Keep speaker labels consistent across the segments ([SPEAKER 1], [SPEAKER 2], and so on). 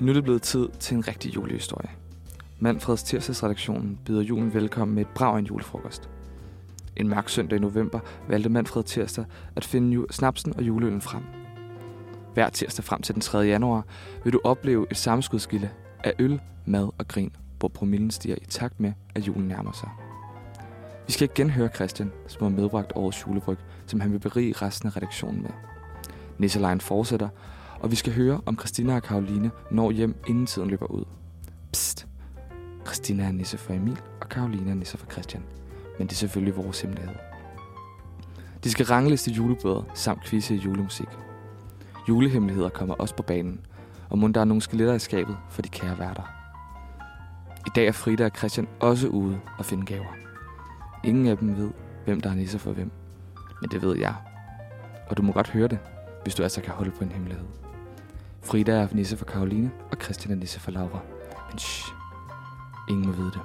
[SPEAKER 1] Nu er det blevet tid til en rigtig julehistorie. Manfreds tirsdagsredaktionen byder julen velkommen med et brag af en julefrokost. En mørk søndag i november valgte Manfred Tirsdag at finde ju- snapsen og juleølen frem. Hver tirsdag frem til den 3. januar vil du opleve et sammenskudskilde af øl, mad og grin, hvor promillen stiger i takt med, at julen nærmer sig. Vi skal igen høre Christian, som har medbragt årets julebryg, som han vil berige resten af redaktionen med. Nisselejen fortsætter, og vi skal høre, om Christina og Karoline når hjem, inden tiden løber ud. Psst! Christina er nisse for Emil, og Karoline er nisse for Christian. Men det er selvfølgelig vores hemmelighed. De skal rangliste julebøder samt quizze i julemusik. Julehemmeligheder kommer også på banen, og mund der er nogle skeletter i skabet for de kære værter. I dag er Frida og Christian også ude og finde gaver. Ingen af dem ved, hvem der er nisse for hvem. Men det ved jeg. Og du må godt høre det, hvis du altså kan holde på en hemmelighed. Frida er nisse for Karoline, og Christian er nisse for Laura. Men shh, ingen må vide det.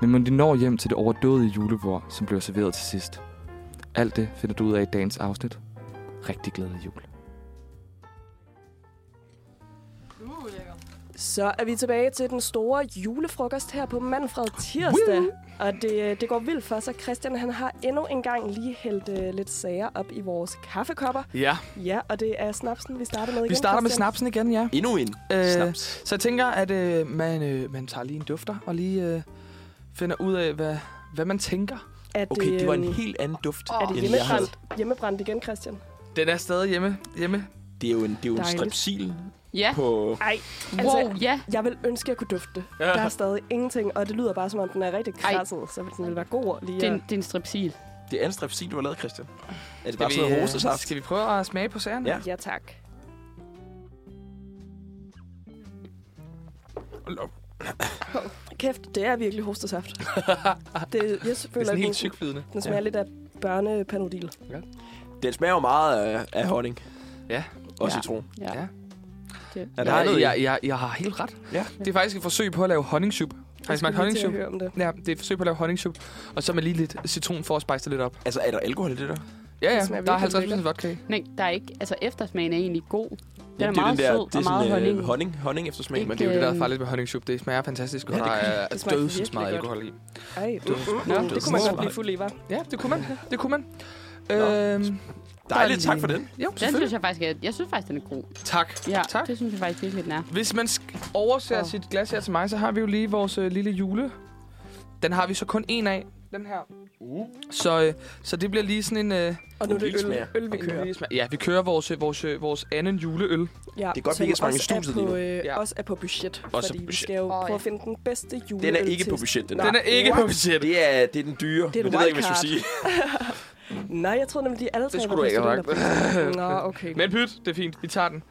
[SPEAKER 1] Men man de når hjem til det overdådige julebord, som blev serveret til sidst. Alt det finder du ud af i dagens afsnit. Rigtig glædelig jul.
[SPEAKER 2] Uh, lækker.
[SPEAKER 3] Så er vi tilbage til den store julefrokost her på Manfred Tirsdag. Og det, det går vildt for sig. Christian han har endnu en gang lige hældt øh, lidt sager op i vores kaffekopper.
[SPEAKER 1] Ja,
[SPEAKER 3] Ja, og det er snapsen, vi starter med igen.
[SPEAKER 1] vi starter med
[SPEAKER 3] Christian.
[SPEAKER 1] snapsen igen, ja.
[SPEAKER 4] Endnu en
[SPEAKER 1] Øh,
[SPEAKER 4] snaps.
[SPEAKER 1] så jeg tænker, at øh, man, øh, man tager lige en dufter og lige øh, finder ud af, hvad, hvad man tænker.
[SPEAKER 3] Er det,
[SPEAKER 4] Okay, det var en
[SPEAKER 3] øh,
[SPEAKER 4] helt anden duft.
[SPEAKER 3] Er det
[SPEAKER 4] end jeg havde.
[SPEAKER 3] hjemmebrændt, hjemmebrændt igen, Christian?
[SPEAKER 1] Den er stadig hjemme. hjemme.
[SPEAKER 4] Det er jo en, det er jo en
[SPEAKER 3] Dejligt.
[SPEAKER 4] strepsil
[SPEAKER 2] Ja.
[SPEAKER 4] på...
[SPEAKER 3] Ej,
[SPEAKER 2] Wow,
[SPEAKER 3] altså,
[SPEAKER 2] ja.
[SPEAKER 3] jeg vil ønske, at jeg kunne dufte det. Der er stadig ingenting, og det lyder bare, som om den er rigtig
[SPEAKER 2] Ej.
[SPEAKER 3] krasset, så den vil være god lige
[SPEAKER 2] Det er
[SPEAKER 3] at
[SPEAKER 2] en, det er en strepsil.
[SPEAKER 4] Det er anden strepsil, du har lavet, Christian. Er det
[SPEAKER 1] Skal
[SPEAKER 4] bare sådan
[SPEAKER 1] vi,
[SPEAKER 4] noget
[SPEAKER 1] øh,
[SPEAKER 4] hostesaft?
[SPEAKER 1] skal vi prøve at smage på sagerne?
[SPEAKER 4] Ja.
[SPEAKER 3] Ja, tak.
[SPEAKER 4] Hold op.
[SPEAKER 3] Kæft, det er virkelig hostesaft. det, jeg
[SPEAKER 1] Det er
[SPEAKER 3] føler,
[SPEAKER 1] sådan
[SPEAKER 3] at den,
[SPEAKER 1] helt tykflydende.
[SPEAKER 3] den smager ja. lidt af børnepanodil.
[SPEAKER 4] Den smager jo meget af, af honning.
[SPEAKER 1] Ja.
[SPEAKER 4] Og
[SPEAKER 2] Ja.
[SPEAKER 4] citron.
[SPEAKER 2] Ja.
[SPEAKER 1] Ja.
[SPEAKER 2] Det,
[SPEAKER 4] Er der
[SPEAKER 1] Nej,
[SPEAKER 4] andet i?
[SPEAKER 1] jeg, jeg, jeg har helt ret.
[SPEAKER 4] Ja.
[SPEAKER 1] Det er faktisk et forsøg på at lave honningsoup. Har I
[SPEAKER 3] Jeg
[SPEAKER 1] smagt
[SPEAKER 3] skulle lige til at
[SPEAKER 1] honningsoup?
[SPEAKER 3] høre om det.
[SPEAKER 1] Ja, det er et forsøg på at lave honningsoup. Og så med lige lidt citron for at spice det lidt op.
[SPEAKER 4] Altså, er der alkohol i det der?
[SPEAKER 1] Ja,
[SPEAKER 3] Det
[SPEAKER 1] ja.
[SPEAKER 3] smager
[SPEAKER 1] Der er
[SPEAKER 3] virkelig
[SPEAKER 1] 50 procent vodka i.
[SPEAKER 2] Nej, der er ikke... Altså, eftersmagen er egentlig god. Den er
[SPEAKER 4] det
[SPEAKER 2] meget
[SPEAKER 4] den der,
[SPEAKER 2] sød
[SPEAKER 4] det er
[SPEAKER 2] og meget
[SPEAKER 4] sådan, øh,
[SPEAKER 2] honning.
[SPEAKER 4] honning. Honning efter smag.
[SPEAKER 2] Ikke,
[SPEAKER 1] Men det er jo det, der er
[SPEAKER 2] Øhm.
[SPEAKER 1] farligt med honningsoup. Det smager fantastisk, og
[SPEAKER 4] Ja, det
[SPEAKER 1] der er
[SPEAKER 3] det smager
[SPEAKER 1] dødsens
[SPEAKER 3] virkelig
[SPEAKER 1] meget
[SPEAKER 3] godt.
[SPEAKER 1] alkohol i.
[SPEAKER 3] Ej, uh, uh,
[SPEAKER 1] Nå,
[SPEAKER 3] uh, det kunne man godt
[SPEAKER 4] smart.
[SPEAKER 3] blive fuld i, var.
[SPEAKER 1] Ja, det kunne man. Det kunne man.
[SPEAKER 4] Nå.
[SPEAKER 1] Øhm,
[SPEAKER 4] Dejligt, tak for den.
[SPEAKER 1] jo,
[SPEAKER 2] Den synes
[SPEAKER 1] selvfølgelig.
[SPEAKER 2] jeg faktisk, at, jeg synes faktisk, den er god.
[SPEAKER 1] Tak.
[SPEAKER 2] Ja,
[SPEAKER 1] tak.
[SPEAKER 2] det synes jeg faktisk virkelig, den er.
[SPEAKER 1] Hvis man sk- overser
[SPEAKER 2] Åh.
[SPEAKER 1] sit glas her til mig, så har vi jo lige vores øh, lille jule. Den har vi så kun en af, den her. Så, øh, så det bliver lige sådan en... Øh,
[SPEAKER 3] Og nu er det
[SPEAKER 4] Lille
[SPEAKER 3] øl,
[SPEAKER 4] smager.
[SPEAKER 3] øl vi kører.
[SPEAKER 1] Lille smag. Ja, vi kører vores, øh, vores, øh, vores anden juleøl.
[SPEAKER 3] Ja,
[SPEAKER 4] Det er godt, vi
[SPEAKER 3] som
[SPEAKER 4] ikke er så mange i
[SPEAKER 3] også
[SPEAKER 4] studiet
[SPEAKER 3] på,
[SPEAKER 4] lige nu.
[SPEAKER 3] øh,
[SPEAKER 1] Ja.
[SPEAKER 3] Også er på budget,
[SPEAKER 4] Også
[SPEAKER 3] fordi
[SPEAKER 4] på
[SPEAKER 3] vi
[SPEAKER 4] budget.
[SPEAKER 3] skal jo
[SPEAKER 2] Åh,
[SPEAKER 3] prøve
[SPEAKER 2] ja.
[SPEAKER 3] at finde den bedste juleøl
[SPEAKER 4] Den er ikke på
[SPEAKER 3] til-
[SPEAKER 4] budget, den
[SPEAKER 3] Nej.
[SPEAKER 4] der.
[SPEAKER 1] Den er ikke
[SPEAKER 3] Ah, What?
[SPEAKER 1] på budget.
[SPEAKER 4] Det er, det er den dyre.
[SPEAKER 3] et
[SPEAKER 4] Men det ved jeg ikke, hvad jeg
[SPEAKER 3] wildcard.
[SPEAKER 4] skulle sige.
[SPEAKER 3] Nej, jeg troede nemlig, de alle tre
[SPEAKER 1] skulle
[SPEAKER 3] var
[SPEAKER 1] du ikke have
[SPEAKER 3] på studenter- Nå, okay.
[SPEAKER 1] Men pyt, det er fint. Vi tager den.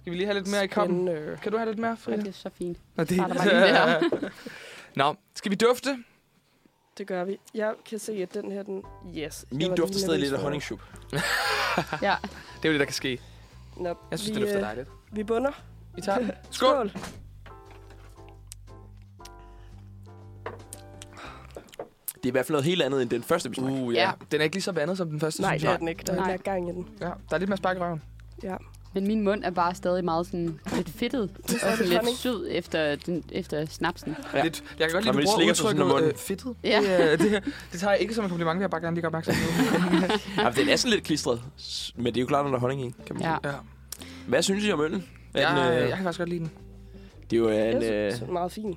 [SPEAKER 1] Skal vi lige have lidt mere i koppen?
[SPEAKER 3] Spændende.
[SPEAKER 1] Kan du have lidt mere,
[SPEAKER 2] Ja,
[SPEAKER 1] Frida?
[SPEAKER 2] det er så fint.
[SPEAKER 1] Nå, det
[SPEAKER 2] Bare der var lidt
[SPEAKER 1] Nå, skal vi dufte?
[SPEAKER 3] Det gør vi. Jeg kan se, at den her, den... Yes. jeg
[SPEAKER 4] Min
[SPEAKER 3] var
[SPEAKER 4] duft er
[SPEAKER 3] lige
[SPEAKER 4] stadig
[SPEAKER 3] nervøs
[SPEAKER 4] lidt af
[SPEAKER 3] for-
[SPEAKER 4] honningschup.
[SPEAKER 2] Ja.
[SPEAKER 1] Det er jo det, der kan ske.
[SPEAKER 3] Nå,
[SPEAKER 1] Jeg synes,
[SPEAKER 3] vi,
[SPEAKER 1] det dufter
[SPEAKER 3] øh,
[SPEAKER 1] dejligt.
[SPEAKER 3] Vi bunder.
[SPEAKER 1] Vi tager den. Skål!
[SPEAKER 3] Skål.
[SPEAKER 4] Det er i hvert fald noget helt andet end den første, vi smagte.
[SPEAKER 1] Uh, ja.
[SPEAKER 2] Ja.
[SPEAKER 1] Den er ikke lige så vandet som den første,
[SPEAKER 3] Nej,
[SPEAKER 1] synes
[SPEAKER 3] det
[SPEAKER 1] jeg.
[SPEAKER 3] er den ikke. Der er
[SPEAKER 2] Nej.
[SPEAKER 3] ikke gang i den.
[SPEAKER 1] Ja, der er lidt mere spark i røven.
[SPEAKER 3] Ja.
[SPEAKER 2] Men min mund er bare stadig meget sådan lidt fedtet. Og
[SPEAKER 3] er lidt
[SPEAKER 2] sådan
[SPEAKER 3] honning.
[SPEAKER 2] lidt sød efter, den, efter snapsen.
[SPEAKER 1] Ja.
[SPEAKER 4] Ja.
[SPEAKER 1] Lidt, jeg kan godt lide,
[SPEAKER 4] Når
[SPEAKER 1] at
[SPEAKER 4] man
[SPEAKER 1] du
[SPEAKER 4] lige
[SPEAKER 1] bruger
[SPEAKER 4] slikker sig
[SPEAKER 1] udtrykket
[SPEAKER 4] sådan om
[SPEAKER 1] øh,
[SPEAKER 4] munden.
[SPEAKER 1] fedtet.
[SPEAKER 2] Ja.
[SPEAKER 1] Det, øh, det, det tager jeg ikke som en kompliment, vil jeg bare gerne lige gøre opmærksom på.
[SPEAKER 4] Jamen, den er sådan lidt klistret. S- Men det er jo klart, når der er honning i. Kan man
[SPEAKER 2] Ja.
[SPEAKER 4] sige.
[SPEAKER 1] ja.
[SPEAKER 4] Hvad synes I om øllen? Er
[SPEAKER 1] Jeg,
[SPEAKER 4] den, øh,
[SPEAKER 1] øh, jeg kan faktisk godt lide den.
[SPEAKER 4] det, er jo en,
[SPEAKER 3] Den,
[SPEAKER 4] øh,
[SPEAKER 3] øh... den er meget fin.
[SPEAKER 4] det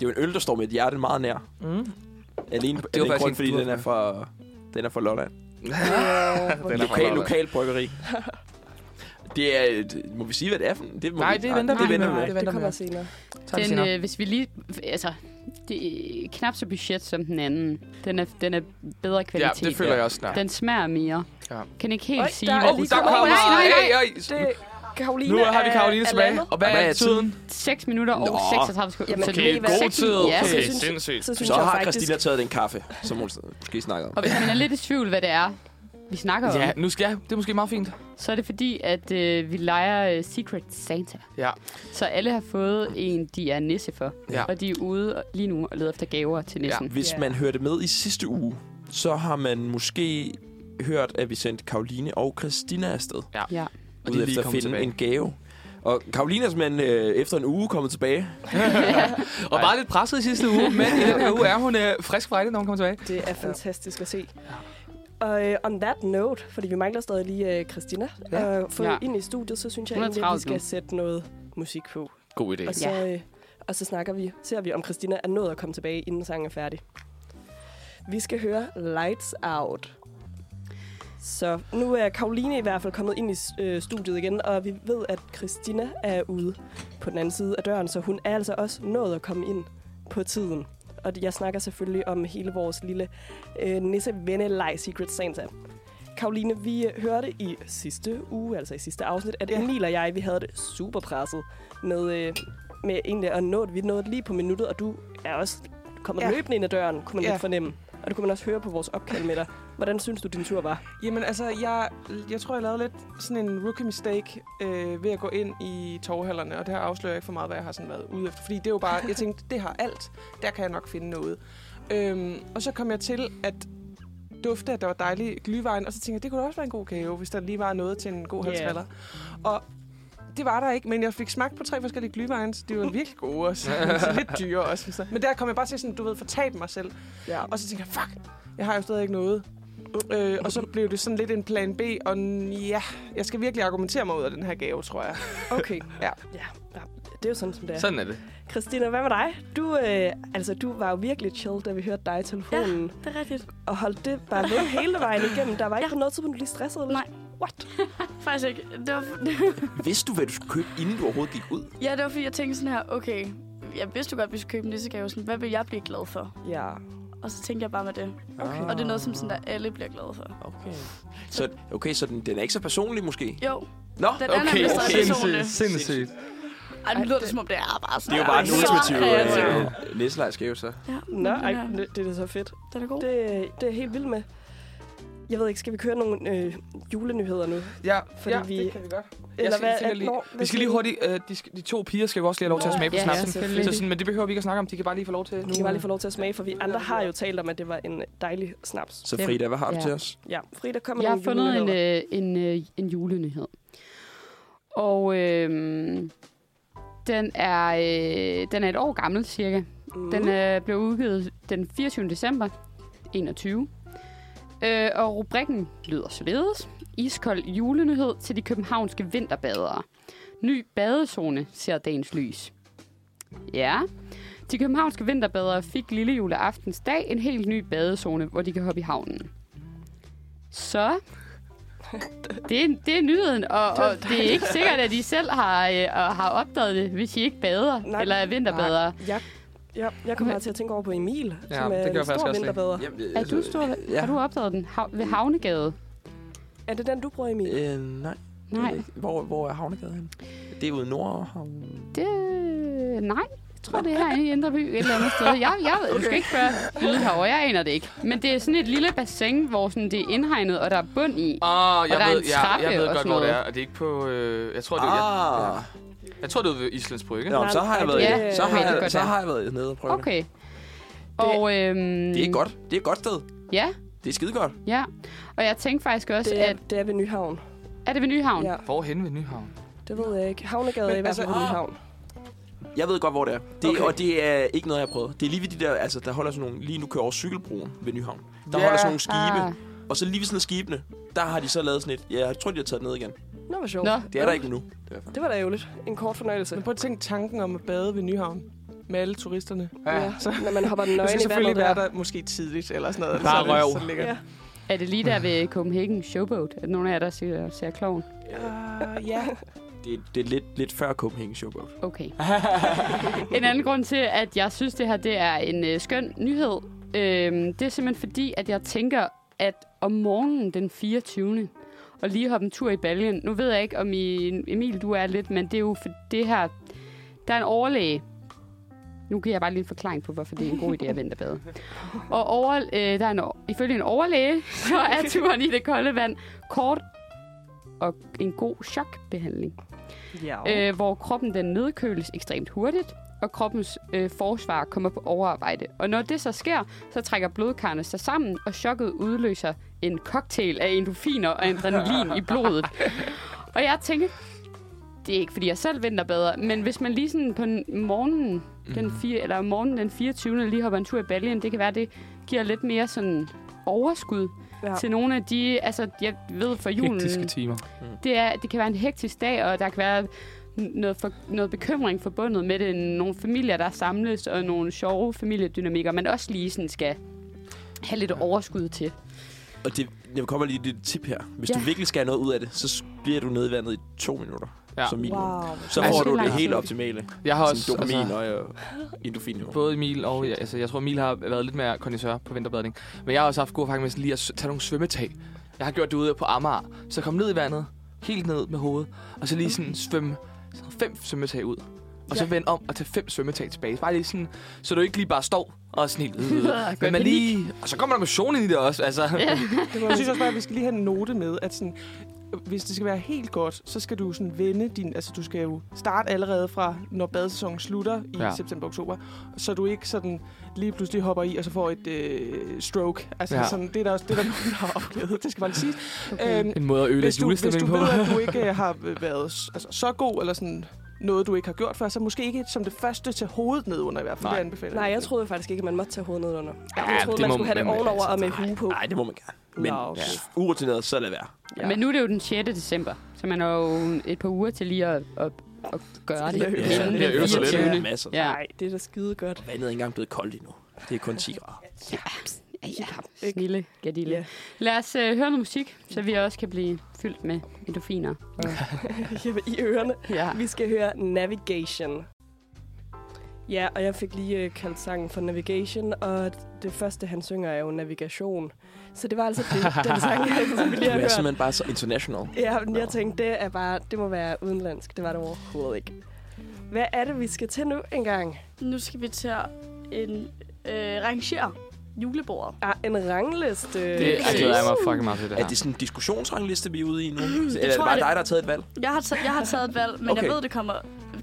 [SPEAKER 4] er jo en øl, der står mit hjerte meget nær.
[SPEAKER 1] Mm.
[SPEAKER 4] Alene
[SPEAKER 1] Og det
[SPEAKER 4] på
[SPEAKER 1] er jo
[SPEAKER 4] den
[SPEAKER 1] faktisk
[SPEAKER 4] grund,
[SPEAKER 1] en
[SPEAKER 4] fordi
[SPEAKER 1] dud-
[SPEAKER 4] den er fra, den er fra Lolland.
[SPEAKER 3] øh,
[SPEAKER 1] Den er fra
[SPEAKER 4] Lokal,
[SPEAKER 1] Lolland.
[SPEAKER 4] lokal bryggeri. det er et, Må vi sige, hvad det er for en? Det må
[SPEAKER 1] Nej,
[SPEAKER 4] vi,
[SPEAKER 1] det venter
[SPEAKER 4] det
[SPEAKER 1] vi
[SPEAKER 4] venter
[SPEAKER 1] med.
[SPEAKER 3] Nej,
[SPEAKER 4] vi med.
[SPEAKER 1] det
[SPEAKER 3] det
[SPEAKER 1] venter
[SPEAKER 3] kommer
[SPEAKER 1] vi
[SPEAKER 3] senere.
[SPEAKER 1] Tak
[SPEAKER 2] den,
[SPEAKER 1] senere.
[SPEAKER 2] øh, hvis vi lige... Altså, det er knap så budget som den anden. Den er, den er bedre
[SPEAKER 1] Ja,
[SPEAKER 2] kvalitet.
[SPEAKER 1] det føler jeg også snart.
[SPEAKER 2] Den smager mere.
[SPEAKER 1] Ja.
[SPEAKER 2] Kan ikke helt
[SPEAKER 3] Øj,
[SPEAKER 2] sige,
[SPEAKER 3] der er
[SPEAKER 2] hvad
[SPEAKER 1] Åh,
[SPEAKER 3] Åh,
[SPEAKER 1] oh,
[SPEAKER 2] det
[SPEAKER 1] der
[SPEAKER 3] Åh,
[SPEAKER 1] kommer...
[SPEAKER 3] nej, nej,
[SPEAKER 1] Ej, ej.
[SPEAKER 3] Det er Karoline.
[SPEAKER 1] Nu har vi
[SPEAKER 3] er-
[SPEAKER 1] Karoline
[SPEAKER 3] er
[SPEAKER 1] tilbage.
[SPEAKER 3] landet.
[SPEAKER 1] Og hvad
[SPEAKER 4] Hvad
[SPEAKER 1] er
[SPEAKER 4] er
[SPEAKER 1] tiden?
[SPEAKER 2] 6 minutter og
[SPEAKER 4] Nå.
[SPEAKER 2] 36 sekunder.
[SPEAKER 3] Jamen,
[SPEAKER 2] Så
[SPEAKER 3] det er
[SPEAKER 2] er
[SPEAKER 3] god
[SPEAKER 2] seks-
[SPEAKER 3] tid.
[SPEAKER 2] Ja.
[SPEAKER 3] Okay.
[SPEAKER 2] Okay.
[SPEAKER 3] synes-
[SPEAKER 1] sindssygt.
[SPEAKER 3] Så synes
[SPEAKER 4] Så
[SPEAKER 3] jeg
[SPEAKER 4] har
[SPEAKER 3] faktisk...
[SPEAKER 4] Christina taget den kaffe, som hun måske snakkede om.
[SPEAKER 2] Og hvis man er lidt i tvivl, hvad det er, vi snakker om,
[SPEAKER 1] Ja, nu skal jeg. Det er måske meget fint.
[SPEAKER 2] så er det fordi, at øh, vi leger øh, Secret Santa.
[SPEAKER 1] Ja.
[SPEAKER 2] Så alle har fået en, de er nisse for.
[SPEAKER 1] Ja.
[SPEAKER 2] Og de er ude og- lige nu og leder efter gaver til nissen. Ja.
[SPEAKER 4] Hvis
[SPEAKER 3] Ja.
[SPEAKER 4] man hørte med i sidste uge, så har man måske hørt, at vi sendte Karoline og Christina afsted.
[SPEAKER 2] ja.
[SPEAKER 1] Og
[SPEAKER 4] Og
[SPEAKER 1] de er
[SPEAKER 4] de
[SPEAKER 1] lige
[SPEAKER 4] efter at
[SPEAKER 1] kommet
[SPEAKER 4] finde
[SPEAKER 1] tilbage.
[SPEAKER 4] en gave.
[SPEAKER 5] Og Karolina er simpelthen øh, efter en uge kommet tilbage.
[SPEAKER 1] Og bare lidt presset i sidste uge, men i den her uge er hun øh, frisk fra når hun kommer tilbage.
[SPEAKER 3] Det er fantastisk at se. Og uh, on that note, fordi vi mangler stadig lige uh, Christina, ja. uh, få ja.
[SPEAKER 2] Ja.
[SPEAKER 3] ind i studiet, så synes jeg
[SPEAKER 2] Hun er
[SPEAKER 3] egentlig, at vi
[SPEAKER 2] travlt
[SPEAKER 3] skal
[SPEAKER 2] nu.
[SPEAKER 3] sætte noget musik på.
[SPEAKER 1] God idé.
[SPEAKER 3] Og så, ja. øh, og så snakker vi, ser vi, om Christina er nået at komme tilbage, inden sangen er færdig. Vi skal høre Lights Out. Så nu er Karoline i hvert fald kommet ind i s- øh, studiet igen, og vi ved, at Christina er ude på den anden side af døren, så hun er altså også nået at komme ind på tiden. Og jeg snakker selvfølgelig om hele vores lille øh, nisse venne Secret Santa. Karoline, vi øh, hørte i sidste uge, altså i sidste afsnit, at Emil og jeg, vi havde det super presset med, øh, med egentlig at nå det. Vi nåede det lige på minuttet, og du er også kommet ja.
[SPEAKER 6] Ja.
[SPEAKER 3] løbende ind ad døren, kunne man ja.
[SPEAKER 6] Ja.
[SPEAKER 3] lidt fornemme. Og det kunne man også høre på vores opkald med dig. Hvordan synes du, din tur var?
[SPEAKER 6] Jamen altså, jeg, jeg tror, jeg lavede lidt sådan en rookie mistake øh, ved at gå ind i torvhallerne, og det her afslører jeg ikke for meget, hvad jeg har sådan været ude efter. Fordi det er jo bare, jeg tænkte, det har alt, der kan jeg nok finde noget. Øhm, og så kom jeg til at dufte, at der var dejlig glyvejen, og så tænkte jeg, det kunne da også være en god kage, hvis der lige var noget til en god
[SPEAKER 3] Ja.
[SPEAKER 6] halsballer. Og det var der ikke, men jeg fik smagt på tre forskellige glyvejen, så de var virkelig gode også. så lidt dyre også. Så. Men der kom jeg bare til sådan, du ved, fortabe mig selv.
[SPEAKER 3] Ja.
[SPEAKER 6] Og så tænkte jeg, fuck, jeg har jo stadig ikke noget. Øh, og så blev det sådan lidt en plan B, og n- ja, jeg skal virkelig argumentere mig ud af den her gave, tror jeg.
[SPEAKER 3] Okay.
[SPEAKER 6] Ja.
[SPEAKER 3] ja. ja. Det er jo sådan, som det er.
[SPEAKER 1] Sådan er det.
[SPEAKER 3] Christina, hvad med dig? Du, øh, altså, du var jo virkelig chill, da vi hørte dig i telefonen. Ja.
[SPEAKER 7] Det er rigtigt.
[SPEAKER 3] Og holdt det bare ved hele vejen igennem. Der var ikke ja. noget tidspunkt, du lige stressede lidt.
[SPEAKER 7] Nej.
[SPEAKER 3] What?
[SPEAKER 7] Faktisk ikke. Det var,
[SPEAKER 5] Vidste du, hvad du skulle købe, inden du overhovedet gik ud?
[SPEAKER 7] ja, det var fordi, jeg tænkte sådan her, okay, jeg vidste jo godt, at vi skulle købe en nissegave. Sådan, hvad vil jeg blive glad for?
[SPEAKER 3] Ja.
[SPEAKER 7] Og så tænkte jeg bare med det.
[SPEAKER 2] Ah,
[SPEAKER 5] Okay.
[SPEAKER 7] Og det er noget, som sådan, der alle bliver glade for.
[SPEAKER 5] Okay. Så, okay, så den, den er ikke så personlig måske?
[SPEAKER 7] Jo,
[SPEAKER 5] Nå,
[SPEAKER 7] den er
[SPEAKER 5] okay.
[SPEAKER 7] nemlig så personlig.
[SPEAKER 1] Sindssygt.
[SPEAKER 7] Ej, nu lyder det, som om det er bare
[SPEAKER 5] Det
[SPEAKER 7] sådan.
[SPEAKER 5] er jo bare den
[SPEAKER 7] så
[SPEAKER 5] ultimative
[SPEAKER 7] kreativ.
[SPEAKER 5] øh, næsselejsgave, så.
[SPEAKER 7] Ja,
[SPEAKER 3] Nå,
[SPEAKER 7] men øh,
[SPEAKER 3] ej,
[SPEAKER 7] den, er,
[SPEAKER 3] det, det er da så fedt.
[SPEAKER 7] den er god.
[SPEAKER 3] Det, det er jeg helt vild med. Jeg ved ikke, skal vi køre nogle øh, julenyheder nu?
[SPEAKER 1] Ja,
[SPEAKER 3] Fordi
[SPEAKER 6] ja,
[SPEAKER 3] vi-
[SPEAKER 6] det kan vi godt.
[SPEAKER 1] Jeg
[SPEAKER 3] Eller
[SPEAKER 1] skal,
[SPEAKER 3] hvad?
[SPEAKER 1] hvad, lige,
[SPEAKER 3] Hvor-
[SPEAKER 1] vi skal lige hurtigt, øh, de, sk- de to piger skal jo også lige have lov til at smage på
[SPEAKER 2] Ja,
[SPEAKER 1] snapsen.
[SPEAKER 3] selvfølgelig.
[SPEAKER 1] så sådan, men det behøver vi ikke at snakke om, de kan bare lige få lov til.
[SPEAKER 3] Vi kan bare lige få lov til at smage, for vi andre har jo talt om, at det var en dejlig snaps.
[SPEAKER 5] Så Frida, hvad har du
[SPEAKER 2] Ja.
[SPEAKER 5] til os?
[SPEAKER 3] Ja, Frida, kom med
[SPEAKER 2] Jeg har
[SPEAKER 3] nogle
[SPEAKER 2] fundet en,
[SPEAKER 3] julenyheder.
[SPEAKER 2] øh, en, øh, en julenyhed. Og øh, den, er, øh, den er et år gammel cirka.
[SPEAKER 3] Mm.
[SPEAKER 2] Den øh, blev udgivet den 24. december 21. Øh, og rubrikken lyder således. Iskold julenyhed til de københavnske vinterbadere. Ny badezone ser dagens lys. Ja, de københavnske vinterbadere fik lille juleaftens dag en helt ny badezone, hvor de kan hoppe i havnen. Så det er, det er nyheden, og, og det er ikke sikkert, at de selv har, øh, og har opdaget det, hvis de ikke bader,
[SPEAKER 3] Nej.
[SPEAKER 2] Nej. eller er vinterbadere.
[SPEAKER 3] Jeg, ja, jeg kom her til at tænke over på Emil,
[SPEAKER 1] Ja,
[SPEAKER 3] som
[SPEAKER 1] det
[SPEAKER 3] er
[SPEAKER 1] gør
[SPEAKER 3] en
[SPEAKER 1] jeg faktisk
[SPEAKER 3] stor
[SPEAKER 1] også lidt.
[SPEAKER 3] vinterbader.
[SPEAKER 5] Jamen,
[SPEAKER 4] Øh,
[SPEAKER 2] Er
[SPEAKER 4] altså,
[SPEAKER 2] du stor? Ja. Har du opdaget den hav- ved Havnegade?
[SPEAKER 3] Er det den, du bruger, Emil?
[SPEAKER 5] Øh, nej.
[SPEAKER 2] Nej,
[SPEAKER 5] Hvor, hvor er Havnegade henne? Det er ude Nordhavn.
[SPEAKER 2] det... Nej, jeg tror, det er herinde i Indre By et eller andet sted. Jeg, jeg ved, du skal ikke spørge lyde herovre, jeg aner det ikke. Men det er sådan et lille bassin, hvor sådan det er indhegnet, og der er bund i.
[SPEAKER 1] Ah, jeg
[SPEAKER 2] der er
[SPEAKER 1] ved,
[SPEAKER 2] en
[SPEAKER 1] jeg,
[SPEAKER 2] trappe
[SPEAKER 1] jeg ved
[SPEAKER 2] og
[SPEAKER 1] godt,
[SPEAKER 2] sådan
[SPEAKER 1] hvor det
[SPEAKER 2] noget.
[SPEAKER 1] er. Er det ikke på... Øh, jeg tror, det er, jeg,
[SPEAKER 5] Ah,
[SPEAKER 1] jeg tror, det er ude ved Islands Brygge.
[SPEAKER 5] Nå, så har jeg været,
[SPEAKER 2] Ja,
[SPEAKER 5] så har
[SPEAKER 2] det er
[SPEAKER 5] jeg,
[SPEAKER 2] godt,
[SPEAKER 5] så
[SPEAKER 2] ja.
[SPEAKER 5] har jeg været nede og prøve det.
[SPEAKER 2] Okay. Og, øhm,
[SPEAKER 5] Det er godt. Det er et godt sted.
[SPEAKER 2] Ja,
[SPEAKER 5] Det er skide godt.
[SPEAKER 2] ja. Og jeg tænkte faktisk også,
[SPEAKER 3] Det er,
[SPEAKER 2] at...
[SPEAKER 3] det er ved Nyhavn.
[SPEAKER 2] Er det ved Nyhavn?
[SPEAKER 3] Ja,
[SPEAKER 1] Hvorhen ved Nyhavn?
[SPEAKER 3] det ved jeg ikke. Havnegade
[SPEAKER 6] Men
[SPEAKER 3] er i hvert
[SPEAKER 6] altså-
[SPEAKER 3] fald ved Nyhavn.
[SPEAKER 5] Jeg ved godt, hvor det er. Det,
[SPEAKER 6] Okay.
[SPEAKER 5] okay. Og det er ikke noget, jeg har prøvet. Det er lige ved de der, altså, der holder sådan nogle, lige nu kører over cykelbroen ved Nyhavn. Der
[SPEAKER 6] Ja.
[SPEAKER 5] holder sådan nogle skibe.
[SPEAKER 2] Ah.
[SPEAKER 5] Og så lige ved sådan nogle skibene, der har de så lavet sådan et, ja, jeg tror, de har taget det ned igen.
[SPEAKER 3] Nå, hvor sjovt.
[SPEAKER 2] Nå,
[SPEAKER 5] Det er der ikke nu.
[SPEAKER 3] Det var da ærgerligt. En kort fornøjelse.
[SPEAKER 6] Men prøv at tænke tanken om at bade ved Nyhavn med alle turisterne.
[SPEAKER 3] Ja,
[SPEAKER 6] så-
[SPEAKER 3] når man hopper
[SPEAKER 6] Jeg
[SPEAKER 3] nøgen
[SPEAKER 6] skal
[SPEAKER 3] i vandet
[SPEAKER 6] selvfølgelig
[SPEAKER 3] der.
[SPEAKER 6] være der måske tidligt eller sådan noget.
[SPEAKER 1] Bare
[SPEAKER 6] så er det
[SPEAKER 1] røv.
[SPEAKER 6] sådan lækkert.
[SPEAKER 3] Ja.
[SPEAKER 2] er det lige der ved Copenhagen Showboat? Er der nogen af jer, der ser, ser kloven?
[SPEAKER 6] Uh, ja.
[SPEAKER 5] Det, det er lidt, lidt før Copenhagen Showboat.
[SPEAKER 2] Okay. en anden grund til, at jeg synes, det her det er en øh, skøn nyhed, øhm, det er simpelthen fordi, at jeg tænker, at om morgenen den 24. og lige hoppe en tur i baljen. Nu ved jeg ikke, om I, Emil, du er lidt, men det er jo for det her... Der er en overlæge. Nu giver jeg bare lige en forklaring på, hvorfor det er en god idé at vente og bade. Og over, øh, der er en, o- ifølge en overlæge, så er turen i det kolde vand kort og en god chokbehandling
[SPEAKER 3] Ja.
[SPEAKER 2] øh, hvor kroppen den nedkøles ekstremt hurtigt, og kroppens øh, forsvar kommer på overarbejde. Og når det så sker, så trækker blodkarrene sig sammen, og chokket udløser en cocktail af endorfiner og adrenalin i blodet. Og jeg tænker, det er ikke, fordi jeg selv vinter bedre, men hvis man lige sådan på n- morgenen, den fire, eller om morgenen den 24. lige hopper en tur i baljen, det kan være, det giver lidt mere sådan overskud
[SPEAKER 3] Ja.
[SPEAKER 2] ja. til nogle af de, altså jeg ved for julen,
[SPEAKER 1] Hektiske timer.
[SPEAKER 2] det, er, det kan være en hektisk dag, og der kan være n- noget, for, noget bekymring forbundet med det, nogle familier, der samles, og nogle sjove familiedynamikker, man også lige sådan skal have lidt overskud til.
[SPEAKER 5] Og det, jeg kommer lige et lille tip her. Hvis ja.
[SPEAKER 2] Ja.
[SPEAKER 5] du virkelig skal have noget ud af det, så s- bliver du nede i vandet i to minutter.
[SPEAKER 1] Ja.
[SPEAKER 5] Ja. Som minimum. Wow.
[SPEAKER 3] Wow.
[SPEAKER 5] Så får
[SPEAKER 1] Altså,
[SPEAKER 5] du
[SPEAKER 2] det er
[SPEAKER 5] det
[SPEAKER 2] langt.
[SPEAKER 5] helt optimale.
[SPEAKER 1] Jeg har også...
[SPEAKER 5] Sådan dopamin
[SPEAKER 1] altså,
[SPEAKER 5] altså, og øh, endorfinniveau.
[SPEAKER 1] Både Emil og... Jeg, altså, jeg tror, Emil har været lidt mere kondisør på vinterbadning. Men jeg har også haft god erfaring med sådan lige at s- tage nogle svømmetag. Jeg har gjort det ude på Amager. Så kom ned i vandet, helt ned med hovedet, og så lige sådan svømme sådan fem svømmetag ud. Og så vende om og tage fem svømmetag tilbage. Bare lige sådan, så du ikke lige bare står og er sådan helt... Øh, men man lige... Og så kommer der motion ind i det også, altså.
[SPEAKER 6] Jeg synes også bare, at vi skal lige have en note med, at sådan, hvis det skal være helt godt, så skal du sådan vende din... Altså, du skal jo starte allerede fra, når badesæsonen slutter i
[SPEAKER 1] Ja.
[SPEAKER 6] ja. september-oktober, så du ikke sådan lige pludselig hopper i, og så får et øh, stroke. Altså,
[SPEAKER 1] Ja.
[SPEAKER 6] ja. sådan, det er der også det, er der nogen, der har oplevet. Det skal bare lige siges.
[SPEAKER 2] Okay.
[SPEAKER 6] Øhm,
[SPEAKER 1] En måde at øge
[SPEAKER 6] hvis
[SPEAKER 1] lidt
[SPEAKER 6] du, hvis du
[SPEAKER 1] julestemning på.
[SPEAKER 6] ved, at du ikke øh, har øh, været s- altså, så god, eller sådan noget, du ikke har gjort før, så måske ikke som det første til hovedet ned under i hvert fald.
[SPEAKER 1] Nej.
[SPEAKER 6] Det anbefaler
[SPEAKER 3] Nej, jeg troede faktisk ikke, at man måtte tage hovedet ned under.
[SPEAKER 1] Ja,
[SPEAKER 3] jeg troede,
[SPEAKER 1] det
[SPEAKER 3] man
[SPEAKER 1] må
[SPEAKER 3] skulle have det
[SPEAKER 1] man-
[SPEAKER 3] ovenover og med
[SPEAKER 1] altså,
[SPEAKER 3] hue på.
[SPEAKER 5] Nej, det må man gerne. Men
[SPEAKER 3] Nå, okay.
[SPEAKER 5] ja. urutineret, så lad være.
[SPEAKER 2] Ja. Men nu er det jo den 6. december, så man har jo et par uger til lige at, at, at gøre det.
[SPEAKER 3] Lige at øve
[SPEAKER 2] Inden
[SPEAKER 3] sig
[SPEAKER 2] den
[SPEAKER 3] lidt.
[SPEAKER 1] øve sig lidt.
[SPEAKER 2] 24..
[SPEAKER 5] Ja. Masser. Ja.
[SPEAKER 2] Ja,
[SPEAKER 3] Nej, det er da skide godt.
[SPEAKER 5] Vandet er ikke engang blevet koldt endnu. Det er kun 10 grader.
[SPEAKER 2] ja, ja. Snille gadille.
[SPEAKER 3] Ja.
[SPEAKER 2] Yeah. Lad os øh, høre noget musik, så vi også kan blive fyldt med endorfiner.
[SPEAKER 3] Jamen, I ørerne.
[SPEAKER 2] Ja.
[SPEAKER 3] Vi skal høre Navigation. Ja, og jeg fik lige øh, kaldt sangen for Navigation, og det første, han synger, er jo navigation. Så det var altså det, den sang, som vi lige
[SPEAKER 5] Du
[SPEAKER 3] har
[SPEAKER 5] er
[SPEAKER 3] hørt.
[SPEAKER 5] simpelthen bare så international.
[SPEAKER 3] Ja, men jeg tænkte, det, er bare, det må være udenlandsk. Det var det overhovedet ikke. Hvad er det, vi skal til nu engang?
[SPEAKER 7] Nu skal vi til at en, øh, rangere julebordet.
[SPEAKER 3] Ah, en rangliste.
[SPEAKER 1] Det altså-
[SPEAKER 5] er-
[SPEAKER 1] jeg glæder jeg mig fucking meget til, det
[SPEAKER 5] Er det
[SPEAKER 1] her.
[SPEAKER 5] sådan en diskussionsrangliste, vi er ude i nu? Eller er det
[SPEAKER 7] tror
[SPEAKER 5] bare
[SPEAKER 7] jeg, det-
[SPEAKER 5] dig, der har taget et valg?
[SPEAKER 7] Jeg har, taget, jeg har taget et valg, men okay.
[SPEAKER 5] Okay.
[SPEAKER 7] jeg ved, det kommer...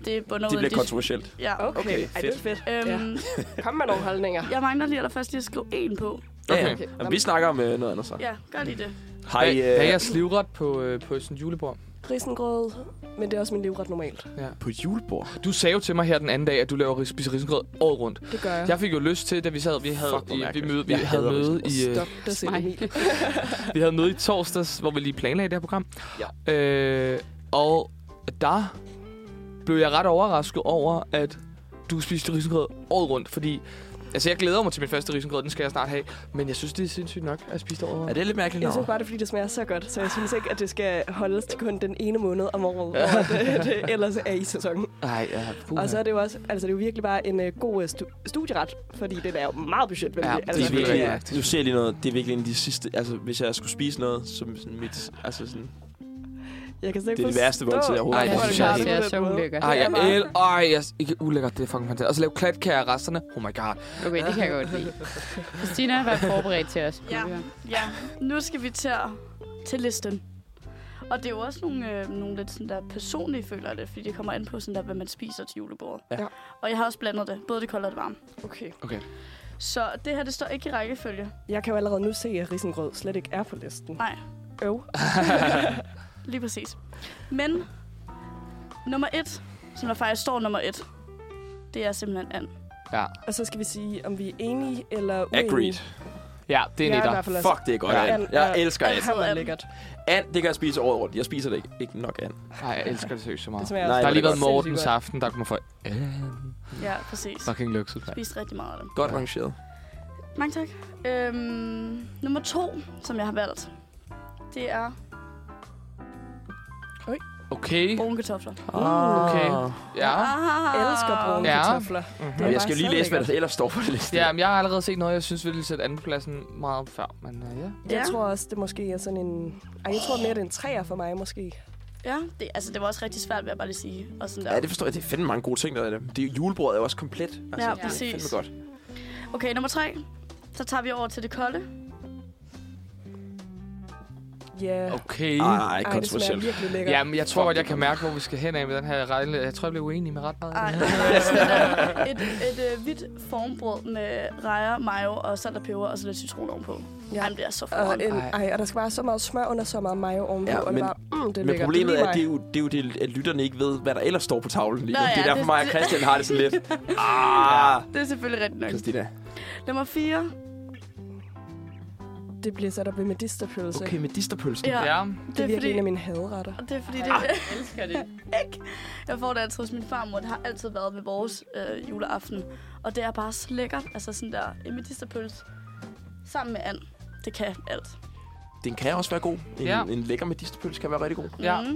[SPEAKER 7] Det bunder
[SPEAKER 5] Det
[SPEAKER 7] ud
[SPEAKER 5] bliver
[SPEAKER 7] af... dis-
[SPEAKER 5] kontroversielt.
[SPEAKER 7] Ja.
[SPEAKER 3] Okay, okay
[SPEAKER 5] Okay,
[SPEAKER 3] Ej, det er fedt.
[SPEAKER 7] Øhm, ja.
[SPEAKER 3] Kom med nogle holdninger.
[SPEAKER 7] Jeg mangler lige allerførst lige at skrive en på.
[SPEAKER 5] Okay. Ja,
[SPEAKER 1] Okay.
[SPEAKER 5] ja. Jamen, vi snakker om øh, noget andet så.
[SPEAKER 7] Ja, gør lige det.
[SPEAKER 5] Hej,
[SPEAKER 1] Hvad, hvad er
[SPEAKER 5] øh,
[SPEAKER 1] jeres livret på, øh, på sådan en julebord?
[SPEAKER 3] Risengrød, men det er også min livret normalt.
[SPEAKER 5] på julebord.
[SPEAKER 1] Du sagde jo til mig her den anden dag, at du laver ris- spiser risengrød året rundt.
[SPEAKER 3] Det gør jeg.
[SPEAKER 1] Jeg fik jo lyst til, da vi sad, vi havde,
[SPEAKER 5] Fuck, hvor
[SPEAKER 1] i, vi
[SPEAKER 5] mærkeligt.
[SPEAKER 1] møde, vi
[SPEAKER 5] Jeg
[SPEAKER 1] havde
[SPEAKER 5] hader
[SPEAKER 1] møde i, øh,
[SPEAKER 3] Stop, der siger
[SPEAKER 2] mig.
[SPEAKER 3] Emil.
[SPEAKER 1] vi havde møde i torsdags, hvor vi lige planlagde det her program. Ja. Øh, og der blev jeg ret overrasket over, at du spiste risengrød året rundt, fordi Altså, jeg glæder mig til min første risengrød, den skal jeg snart have. Men jeg synes, det er sindssygt nok at spise det året
[SPEAKER 5] Er
[SPEAKER 1] rundt.
[SPEAKER 5] det lidt mærkeligt?
[SPEAKER 3] Jeg synes
[SPEAKER 5] navn?
[SPEAKER 3] bare, det er, fordi det smager så godt, så jeg synes ikke, at det skal holdes til kun den ene måned om året, hvor det, det øh, ellers er i sæsonen.
[SPEAKER 1] Nej, ja, puha.
[SPEAKER 3] Og så er det jo også, altså det er jo virkelig bare en øh, god øh, stu- studieret, fordi den er jo meget budgetvenlig.
[SPEAKER 1] Ja,
[SPEAKER 3] altså,
[SPEAKER 1] det er virkelig
[SPEAKER 3] det
[SPEAKER 1] rigtigt.
[SPEAKER 5] Nu ser jeg lige noget. Det er virkelig en af de sidste... Altså, hvis jeg skulle spise noget, som sådan mit... Altså sådan...
[SPEAKER 3] jeg kan slet ikke
[SPEAKER 5] Det er det værste måltid, jeg overhovedet
[SPEAKER 1] Ej, det
[SPEAKER 2] Folk
[SPEAKER 1] synes jeg
[SPEAKER 2] har
[SPEAKER 1] ikke.
[SPEAKER 2] det er så ulækkert.
[SPEAKER 1] Ej, jeg el... Ej, jeg... Ikke ulækkert, det er fucking fantastisk. Og så lave klatkager af resterne. Oh my god.
[SPEAKER 2] Okay, det kan jeg godt lide. Christina var forberedt til os.
[SPEAKER 7] Ja. Ja, nu skal vi til, at- til listen. Og det er jo også nogle, øh, nogle lidt sådan der personlige føler jeg det, fordi det kommer an på sådan der, hvad man spiser til julebordet.
[SPEAKER 5] Ja.
[SPEAKER 7] Og jeg har også blandet det, både det kolde og det varme.
[SPEAKER 3] Okay.
[SPEAKER 7] Så det her, det står ikke i rækkefølge.
[SPEAKER 3] Jeg kan jo allerede nu se, at risengrød slet ikke er på listen.
[SPEAKER 7] Nej.
[SPEAKER 3] Øv.
[SPEAKER 7] Lige præcis. Men nummer et, som der faktisk står nummer et, det er simpelthen and.
[SPEAKER 1] Ja,
[SPEAKER 3] Og så skal vi sige, om vi er enige eller uenige.
[SPEAKER 5] Agreed.
[SPEAKER 1] ja det er en
[SPEAKER 3] Jeg i
[SPEAKER 1] etter.
[SPEAKER 3] hvert fald også-
[SPEAKER 5] Fuck, det er godt.
[SPEAKER 3] Uh, Ja.
[SPEAKER 5] Ja.
[SPEAKER 3] And-
[SPEAKER 5] Jeg
[SPEAKER 3] and-
[SPEAKER 5] elsker and.
[SPEAKER 3] Hammer
[SPEAKER 7] and.
[SPEAKER 3] lækkert.
[SPEAKER 5] And, det kan jeg spise året rundt. Jeg spiser det ikke, ikke nok and.
[SPEAKER 1] Ej, jeg elsker det seriøst så
[SPEAKER 3] Det
[SPEAKER 1] meget.
[SPEAKER 3] smager
[SPEAKER 5] Nej,
[SPEAKER 1] Der
[SPEAKER 3] også
[SPEAKER 1] har lige
[SPEAKER 5] det er
[SPEAKER 1] været
[SPEAKER 3] godt.
[SPEAKER 1] Mortens
[SPEAKER 3] Sindssygt
[SPEAKER 1] aften, der kunne man få...
[SPEAKER 7] Ja, præcis.
[SPEAKER 1] Fucking luksus, mand.
[SPEAKER 7] Spiste rigtig meget af det.
[SPEAKER 5] Godt rangeret.
[SPEAKER 7] Mange tak. Øhm, nummer to, som jeg har valgt, det er
[SPEAKER 1] Okay.
[SPEAKER 7] brune kartofler.
[SPEAKER 3] Uh.
[SPEAKER 1] Okay. Ja.
[SPEAKER 7] Ah.
[SPEAKER 3] godt. Jeg elsker brune
[SPEAKER 1] Ja. Mhm.
[SPEAKER 3] kartofler. Det er
[SPEAKER 5] Ah. Jeg skal jo
[SPEAKER 3] bare
[SPEAKER 5] lige
[SPEAKER 3] så
[SPEAKER 5] læse, hvad
[SPEAKER 3] lækkert.
[SPEAKER 5] der ellers står på det liste.
[SPEAKER 1] Ja, men jeg har allerede set noget, jeg synes ville sætte andenpladsen meget op før. Men uh, ja.
[SPEAKER 3] Jeg
[SPEAKER 7] Ja.
[SPEAKER 3] tror også, det måske er sådan en... Ej, jeg tror mere, det er en træer for mig, måske.
[SPEAKER 7] Ja, det, altså det var også rigtig svært, vil jeg bare lige sige. Og sådan der.
[SPEAKER 5] Ja, det forstår jeg. Det er fandme mange gode ting, der er i det. det. Julebordet er jo også komplet. Altså,
[SPEAKER 7] Ja,
[SPEAKER 5] det er
[SPEAKER 7] præcis.
[SPEAKER 5] fandme godt.
[SPEAKER 7] Okay, nummer tre. Så tager vi over til det kolde.
[SPEAKER 3] Ja.
[SPEAKER 1] Okay.
[SPEAKER 5] Ej,
[SPEAKER 3] Ej, det smager
[SPEAKER 5] kontroversielt.
[SPEAKER 3] virkelig lækkert.
[SPEAKER 1] Jamen, jeg tror godt, jeg kan mærke, hvor vi skal hen af med den her rejle. Jeg tror, jeg bliver uenig med ret meget.
[SPEAKER 7] Ej, det er sådan, øh, et, et øh, hvidt formbrød med rejer, mayo og salt og peber og så lidt citron ovenpå. Ja.
[SPEAKER 3] Ja.
[SPEAKER 7] Jamen, det er så
[SPEAKER 3] Og, øh,
[SPEAKER 7] foran.
[SPEAKER 3] en,
[SPEAKER 1] Ej.
[SPEAKER 3] ej, og der skal bare så meget smør under så meget mayo ovenpå.
[SPEAKER 5] Ja,
[SPEAKER 3] Ja, men, og det
[SPEAKER 5] men-
[SPEAKER 3] er bare, mm, det er
[SPEAKER 5] Men
[SPEAKER 3] lækkert.
[SPEAKER 5] problemet
[SPEAKER 3] lige
[SPEAKER 5] er, at det er
[SPEAKER 3] mig.
[SPEAKER 5] jo, det er jo det, at lytterne ikke ved, hvad der ellers står på tavlen lige
[SPEAKER 7] Nå
[SPEAKER 5] nu. Det
[SPEAKER 7] ja,
[SPEAKER 5] er derfor
[SPEAKER 7] det-
[SPEAKER 5] mig og Christian har det sådan lidt. Ah,
[SPEAKER 7] Det er selvfølgelig rigtigt nok.
[SPEAKER 5] Christina.
[SPEAKER 7] Nummer 4.
[SPEAKER 3] det bliver sat op ved medisterpølse.
[SPEAKER 5] Okay,
[SPEAKER 3] Okay.
[SPEAKER 5] med disterpølsen.
[SPEAKER 7] Ja,
[SPEAKER 1] Ja.
[SPEAKER 3] Det er virkelig
[SPEAKER 7] fordi-
[SPEAKER 3] en af mine haderetter.
[SPEAKER 7] Og det er fordi, det
[SPEAKER 2] Jeg elsker det.
[SPEAKER 7] ikke. Jeg får det altid hos min farmor. Det har altid været ved vores øh, juleaften. Og det er bare så lækkert. Altså sådan der emetisterpøls sammen med and. Det kan alt.
[SPEAKER 5] Den kan også være god. En,
[SPEAKER 1] Ja.
[SPEAKER 5] en lækker med disterpølse kan være rigtig god.
[SPEAKER 1] Ja.
[SPEAKER 7] Mm.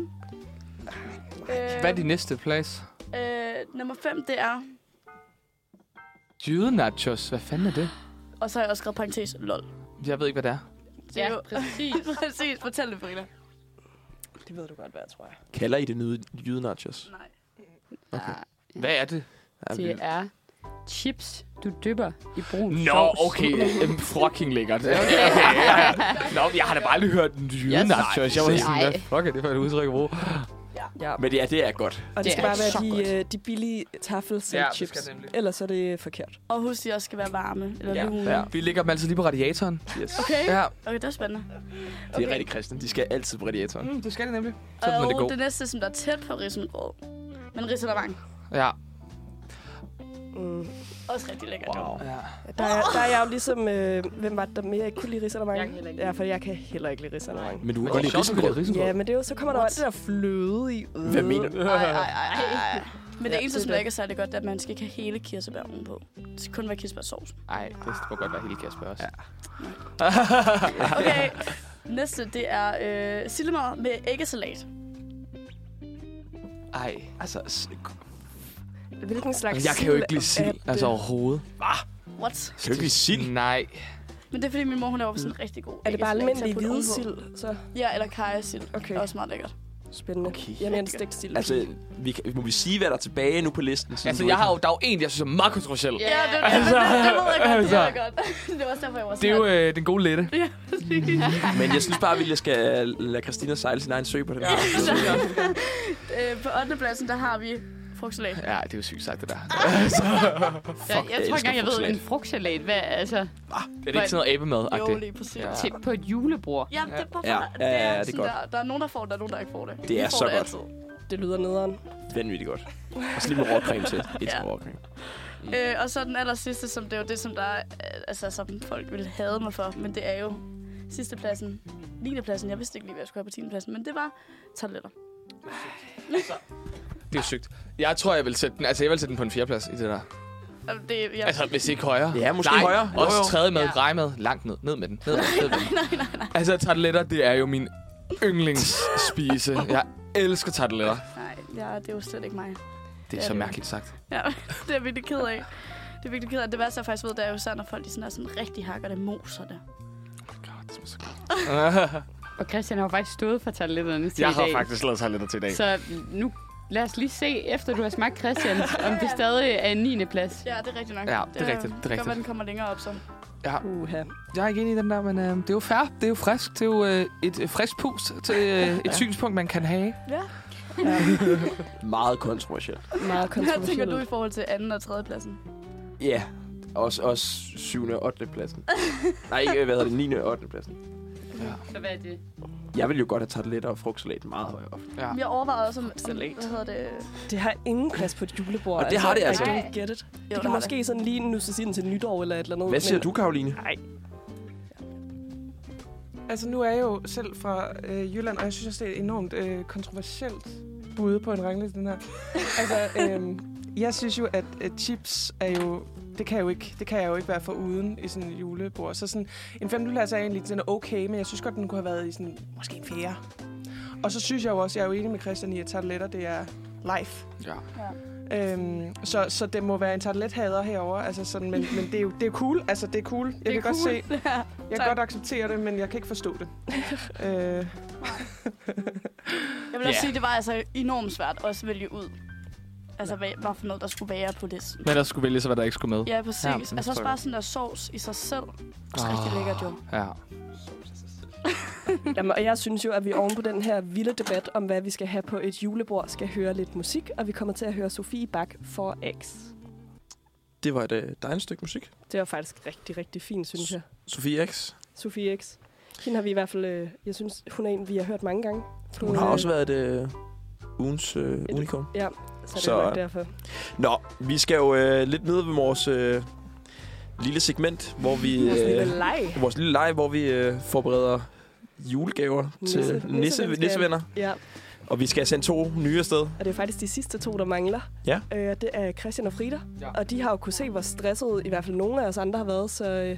[SPEAKER 7] Øh,
[SPEAKER 1] Hvad er din næste plads?
[SPEAKER 7] øh, nummer 5, det er...
[SPEAKER 1] Jyde nachos. Hvad fanden er det?
[SPEAKER 7] Og så har jeg også skrevet parentes lol.
[SPEAKER 1] Jeg ved ikke, hvad det er.
[SPEAKER 7] Det er
[SPEAKER 2] Ja,
[SPEAKER 7] jo-
[SPEAKER 2] præcis.
[SPEAKER 7] Præcis, fortæl det, Frida.
[SPEAKER 3] Det ved du godt, hvad jeg tror. Jeg.
[SPEAKER 5] Kalder I det nyde, jyde nachos?
[SPEAKER 7] Nej.
[SPEAKER 5] Okay.
[SPEAKER 1] Hvad er det?
[SPEAKER 5] Ja,
[SPEAKER 2] Det
[SPEAKER 5] vi-
[SPEAKER 2] er chips, du dypper i brun
[SPEAKER 1] Nå,
[SPEAKER 2] sovs.
[SPEAKER 1] okay. Øhm, fucking lækkert. Okay, okay, ja, ja. Nå, men jeg har da bare aldrig hørt en jyde
[SPEAKER 2] Jeg-
[SPEAKER 1] nachos. Jeg var sådan,
[SPEAKER 2] Nej.
[SPEAKER 1] hvad fuck er det for et udtryk at bruge?
[SPEAKER 3] Ja.
[SPEAKER 5] Men ja, det er godt.
[SPEAKER 3] Og det,
[SPEAKER 2] Det
[SPEAKER 3] skal
[SPEAKER 2] er
[SPEAKER 3] bare
[SPEAKER 2] så
[SPEAKER 3] være
[SPEAKER 2] godt.
[SPEAKER 3] de, øh, de billige
[SPEAKER 1] Ja,
[SPEAKER 3] taffelsæt
[SPEAKER 1] det
[SPEAKER 3] chips.
[SPEAKER 1] skal nemlig.
[SPEAKER 3] Ellers er det forkert.
[SPEAKER 7] Og husk, de også skal være varme. Eller
[SPEAKER 5] Ja,
[SPEAKER 7] ja, lune.
[SPEAKER 5] ja.
[SPEAKER 1] Vi lægger dem altid lige på radiatoren.
[SPEAKER 5] Yes.
[SPEAKER 7] Okay.
[SPEAKER 1] Ja,
[SPEAKER 7] Okay, det er spændende.
[SPEAKER 5] Det er rigtig Christian. De skal altid på radiatoren.
[SPEAKER 6] Mm, det skal det nemlig.
[SPEAKER 1] Så er den lidt
[SPEAKER 7] Og
[SPEAKER 1] god.
[SPEAKER 7] det, det næste, som der er tæt på risengrød. Men risenavang.
[SPEAKER 1] ja.
[SPEAKER 3] Mm.
[SPEAKER 7] Også rigtig lækkert.
[SPEAKER 5] Wow.
[SPEAKER 1] ja.
[SPEAKER 3] Der, er, der er jeg jo ligesom... Øh, hvem var det, der mere ikke kunne lide risalamang?
[SPEAKER 2] Jeg kan heller ikke lide
[SPEAKER 3] Ja, for jeg kan heller ikke lide risalamang.
[SPEAKER 5] Men du kan
[SPEAKER 1] Men det
[SPEAKER 5] godt
[SPEAKER 1] er
[SPEAKER 5] lide
[SPEAKER 1] sjovt, at du kan lide
[SPEAKER 5] risengrød.
[SPEAKER 1] risengrød.
[SPEAKER 3] Ja, men det er jo, så kommer der jo alt det der fløde i.
[SPEAKER 5] Hvad mener du?
[SPEAKER 7] Ej, ej, ej, ej. Men det
[SPEAKER 3] Ja,
[SPEAKER 7] eneste,
[SPEAKER 3] det er
[SPEAKER 7] som der
[SPEAKER 3] det.
[SPEAKER 7] ikke er særlig godt, det er, at man skal ikke have hele kirsebær ovenpå. Det skal kun være kirsebærsovsen.
[SPEAKER 1] Ej, det skulle godt være hele Kasper også. Ja.
[SPEAKER 7] Okay. Næste, det er øh, sillemad med æggesalat.
[SPEAKER 1] Ej.
[SPEAKER 5] Altså, s-
[SPEAKER 3] Hvilken slags
[SPEAKER 1] Jeg kan jo
[SPEAKER 3] sild
[SPEAKER 1] ikke lide
[SPEAKER 3] er
[SPEAKER 1] sild,
[SPEAKER 3] det?
[SPEAKER 1] altså overhovedet.
[SPEAKER 7] What?
[SPEAKER 5] kan du ikke lide sild?
[SPEAKER 1] Nej.
[SPEAKER 7] Men det er, fordi min mor, hun laver sådan en rigtig god
[SPEAKER 3] Er det bare
[SPEAKER 7] æggesalat til at
[SPEAKER 3] almindelig
[SPEAKER 7] putte
[SPEAKER 3] hvide
[SPEAKER 7] ovenpå.
[SPEAKER 3] sild? Så
[SPEAKER 7] Ja, eller kajesild. Okay. Det
[SPEAKER 3] Okay.
[SPEAKER 7] er også meget lækkert.
[SPEAKER 3] spændende.
[SPEAKER 5] Okay.
[SPEAKER 3] Jeg mener stegt sild.
[SPEAKER 5] Altså, vi kan, må vi sige, hvad der er tilbage nu på listen? siden
[SPEAKER 1] Altså,
[SPEAKER 5] du
[SPEAKER 1] jeg
[SPEAKER 5] ikke-
[SPEAKER 1] har jo, der er jo en, jeg synes er meget kontroversiel.
[SPEAKER 7] Ja, det, det,
[SPEAKER 1] Altså,
[SPEAKER 7] det, det, ved jeg godt, det ved jeg
[SPEAKER 1] altså.
[SPEAKER 7] godt. det var også derfor, jeg var
[SPEAKER 1] Det er jo øh, den gode lette.
[SPEAKER 5] Men jeg synes bare, at jeg skal øh, lade Christina sejle sin egen sø på den her.
[SPEAKER 7] øh, på 8. pladsen, der har vi frugtsalat.
[SPEAKER 1] Ja, det er jo sygt sagt, det der.
[SPEAKER 7] Ah,
[SPEAKER 2] Jeg, jeg, tror
[SPEAKER 5] elsker
[SPEAKER 2] ikke engang, jeg ved
[SPEAKER 5] frugtsalat.
[SPEAKER 2] en frugtsalat. Hvad, altså,
[SPEAKER 1] Er det ikke sådan noget abemad
[SPEAKER 7] Jo, lige præcis.
[SPEAKER 1] Ja.
[SPEAKER 7] Ja.
[SPEAKER 2] til, på et julebord.
[SPEAKER 7] Ja, det er bare
[SPEAKER 5] Ja,
[SPEAKER 7] for-
[SPEAKER 5] ja, ja,
[SPEAKER 7] er
[SPEAKER 5] det er
[SPEAKER 7] sådan
[SPEAKER 5] godt.
[SPEAKER 7] Der, der er nogen, der får det, der er nogen, der ikke får det.
[SPEAKER 5] Det
[SPEAKER 7] Vi
[SPEAKER 5] er
[SPEAKER 7] får
[SPEAKER 5] så
[SPEAKER 7] det
[SPEAKER 5] godt.
[SPEAKER 7] altid.
[SPEAKER 3] Det lyder nederen.
[SPEAKER 5] Vanvittigt godt. Og så lidt med råcreme til. Et
[SPEAKER 7] Ja.
[SPEAKER 5] ja. råcreme.
[SPEAKER 7] Øh, og så den aller sidste, som det er jo det, som der er, øh, altså, som folk ville have mig for, men det er jo sidste pladsen, 9. pladsen. Jeg vidste ikke lige, hvad jeg skulle have på 10. pladsen, men det var toiletter.
[SPEAKER 1] Det er sygt. Jeg tror, jeg vil sætte den, altså, jeg vil sætte den på en fjerdeplads i det der.
[SPEAKER 7] Altså, det, jeg,
[SPEAKER 1] Altså, hvis ikke højere.
[SPEAKER 5] Ja, måske højere. Jo,
[SPEAKER 1] Også
[SPEAKER 5] jo.
[SPEAKER 1] tredje med,
[SPEAKER 2] Ja.
[SPEAKER 1] ja. med, langt ned, ned med den. Ned med den. Ned med den. nej, nej, nej. Altså, tarteletter, det er jo min yndlingsspise. Jeg elsker tarteletter.
[SPEAKER 7] nej, ja, det er jo slet ikke mig.
[SPEAKER 1] Det
[SPEAKER 7] Det
[SPEAKER 1] er
[SPEAKER 7] er
[SPEAKER 1] så
[SPEAKER 7] det.
[SPEAKER 1] mærkeligt sagt.
[SPEAKER 7] Ja, det er jeg virkelig ked af. Det er virkelig ked af. Det værste, jeg faktisk ved, det er jo sådan, når folk de sådan, er sådan rigtig hakker det, moser det.
[SPEAKER 1] God, det smager så godt.
[SPEAKER 2] Og Christian har jo faktisk stået for tarteletterne til
[SPEAKER 1] Jeg
[SPEAKER 2] i dag.
[SPEAKER 1] har faktisk lavet tarteletter til i dag.
[SPEAKER 2] Så nu lad os lige se, efter du har smagt Christian, om det stadig er en 9. plads.
[SPEAKER 7] Ja, det er rigtigt nok.
[SPEAKER 1] Ja, det er rigtigt, det er
[SPEAKER 7] Godt,
[SPEAKER 1] rigtigt.
[SPEAKER 7] at den kommer længere op, så.
[SPEAKER 3] Uha.
[SPEAKER 1] Jeg er ikke enig i den der, men øh, det er jo fair. Det er jo frisk. Det er jo øh, et øh, frisk pust til øh, et synspunkt, man kan have.
[SPEAKER 7] Ja.
[SPEAKER 3] Ja,
[SPEAKER 5] Meget kontroversielt.
[SPEAKER 3] meget
[SPEAKER 7] Hvad tænker du i
[SPEAKER 3] kontroversielt.
[SPEAKER 7] forhold til anden og tredje pladsen?
[SPEAKER 5] Ja. Også, også 7. og 8. pladsen. Nej, ikke, hvad hedder det? 9. og 8. pladsen.
[SPEAKER 2] Så hvad er det?
[SPEAKER 5] Jeg vil jo godt have tarteletter og frugtsalat meget højere op.
[SPEAKER 1] Ja.
[SPEAKER 7] Jeg overvejede også, om, om
[SPEAKER 6] Salat.
[SPEAKER 7] hvad hedder det?
[SPEAKER 3] Det har ingen plads på et julebord.
[SPEAKER 5] Og det har det altså.
[SPEAKER 3] I don't get it.
[SPEAKER 7] Jo,
[SPEAKER 3] Det
[SPEAKER 7] der
[SPEAKER 3] kan
[SPEAKER 7] har
[SPEAKER 3] måske sådan lige nu så sige den til nytår eller et eller andet.
[SPEAKER 5] Hvad siger
[SPEAKER 3] men-
[SPEAKER 5] du, Karoline?
[SPEAKER 6] Altså, nu er jeg jo selv fra øh, Jylland, og jeg synes også, det er enormt øh, kontroversielt bud på en rangliste, den her. altså, øh, jeg synes jo, at øh, chips er jo... Det kan, jeg jo ikke, det kan jeg jo ikke være for uden i sådan et julebord. Så sådan, en femteplads er egentlig sådan okay, men jeg synes godt, den kunne have været i sådan, måske en fjerde. Og så synes jeg jo også, jeg er jo enig med Christian i, at tarteletter, det er life.
[SPEAKER 1] Ja.
[SPEAKER 6] Øhm, så, så det må være en tartelethader herover, altså sådan, men, men det, er jo, det er cool, altså det er cool. Jeg
[SPEAKER 7] er
[SPEAKER 6] kan godt
[SPEAKER 7] cool.
[SPEAKER 6] se, jeg kan
[SPEAKER 7] Tak.
[SPEAKER 6] godt acceptere det, men jeg kan ikke forstå det. øh,
[SPEAKER 7] Jeg vil også
[SPEAKER 1] Ja.
[SPEAKER 7] sige, at det var altså enormt svært også at vælge ud. Altså, hvad, hvad for noget, der skulle være på listen.
[SPEAKER 1] Men der skulle vælge så, hvad der ikke skulle med.
[SPEAKER 7] Ja, præcis.
[SPEAKER 1] Ja,
[SPEAKER 7] Ja,
[SPEAKER 1] men det
[SPEAKER 7] altså
[SPEAKER 1] tror jeg Ah.
[SPEAKER 7] også bare
[SPEAKER 1] godt.
[SPEAKER 7] sådan der sovs i sig selv. Også rigtig lækkert jo.
[SPEAKER 1] Ja.
[SPEAKER 3] Jamen, og jeg synes jo, at vi oven på den her vilde debat om, hvad vi skal have på et julebord, skal høre lidt musik, og vi kommer til at høre Sofie Bak for X.
[SPEAKER 4] Det var et øh, dejligt stykke musik.
[SPEAKER 3] Det var faktisk rigtig, rigtig fint, synes jeg.
[SPEAKER 4] Sofie X.
[SPEAKER 3] Sofie X. Hende har vi i hvert fald, øh, jeg synes, hun er en, vi har hørt mange gange.
[SPEAKER 4] Hun har også været et øh, ugens øh, unikum.
[SPEAKER 3] Ja, så er det
[SPEAKER 4] Så-
[SPEAKER 3] så... nok derfor.
[SPEAKER 4] Nå, vi skal jo øh, lidt ned ved vores øh, lille segment, hvor vi...
[SPEAKER 3] Vores lille
[SPEAKER 4] Øh,
[SPEAKER 3] leg.
[SPEAKER 4] vores lille leg, hvor vi øh, forbereder julegaver
[SPEAKER 3] Nisse-
[SPEAKER 4] til nisse,
[SPEAKER 3] nissevenskab.
[SPEAKER 4] nissevenner.
[SPEAKER 3] Ja,
[SPEAKER 4] Og vi skal have sendt to nye afsted.
[SPEAKER 3] og det er faktisk de sidste to, der mangler.
[SPEAKER 4] Ja.
[SPEAKER 3] Øh, det er Christian og Frida, ja. og de har jo kunne se, hvor stresset i hvert fald nogle af os andre har været, så øh,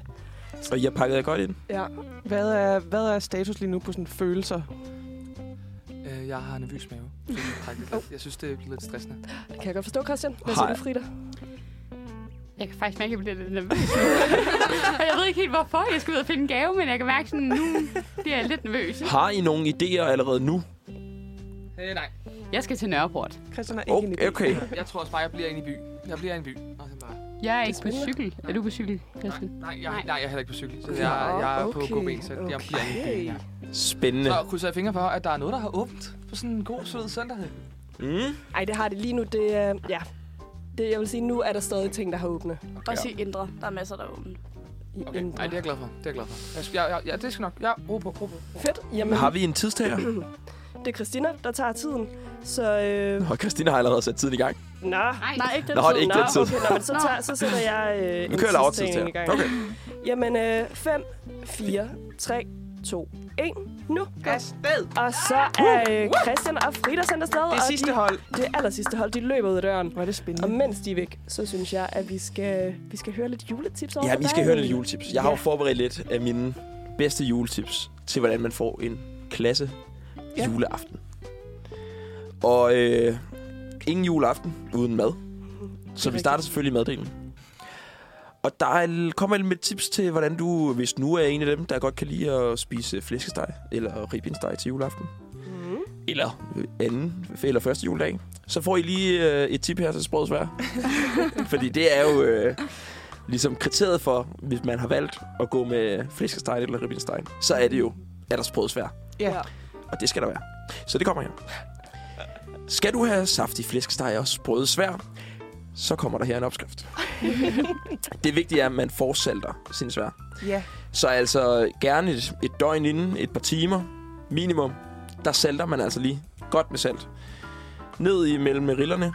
[SPEAKER 4] Og jeg pakkede jer godt ind.
[SPEAKER 3] ja.
[SPEAKER 6] Hvad er, hvad er status lige nu på sådan følelser?
[SPEAKER 1] Øh, jeg har nervøs mave. Jeg synes, det er blevet lidt stressende.
[SPEAKER 3] Det kan jeg godt forstå, Christian. Hvad siger
[SPEAKER 4] Hej.
[SPEAKER 3] du, Frida?
[SPEAKER 2] Jeg kan faktisk mærke, at jeg bliver lidt nervøs. nu. Og jeg ved ikke helt, hvorfor jeg skal ud og finde en gave, men jeg kan mærke, sådan, nu bliver jeg lidt nervøs.
[SPEAKER 4] Har I nogle idéer allerede nu?
[SPEAKER 1] Øh, nej.
[SPEAKER 2] Jeg skal til Nørreport.
[SPEAKER 6] Christian er ikke en idé.
[SPEAKER 4] Okay, okay.
[SPEAKER 1] Jeg tror også bare, jeg bliver inde i by. Jeg bliver inde i by. Og sådan bare.
[SPEAKER 2] Jeg er ikke på
[SPEAKER 3] spændende.
[SPEAKER 2] cykel. Er du på cykel,
[SPEAKER 1] Nej,
[SPEAKER 2] Christian?
[SPEAKER 1] nej, jeg,
[SPEAKER 2] Nej.
[SPEAKER 1] nej, jeg er heller ikke på cykel. Så jeg, jeg er på god ben, så jeg bliver inde i byen.
[SPEAKER 3] okay.
[SPEAKER 1] Ja.
[SPEAKER 4] Spændende.
[SPEAKER 1] Så krydser jeg fingre for, at der er noget, der har åbent på sådan en god, sød søndag.
[SPEAKER 4] Mm.
[SPEAKER 3] Ej, det har det lige nu. Det, er- ja. det, jeg vil sige, nu er der stadig ting, der har åbne.
[SPEAKER 7] Også i indre. Der er masser, der er åbent.
[SPEAKER 3] I
[SPEAKER 1] Okay.
[SPEAKER 3] Indre.
[SPEAKER 1] Nej, det er jeg glad for. Det er jeg glad for. Jeg, skal- jeg, jeg, ja, det skal nok. Ja, ro på, ro på.
[SPEAKER 3] Fedt. Jamen,
[SPEAKER 4] Har vi en tidstager?
[SPEAKER 3] det er Christina, der tager tiden. Så, øh,
[SPEAKER 4] Og Christina har allerede sat tiden i gang.
[SPEAKER 3] nå.
[SPEAKER 7] Nej, ikke den
[SPEAKER 4] Nå, det er
[SPEAKER 7] tid.
[SPEAKER 4] ikke
[SPEAKER 3] Nå,
[SPEAKER 4] den tid.
[SPEAKER 3] okay, nå, men så, tager, så sætter jeg øh,
[SPEAKER 4] Nu
[SPEAKER 3] en
[SPEAKER 4] kører Laura
[SPEAKER 3] tidstagning i
[SPEAKER 4] tidstager.
[SPEAKER 3] gang.
[SPEAKER 4] Okay.
[SPEAKER 3] Jamen, øh, 5, 4, 3, 2, 1. Nu.
[SPEAKER 6] Afsted!
[SPEAKER 3] Og så er øh, Christian og Frida sendt afsted.
[SPEAKER 6] Det
[SPEAKER 3] og
[SPEAKER 6] sidste
[SPEAKER 3] de,
[SPEAKER 6] hold.
[SPEAKER 3] Det aller sidste hold. De løber ud af døren.
[SPEAKER 6] Hvor er det
[SPEAKER 3] Og
[SPEAKER 6] spændende.
[SPEAKER 3] mens de er væk, så synes jeg, at vi skal, vi skal høre lidt juletips over
[SPEAKER 4] Ja,
[SPEAKER 3] for
[SPEAKER 4] vi skal
[SPEAKER 3] dig.
[SPEAKER 4] høre lidt juletips. Jeg har jo
[SPEAKER 3] Ja.
[SPEAKER 4] forberedt lidt af mine bedste juletips til, hvordan man får en klasse
[SPEAKER 6] Ja.
[SPEAKER 4] juleaften. Og øh, ingen juleaften uden mad. Så vi
[SPEAKER 3] rigtigt.
[SPEAKER 4] starter selvfølgelig med maddelen. Og der er, kommer lidt med tips til, hvordan du, hvis du er en af dem, der godt kan lide at spise flæskesteg eller ribbindsteg til juleaften,
[SPEAKER 3] Mm.
[SPEAKER 4] eller øh, anden eller første juledag, så får I lige øh, et tip her til sprød svær. Fordi det er jo øh, ligesom kriteriet for, hvis man har valgt at gå med flæskesteg eller ribbindsteg, så er det jo, er der sprød svær.
[SPEAKER 6] Ja.
[SPEAKER 4] Og det skal der være. Så det kommer her. Skal du have saftig flæskesteg og sprøde svær, så kommer der her en opskrift. det vigtige er, at man forsalter sin svær.
[SPEAKER 6] Ja.
[SPEAKER 4] Så altså gerne et, et døgn inden, et par timer minimum, der salter man altså lige godt med salt. Ned imellem rillerne,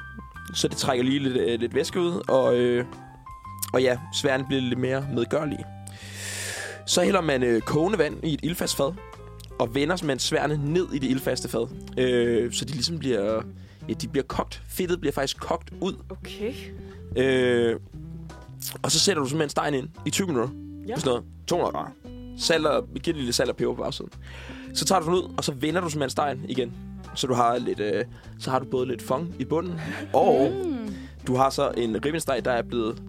[SPEAKER 4] så det trækker lige lidt, øh, lidt væske ud, og, øh, og ja, sværen bliver lidt mere medgørlig. Så hælder man øh, kogende vand i et ildfast fad, og vender man sværene ned i det ildfaste fad, øh, så de ligesom bliver, ja, de bliver kogt. Fedtet bliver faktisk kogt ud
[SPEAKER 3] Okay.
[SPEAKER 4] Øh, og så sætter du simpelthen stegen ind i 20 minutter.
[SPEAKER 3] Ja.
[SPEAKER 4] Ja. Sådan noget. 200 grader. Salt og, giver lidt salt og peber på bagsiden. Så tager du den ud, og så vender du simpelthen stegen igen. Så du har lidt, øh, så har du både lidt fong i bunden, og du har så en ribbensteg, der er blevet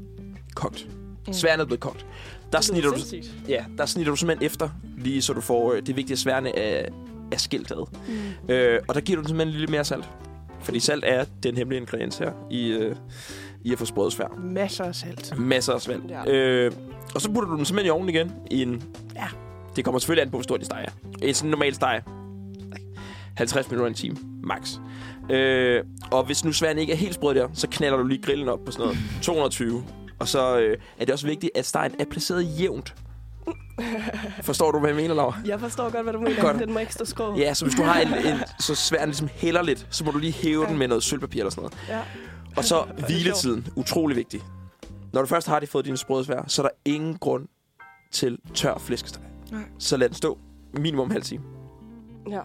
[SPEAKER 4] kogt. Mm. Sværen er blevet kogt. Der snitter, du, ja, der snitter du simpelthen efter, lige så du får... Øh, det vigtige sværne er, er skilt ad. Mm. Øh, og der giver du den simpelthen lidt mere salt. Fordi salt er den hemmelige ingrediens her i, øh, i at få sprøget svær.
[SPEAKER 6] Masser af salt.
[SPEAKER 4] Masser af svælg.
[SPEAKER 3] Ja.
[SPEAKER 4] Ja. Øh, og så putter du dem simpelthen i ovnen igen. I en, ja, det kommer selvfølgelig an på, hvor stor din steg er. En sådan normal steg. 50 minutter en time, max. Øh, og hvis nu sværen ikke er helt sprød der, så knaller du lige grillen op på sådan noget 220. Og så øh, er det også vigtigt, at stegen er placeret jævnt. Forstår du, hvad jeg mener, Laura?
[SPEAKER 3] Jeg forstår godt, hvad du mener.
[SPEAKER 4] Godt.
[SPEAKER 3] Den må ikke stå skrå.
[SPEAKER 4] Ja, så hvis du har en, en så sværen ligesom hælder lidt, så må du lige hæve den med noget sølvpapir eller sådan noget.
[SPEAKER 3] Ja.
[SPEAKER 4] Og så hviletiden. Utrolig vigtig. Når du først har de fået dine sprøde svær, så er der ingen grund til tør flæskesteg.
[SPEAKER 6] Nej.
[SPEAKER 4] Så lad den stå. Minimum halv time.
[SPEAKER 3] ja.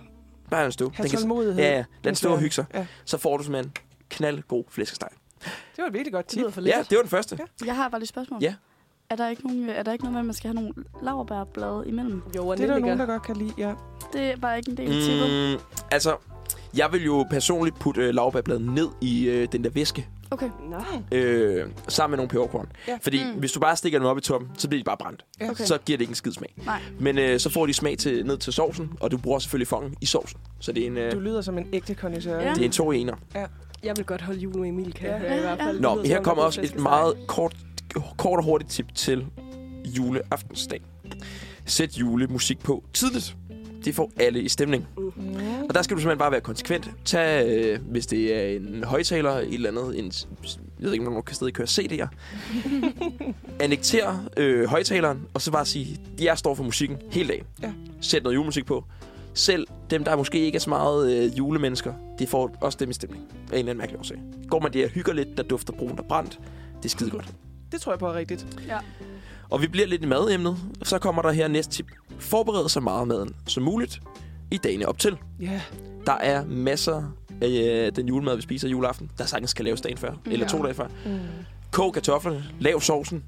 [SPEAKER 4] Bare lad den stå.
[SPEAKER 6] Ha'
[SPEAKER 4] Den kan,
[SPEAKER 6] tålmodighed.
[SPEAKER 4] ja, ja. Lad den stå og hygge sig.
[SPEAKER 6] Ja.
[SPEAKER 4] Så får du simpelthen knaldgod flæskesteg.
[SPEAKER 6] Det var et virkelig godt
[SPEAKER 3] Det
[SPEAKER 6] tip.
[SPEAKER 3] lyder for lidt.
[SPEAKER 4] Ja, det var den første.
[SPEAKER 7] Jeg har bare lige et spørgsmål.
[SPEAKER 4] Ja.
[SPEAKER 7] Er der, ikke nogen, øh, er der ikke noget med, at man skal have nogle laverbærblade imellem?
[SPEAKER 3] Jo, og
[SPEAKER 6] Det er der
[SPEAKER 3] Nelliker.
[SPEAKER 6] nogen, der godt kan lide, ja.
[SPEAKER 7] Det er bare ikke en del af tippet.
[SPEAKER 4] Mm, altså, jeg vil jo personligt putte øh, laurbærbladet ned i øh, den der væske,
[SPEAKER 7] Okay.
[SPEAKER 3] Nå.
[SPEAKER 4] øh, sammen med nogle peberkorn.
[SPEAKER 6] Ja.
[SPEAKER 4] Fordi
[SPEAKER 7] Mm.
[SPEAKER 4] hvis du bare stikker dem op i toppen, så bliver de bare brændt.
[SPEAKER 6] ja.
[SPEAKER 7] Okay.
[SPEAKER 4] Så giver det ikke en skid smag.
[SPEAKER 7] Nej.
[SPEAKER 4] Men øh, så får de smag til, ned til sovsen, og du bruger selvfølgelig fongen i sovsen. Så det er en, øh,
[SPEAKER 6] Du lyder som en ægte kondisør.
[SPEAKER 7] Ja.
[SPEAKER 4] det er en to i ener.
[SPEAKER 3] Jeg vil godt holde jul med Emil, kan jeg
[SPEAKER 6] Ja.
[SPEAKER 3] høre i hvert fald. Det
[SPEAKER 4] Nå,
[SPEAKER 3] lyder
[SPEAKER 4] men her
[SPEAKER 3] som
[SPEAKER 4] kommer
[SPEAKER 3] en
[SPEAKER 4] også et
[SPEAKER 3] flæskesteg.
[SPEAKER 4] meget kort, kort og hurtigt tip til juleaftensdag. Sæt julemusik på tidligt. det får alle i stemning.
[SPEAKER 6] Mm.
[SPEAKER 4] Og der skal du simpelthen bare være konsekvent. Tag, øh, hvis det er en højtaler, et eller andet, en, jeg ved ikke, om man kan stadig køre CD'er. Annekter øh, højtaleren, og så bare sige, jeg står for musikken hele dagen.
[SPEAKER 6] Ja.
[SPEAKER 4] Sæt noget julemusik på. Selv dem, der måske ikke er så meget øh, julemennesker, de får også dem i stemning. Af en eller anden mærkelig årsag. Går man der og hygger lidt, der dufter brunt og brændt. Det er skide godt.
[SPEAKER 6] Det tror jeg på er rigtigt.
[SPEAKER 4] Og vi bliver lidt i mademnet, så kommer der her næste tip. Forbered så meget af maden som muligt i dagene op til.
[SPEAKER 6] Ja.
[SPEAKER 4] Der er masser af øh, den julemad, vi spiser juleaften, der sagtens kan laves dagen før, eller to dage før.
[SPEAKER 6] Mm.
[SPEAKER 4] Kog kartoflerne, lav sovsen,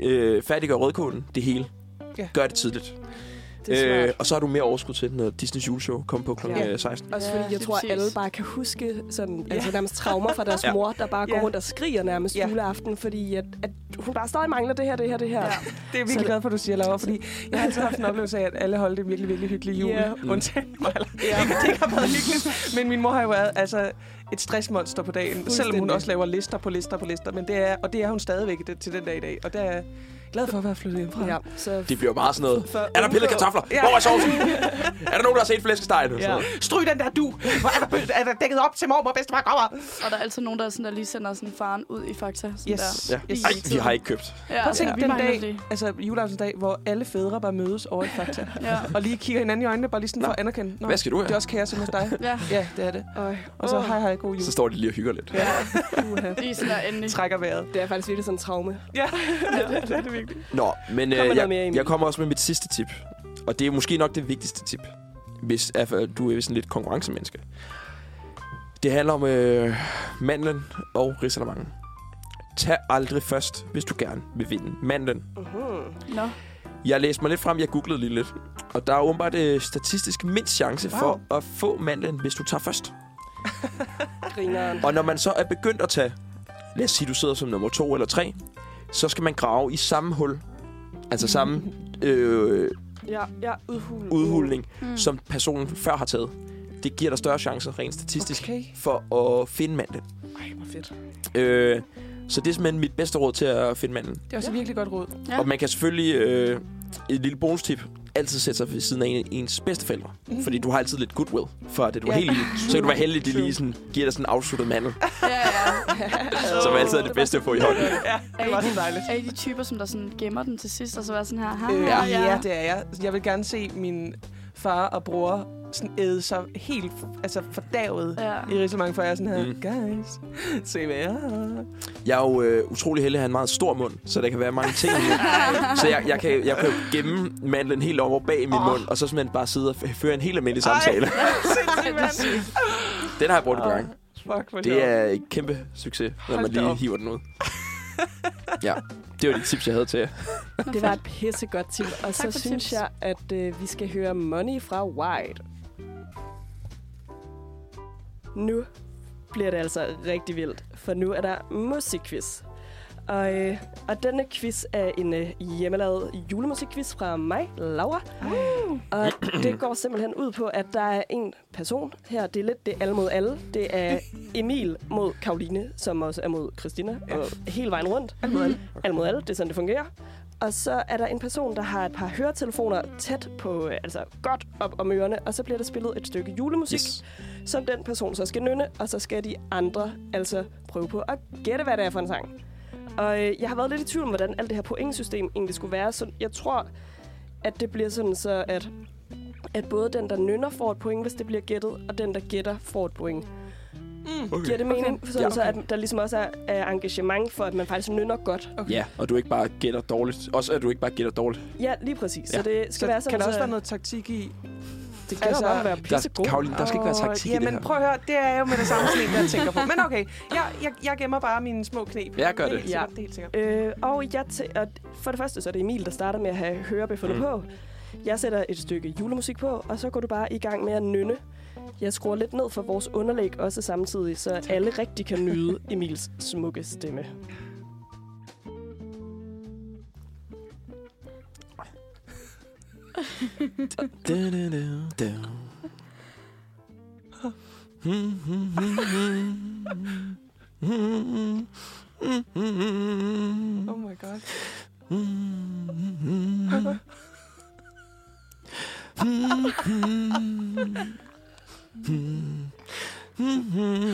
[SPEAKER 4] øh, færdiggør rødkålen, det hele.
[SPEAKER 6] Ja.
[SPEAKER 4] Gør det tidligt. Øh,
[SPEAKER 3] Det er smart.
[SPEAKER 4] og så har du mere overskud til, når Disney's juleshow kommer på øh, kl.
[SPEAKER 3] Ja.
[SPEAKER 4] Ja. 16.
[SPEAKER 3] Også
[SPEAKER 7] Ja,
[SPEAKER 3] fordi jeg
[SPEAKER 7] lige
[SPEAKER 3] tror, at alle
[SPEAKER 7] præcis.
[SPEAKER 3] bare kan huske sådan,
[SPEAKER 6] Ja.
[SPEAKER 3] altså nærmest traumer fra deres
[SPEAKER 4] Ja.
[SPEAKER 3] mor, der bare går
[SPEAKER 6] Ja.
[SPEAKER 3] rundt og skriger nærmest
[SPEAKER 6] Ja.
[SPEAKER 3] juleaften, fordi at, at hun bare stadig mangler det her, det her, det her.
[SPEAKER 6] Ja. Det er jeg virkelig glad for, at du siger, Laura, fordi jeg har altid haft en oplevelse af, at alle holdt det virkelig, virkelig hyggeligt jul.
[SPEAKER 3] Ja.
[SPEAKER 6] Yeah. Undtagen mig. Eller, yeah. det ikke har været hyggeligt. Men min mor har jo været altså, et stressmonster på dagen, selvom hun
[SPEAKER 3] Fuldstændig.
[SPEAKER 6] også laver lister på lister på lister. Men det er, og det er hun stadigvæk i det- til den dag i dag. Og der er jeg glad for at være flyttet hjemmefra.
[SPEAKER 3] Ja, så
[SPEAKER 4] Det bliver meget sådan noget.
[SPEAKER 6] For at
[SPEAKER 4] Er der pillet
[SPEAKER 6] undgå-
[SPEAKER 4] kartofler?
[SPEAKER 6] Ja.
[SPEAKER 4] Hvor er sovsen? er der nogen, der har set flæskestegen?
[SPEAKER 3] Ja.
[SPEAKER 4] Ja.
[SPEAKER 6] Stryg den der du! Hvor er der, bø- er der dækket op til mormor, bedstemor kommer?
[SPEAKER 7] Og der er altid nogen, der, sådan, der lige sender sådan faren ud i Fakta. Sådan
[SPEAKER 6] Yes.
[SPEAKER 7] der.
[SPEAKER 4] Ja.
[SPEAKER 7] Yes.
[SPEAKER 4] Ej, vi har ikke købt.
[SPEAKER 7] Ja,
[SPEAKER 6] Prøv at tænke
[SPEAKER 7] ja.
[SPEAKER 6] den
[SPEAKER 7] Vi mangler
[SPEAKER 6] dag,
[SPEAKER 7] lige.
[SPEAKER 6] altså juleaftensdag, hvor alle fædre bare mødes over i Fakta.
[SPEAKER 7] Ja.
[SPEAKER 6] og lige kigger hinanden i øjnene, bare lige sådan
[SPEAKER 4] Nå.
[SPEAKER 6] for at anerkende. Nå,
[SPEAKER 4] Hvad skal du
[SPEAKER 6] det er
[SPEAKER 4] have?
[SPEAKER 6] også kaos hos dig.
[SPEAKER 7] Ja,
[SPEAKER 6] Ja, det er det.
[SPEAKER 3] Øj,
[SPEAKER 6] Og så
[SPEAKER 3] åh,
[SPEAKER 6] hej hej, god jul.
[SPEAKER 4] Så står de lige og hygger lidt.
[SPEAKER 6] Ja,
[SPEAKER 7] lige sådan der endelig.
[SPEAKER 6] trækker vejret.
[SPEAKER 3] det er faktisk virkelig sådan en traume.
[SPEAKER 6] Ja, det, er det virkelig.
[SPEAKER 4] Nå, men øh,
[SPEAKER 3] Kom med noget
[SPEAKER 4] jeg,
[SPEAKER 3] mere, Emil.
[SPEAKER 4] jeg kommer også med mit sidste tip. Og det er måske nok det vigtigste tip, hvis altså, du er sådan lidt konkurrencemenneske. Det handler om øh, mandlen og risalamangen. Tag aldrig først, hvis du gerne vil vinde mandlen.
[SPEAKER 3] Uh-huh.
[SPEAKER 7] Nå.
[SPEAKER 4] Jeg læste mig lidt frem, jeg googlede lige lidt. Og der er åbenbart øh, statistisk mindst chance wow. for at få mandlen, hvis du tager først.
[SPEAKER 3] Grineren.
[SPEAKER 4] Og når man så er begyndt at tage, lad os sige, du sidder som nummer to eller tre, så skal man grave i samme hul, altså samme øh,
[SPEAKER 3] Ja, ja, udhul.
[SPEAKER 4] udhulning,
[SPEAKER 7] Mm.
[SPEAKER 4] mm. som personen før har taget. Det giver dig større chancer rent statistisk okay.
[SPEAKER 6] Okay.
[SPEAKER 4] for at finde manden.
[SPEAKER 3] Ej, hvor fedt.
[SPEAKER 4] Øh, så det er simpelthen mit bedste råd til at finde manden.
[SPEAKER 6] Det er også et virkelig godt råd.
[SPEAKER 7] Ja.
[SPEAKER 4] Ja. Og man kan selvfølgelig, øh, et lille bonustip, altid sætte sig ved siden af en, ens bedsteforældre. Mm. Fordi du har altid lidt goodwill for det, du ja.
[SPEAKER 6] Ja.
[SPEAKER 4] er helt i. Så kan du være heldig, at de lige sådan, giver dig sådan en afsluttet mandel,
[SPEAKER 7] Ja, ja.
[SPEAKER 4] som altid er det bedste at få i hånden.
[SPEAKER 6] Ja, det var så dejligt.
[SPEAKER 7] Er I de typer, som der sådan gemmer den til sidst, og så er sådan her, ha,
[SPEAKER 6] Øh,
[SPEAKER 7] ha,
[SPEAKER 6] ja. ja, det er jeg. Jeg vil gerne se min far og bror sådan æde sig helt altså fordavet
[SPEAKER 7] Ja.
[SPEAKER 6] i Rissemange, for jeg er sådan her,
[SPEAKER 4] Mm.
[SPEAKER 6] mm. guys, se hvad jeg har."
[SPEAKER 4] Jeg er jo øh, utrolig heldig at have en meget stor mund, så der kan være mange ting i den. Så jeg, jeg, kan, jeg kan jo gemme mandlen helt over bag i min oh. mund, og så simpelthen bare sidde og f- føre en helt almindelig samtale.
[SPEAKER 6] Sindssygt, mand.
[SPEAKER 4] Den har jeg brugt et par gange.
[SPEAKER 6] Fuck, hvor
[SPEAKER 4] Det
[SPEAKER 6] sjovt.
[SPEAKER 4] er et kæmpe succes, når
[SPEAKER 6] Hold
[SPEAKER 4] man
[SPEAKER 6] da
[SPEAKER 4] lige
[SPEAKER 6] op.
[SPEAKER 4] hiver den ud. Ja, det var de tips, jeg havde til jer.
[SPEAKER 3] Det var et pissegodt tip. Og så
[SPEAKER 7] for
[SPEAKER 3] synes
[SPEAKER 7] tips.
[SPEAKER 3] jeg, at øh, vi skal høre Money fra White. Nu bliver det altså rigtig vildt, for nu er der musikquiz. Og, øh, og denne quiz er en øh, hjemmelavet julemusikquiz fra mig, Laura. Og det går simpelthen ud på, at der er en person her. Det er lidt det er alle mod alle. Det er Emil mod Karoline, som også er mod Christina. Og hele vejen rundt. Alle mod alle. Alle mod alle. Det er sådan, det fungerer. Og så er der en person, der har et par høretelefoner tæt på, øh, altså godt op om ørerne, og så bliver der spillet et stykke julemusik, yes.
[SPEAKER 4] Yes.
[SPEAKER 3] som den person så skal nynne, og så skal de andre altså prøve på at gætte, hvad det er for en sang. Og øh, jeg har været lidt i tvivl om, hvordan alt det her pointsystem egentlig skulle være, så jeg tror, at det bliver sådan så, at, at både den, der nynner, får et point, hvis det bliver gættet, og den, der gætter, får et point.
[SPEAKER 6] Mm.
[SPEAKER 3] Okay. Giver det mening? Okay. Sådan
[SPEAKER 4] Ja.
[SPEAKER 3] så, at der ligesom også er, er engagement for, at man faktisk nynner godt.
[SPEAKER 4] Ja, og du ikke bare gætter dårligt. Også at du ikke bare gætter dårligt.
[SPEAKER 3] Ja, lige præcis. Ja.
[SPEAKER 4] Ja.
[SPEAKER 3] Så det skal
[SPEAKER 6] Så
[SPEAKER 3] være
[SPEAKER 6] kan
[SPEAKER 3] sådan,
[SPEAKER 6] der
[SPEAKER 3] så,
[SPEAKER 6] også være noget taktik i?
[SPEAKER 3] det kan altså,
[SPEAKER 6] altså,
[SPEAKER 3] bare være
[SPEAKER 4] Der,
[SPEAKER 3] pissegod.
[SPEAKER 4] Karoline, der skal ikke være
[SPEAKER 6] Åh,
[SPEAKER 4] taktik i det
[SPEAKER 6] Jamen
[SPEAKER 4] her.
[SPEAKER 6] prøv at høre, det er jeg jo med det samme snit, jeg tænker på. Men okay, jeg, jeg, jeg gemmer bare mine små knep.
[SPEAKER 4] Ja, gør
[SPEAKER 6] er
[SPEAKER 4] det.
[SPEAKER 6] helt sikkert, Det er helt sikkert.
[SPEAKER 3] Øh, og jeg tæ- og for det første, så er det Emil, der starter med at have hørebøfferne mm.
[SPEAKER 4] Mm.
[SPEAKER 3] på. Jeg sætter et stykke julemusik på, og så går du bare i gang med at nynne. Jeg skruer lidt ned for vores underlæg også samtidig, så tak. alle rigtig kan nyde Emils smukke stemme.
[SPEAKER 4] Da-da-da-da.
[SPEAKER 6] Oh Ah, my god.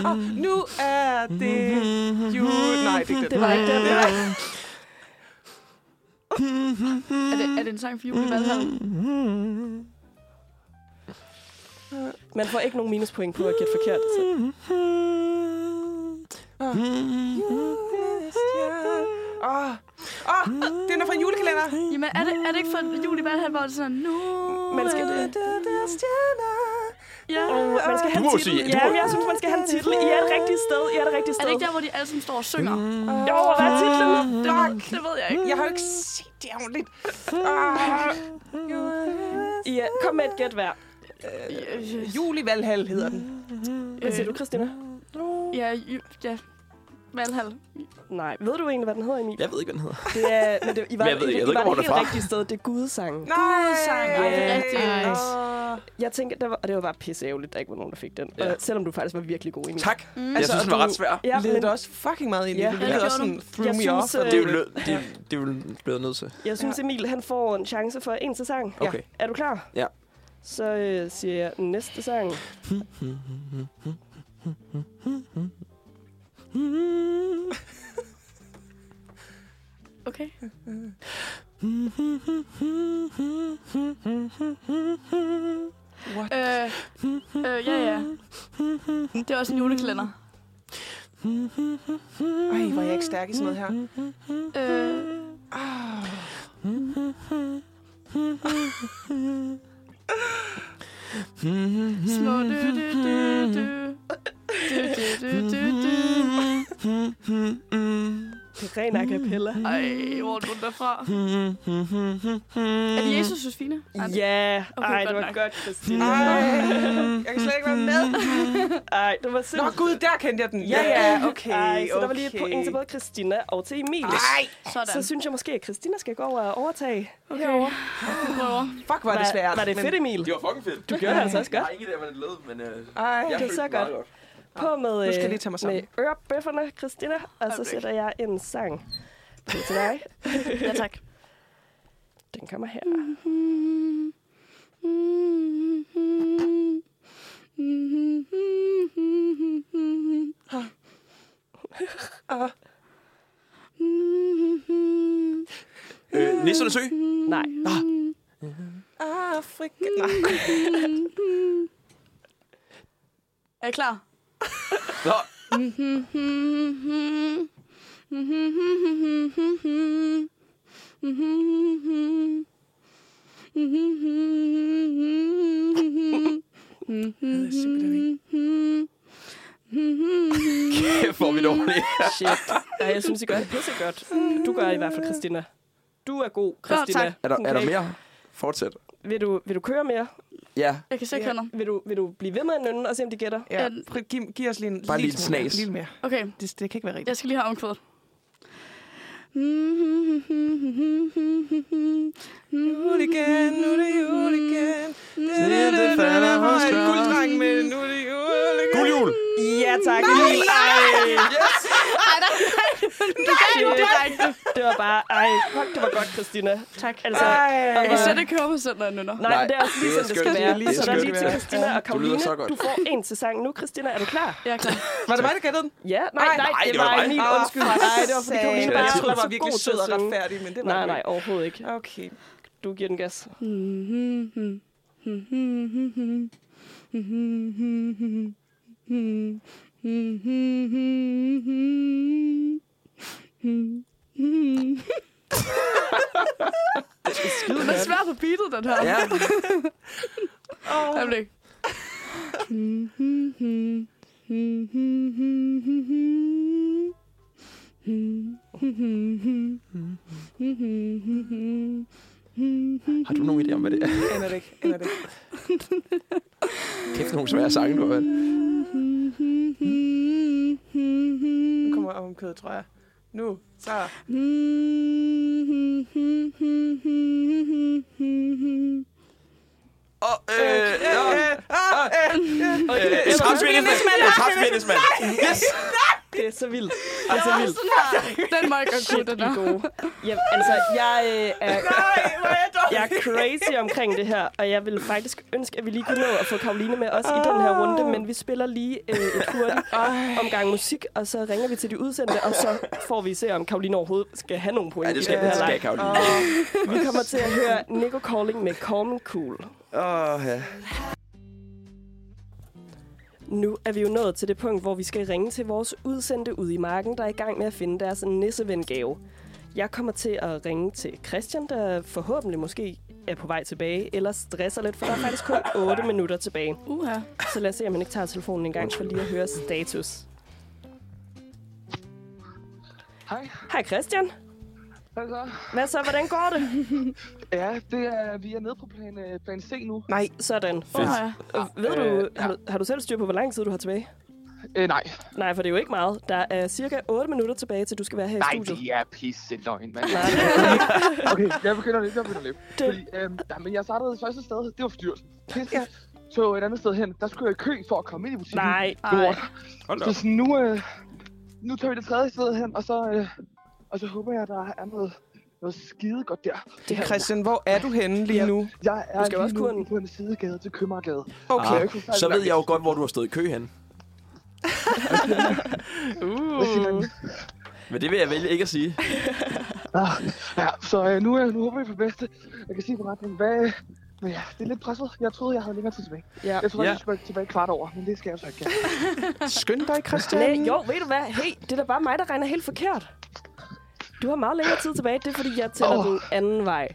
[SPEAKER 6] Og nu er det jul. Nej, det er ikke den.
[SPEAKER 3] Det var ikke den. Det var...
[SPEAKER 7] Er det, er det en sang for jul i
[SPEAKER 6] Mm.
[SPEAKER 7] Valhall?
[SPEAKER 3] Man får ikke nogen minuspoint på at gætte forkert. Så.
[SPEAKER 6] altså. Ah, Åh,
[SPEAKER 7] Ah.
[SPEAKER 6] oh, Ah, den er fra en julekalender.
[SPEAKER 7] Jamen, er det, er det ikke for jul i Valhall, hvor det er sådan, nu
[SPEAKER 3] Man skal
[SPEAKER 7] er
[SPEAKER 3] det.
[SPEAKER 7] Ja.
[SPEAKER 3] Og man skal have
[SPEAKER 4] Du må
[SPEAKER 3] en titel.
[SPEAKER 4] sige- du
[SPEAKER 3] Ja,
[SPEAKER 4] må-
[SPEAKER 3] men jeg synes, man skal have en titel. I er det rigtige sted. I er det rigtige
[SPEAKER 7] Er
[SPEAKER 3] sted.
[SPEAKER 7] det ikke der, hvor de alle sammen står og synger?
[SPEAKER 6] Mm.
[SPEAKER 3] Jo, hvad er titlen?
[SPEAKER 7] Det, det ved jeg ikke.
[SPEAKER 6] Jeg har jo ikke set det ordentligt. Ah,
[SPEAKER 3] I er... Kom med et gæt hver.
[SPEAKER 6] øh, Mm.
[SPEAKER 7] Øh,
[SPEAKER 6] jul i Valhall hedder den.
[SPEAKER 3] Hvad siger
[SPEAKER 4] Øh,
[SPEAKER 3] du, Christina?
[SPEAKER 7] øh, Ja, ju- ja. Valhall.
[SPEAKER 3] Nej, ved du egentlig, hvad den hedder, Emil?
[SPEAKER 4] Jeg ved ikke, hvad den hedder.
[SPEAKER 3] Det er, men det, I var,
[SPEAKER 4] Men jeg ved
[SPEAKER 3] I,
[SPEAKER 4] ikke- jeg
[SPEAKER 3] I
[SPEAKER 4] ved
[SPEAKER 3] var
[SPEAKER 4] ikke, hvor
[SPEAKER 3] det
[SPEAKER 4] den
[SPEAKER 3] helt
[SPEAKER 4] er fra.
[SPEAKER 3] rigtige sted. Det er gudesangen.
[SPEAKER 6] Nej.
[SPEAKER 7] Ej, det er rigtigt.
[SPEAKER 2] Nice.
[SPEAKER 6] Åh.
[SPEAKER 3] Jeg tænker, der var, og det var bare pisse ærgerligt, der ikke var nogen, der fik den.
[SPEAKER 4] Ja.
[SPEAKER 3] Ja. Og, selvom du faktisk var virkelig god, Emil.
[SPEAKER 4] Tak.
[SPEAKER 7] Mm.
[SPEAKER 4] Jeg synes, den var ret svær.
[SPEAKER 3] Ja,
[SPEAKER 6] leder
[SPEAKER 3] men
[SPEAKER 6] det også fucking meget ind i
[SPEAKER 3] Ja,
[SPEAKER 6] det.
[SPEAKER 7] det
[SPEAKER 6] Det er
[SPEAKER 7] gjorde
[SPEAKER 6] også sådan,
[SPEAKER 7] den.
[SPEAKER 6] threw
[SPEAKER 3] Jeg
[SPEAKER 6] me
[SPEAKER 3] synes,
[SPEAKER 6] off.
[SPEAKER 3] øh,
[SPEAKER 4] Det er jo nød, det, det er jo blevet nødt til.
[SPEAKER 3] jeg synes, Emil han får en chance for en sang.
[SPEAKER 4] Okay.
[SPEAKER 3] Er du klar?
[SPEAKER 4] Ja.
[SPEAKER 3] Så øh, siger jeg næste sang.
[SPEAKER 7] Okay.
[SPEAKER 6] What?
[SPEAKER 7] Øh, øh, ja, ja. Det er også en julekalender.
[SPEAKER 6] Ej, hvor er jeg ikke stærk i sådan noget her.
[SPEAKER 7] Øh, små dø, dø, dø, dø. Dø, dø, dø, dø, dø.
[SPEAKER 3] Det er ren a cappella.
[SPEAKER 7] Ej, hvor er den derfra? Er det Jesus Josefine? Ej, det-
[SPEAKER 3] Ja,
[SPEAKER 7] Okay,
[SPEAKER 3] ej,
[SPEAKER 7] godt
[SPEAKER 3] det var
[SPEAKER 7] nok.
[SPEAKER 3] godt, Christina.
[SPEAKER 6] Ej, jeg kan slet ikke være med.
[SPEAKER 3] Ej, det var
[SPEAKER 6] Nå
[SPEAKER 3] simpelthen...
[SPEAKER 6] gud, der kendte jeg den. Ja, ja, okay.
[SPEAKER 3] Ej, så
[SPEAKER 6] okay.
[SPEAKER 3] der var lige et point til både Christina og til Emil.
[SPEAKER 6] Ej,
[SPEAKER 7] Sådan.
[SPEAKER 3] Så synes jeg måske, at Christina skal gå over og overtage.
[SPEAKER 7] Okay. Vi prøver.
[SPEAKER 6] fuck, var det
[SPEAKER 3] Var-
[SPEAKER 6] svært.
[SPEAKER 3] Var det
[SPEAKER 6] men-
[SPEAKER 3] fedt, Emil?
[SPEAKER 4] var fucking fedt.
[SPEAKER 3] Du gjorde det altså også godt.
[SPEAKER 4] ikke der, hvordan det lød, men... Øh,
[SPEAKER 6] Ej,
[SPEAKER 3] jeg- følte så meget godt. På med,
[SPEAKER 6] Nu skal jeg
[SPEAKER 3] øh,
[SPEAKER 6] lige tage mig
[SPEAKER 3] med
[SPEAKER 6] sammen.
[SPEAKER 3] ørebøfferne, Christina, og så
[SPEAKER 7] Øjeblik.
[SPEAKER 3] sætter jeg en sang på til dig.
[SPEAKER 7] Ja, tak.
[SPEAKER 3] Den kommer her.
[SPEAKER 4] øh, Nissernes Ø.
[SPEAKER 3] Nej.
[SPEAKER 6] Afrika. Nej.
[SPEAKER 7] Er I klar?
[SPEAKER 4] Nå, kæft, hvor er vi dårlige.
[SPEAKER 3] Ah. Shit. Ja, jeg synes, I gør det pisse godt. Du gør i hvert fald, Christina. Du er god, Christina.
[SPEAKER 7] tak.
[SPEAKER 4] Er der, er der
[SPEAKER 3] Okay.
[SPEAKER 4] mere? Fortsæt.
[SPEAKER 3] Vil du, vil du køre mere?
[SPEAKER 4] Ja,
[SPEAKER 7] Jeg kan se
[SPEAKER 6] Ja.
[SPEAKER 7] kender.
[SPEAKER 3] Vil du, vil du blive ved med at nynne og se, om de gætter?
[SPEAKER 6] Ja,
[SPEAKER 7] En-
[SPEAKER 6] prøv, giv, giv os lige en
[SPEAKER 4] Bare lige
[SPEAKER 6] lille
[SPEAKER 4] en
[SPEAKER 6] smule mere.
[SPEAKER 4] snas.
[SPEAKER 6] Lille mere.
[SPEAKER 7] Okay,
[SPEAKER 6] Det, det kan ikke være rigtigt.
[SPEAKER 7] jeg skal lige have omkvædet.
[SPEAKER 6] Jul igen, nu er det jul igen. Mm. Det
[SPEAKER 4] er det, falder på skørt.
[SPEAKER 6] Gulddreng med, nu er det jul igen.
[SPEAKER 4] god jul.
[SPEAKER 3] Ja, tak. Nej, nej.
[SPEAKER 7] Nej, det er rigtigt.
[SPEAKER 3] Det var bare, ej, fuck, det var godt, Christina.
[SPEAKER 7] Tak.
[SPEAKER 3] Altså,
[SPEAKER 7] Jeg kan slet ikke høre mig selv, når jeg nynner.
[SPEAKER 3] Nej,
[SPEAKER 4] Nej,
[SPEAKER 3] men det er også lige,
[SPEAKER 4] det er
[SPEAKER 3] som det skal
[SPEAKER 4] skønt.
[SPEAKER 3] være.
[SPEAKER 6] Det er lige
[SPEAKER 3] så der er
[SPEAKER 4] skønt.
[SPEAKER 3] lige til Christina og
[SPEAKER 4] Du lyder
[SPEAKER 3] Karoline.
[SPEAKER 4] så godt.
[SPEAKER 3] Du får en til sangen nu. Christina, er du klar?
[SPEAKER 7] Jeg er klar.
[SPEAKER 6] Var det mig, der gættede den?
[SPEAKER 3] Ja, nej, nej,
[SPEAKER 4] nej,
[SPEAKER 3] det,
[SPEAKER 4] det var
[SPEAKER 3] var
[SPEAKER 4] dig.
[SPEAKER 3] Emil,
[SPEAKER 6] Åh,
[SPEAKER 3] undskyld.
[SPEAKER 6] for
[SPEAKER 3] Nej, det var fordi
[SPEAKER 6] satan.
[SPEAKER 3] Karoline
[SPEAKER 6] Jeg
[SPEAKER 3] bare
[SPEAKER 6] troede,
[SPEAKER 3] var
[SPEAKER 6] det
[SPEAKER 3] så
[SPEAKER 6] var virkelig
[SPEAKER 3] god til
[SPEAKER 6] sød og
[SPEAKER 3] at synge.
[SPEAKER 6] retfærdig, men det var
[SPEAKER 3] Nej,
[SPEAKER 6] den
[SPEAKER 3] nej,
[SPEAKER 6] ikke.
[SPEAKER 3] overhovedet ikke.
[SPEAKER 6] Okay.
[SPEAKER 3] Du giver den gas.
[SPEAKER 7] Den er svær på beatet, den her.
[SPEAKER 4] Ja.
[SPEAKER 7] Jeg blev ikke.
[SPEAKER 4] Har du nogen idé om, hvad det er?
[SPEAKER 6] Ender det ikke. Ender det ikke.
[SPEAKER 4] Kæft, nogle svære sange, du har valgt.
[SPEAKER 6] Nu kommer omkødet, tror jeg. Nu, så.
[SPEAKER 4] Åh, øh, ja.
[SPEAKER 6] Ah, øh,
[SPEAKER 4] Transminismand! Transminismand! Yes!
[SPEAKER 3] Det er så vildt.
[SPEAKER 7] Jeg var sådan her, den må jeg godt
[SPEAKER 3] Shit,
[SPEAKER 7] kunne, den
[SPEAKER 3] I er
[SPEAKER 7] der.
[SPEAKER 3] gode. Jamen, altså, jeg øh, er... Jeg er crazy omkring det her, og jeg ville faktisk ønske, at vi lige kunne nå at få Karoline med os i den her runde, men vi spiller lige øh, et hurtigt omgang musik, og så ringer vi til de udsendte, og så får vi se, om Karoline overhovedet skal have nogle point
[SPEAKER 4] Ja,
[SPEAKER 3] i
[SPEAKER 4] det skal,
[SPEAKER 3] den her
[SPEAKER 4] det skal
[SPEAKER 3] leg.
[SPEAKER 4] Karoline.
[SPEAKER 3] Vi kommer til at høre Nico Calling med Calm Cool.
[SPEAKER 4] Åh, ja.
[SPEAKER 3] Nu er vi jo nået til det punkt, hvor vi skal ringe til vores udsendte ude i marken, der er i gang med at finde deres nissevengave. Jeg kommer til at ringe til Christian, der forhåbentlig måske er på vej tilbage, eller stresser lidt, for der er faktisk kun 8 minutter tilbage.
[SPEAKER 7] Uha.
[SPEAKER 3] Så lad os se, om han ikke tager telefonen en gang for lige at høre status.
[SPEAKER 8] Hej.
[SPEAKER 3] Hej Christian.
[SPEAKER 8] Hvad
[SPEAKER 1] Altså.
[SPEAKER 8] så?
[SPEAKER 3] Hvad så, hvordan går det?
[SPEAKER 8] Ja, det er, vi er nede på plan, øh, plan C nu.
[SPEAKER 3] Nej, sådan.
[SPEAKER 7] Uha.
[SPEAKER 3] Og Ved
[SPEAKER 8] Øh,
[SPEAKER 3] du, har, du, har du selv styr på, hvor lang tid du har tilbage?
[SPEAKER 8] Øh, nej,
[SPEAKER 3] Nej, for det er jo ikke meget. Der er cirka 8 minutter tilbage, til du skal være her i
[SPEAKER 8] nej,
[SPEAKER 3] studiet.
[SPEAKER 8] det er pisse løgn, mand.
[SPEAKER 3] Nej,
[SPEAKER 8] Okay, jeg begynder at løbe, jeg begynder at løbe.
[SPEAKER 3] Det-
[SPEAKER 8] Fordi, øhm, nej, men jeg startede første sted, det var styrelsen. Pisse. Ja. Så et andet sted hen, der skulle jeg i kø for at komme ind i butikken.
[SPEAKER 3] Nej,
[SPEAKER 8] Lort.
[SPEAKER 4] Hold da
[SPEAKER 8] Så
[SPEAKER 4] op.
[SPEAKER 8] sådan, nu, øh, nu tager vi det tredje sted hen, og så, øh, og så håber jeg, der er noget, noget skide godt der.
[SPEAKER 3] det her
[SPEAKER 6] Christian, hvor er du henne lige
[SPEAKER 8] Ja.
[SPEAKER 6] nu?
[SPEAKER 8] Jeg er
[SPEAKER 3] Du skal
[SPEAKER 8] lige
[SPEAKER 3] også
[SPEAKER 8] nu
[SPEAKER 3] kunne-
[SPEAKER 8] på en sidegade til Købmagergade.
[SPEAKER 6] Okay.
[SPEAKER 8] Ah.
[SPEAKER 4] Så ved jeg jo godt, hvor du har stået i kø hen.
[SPEAKER 8] Hvad siger man?
[SPEAKER 4] Men det vil jeg vælge ikke at sige.
[SPEAKER 8] Ah, ja, så øh, nu, øh, nu håber vi på det bedste. Jeg kan sige på retningen, hvad... øh, Men ja, det er lidt presset. Jeg troede, jeg havde længere tid tilbage.
[SPEAKER 3] Ja.
[SPEAKER 8] Jeg troede,
[SPEAKER 4] Ja.
[SPEAKER 8] jeg skulle tilbage kvart over, men det skal jeg så ikke.
[SPEAKER 6] Skynd dig, Christian.
[SPEAKER 3] Nej, jo, ved du hvad? Hey, det er da bare mig, der regner helt forkert. Du har meget længere tid tilbage. Det er, fordi jeg tæller oh.
[SPEAKER 8] Åh.
[SPEAKER 3] den anden vej.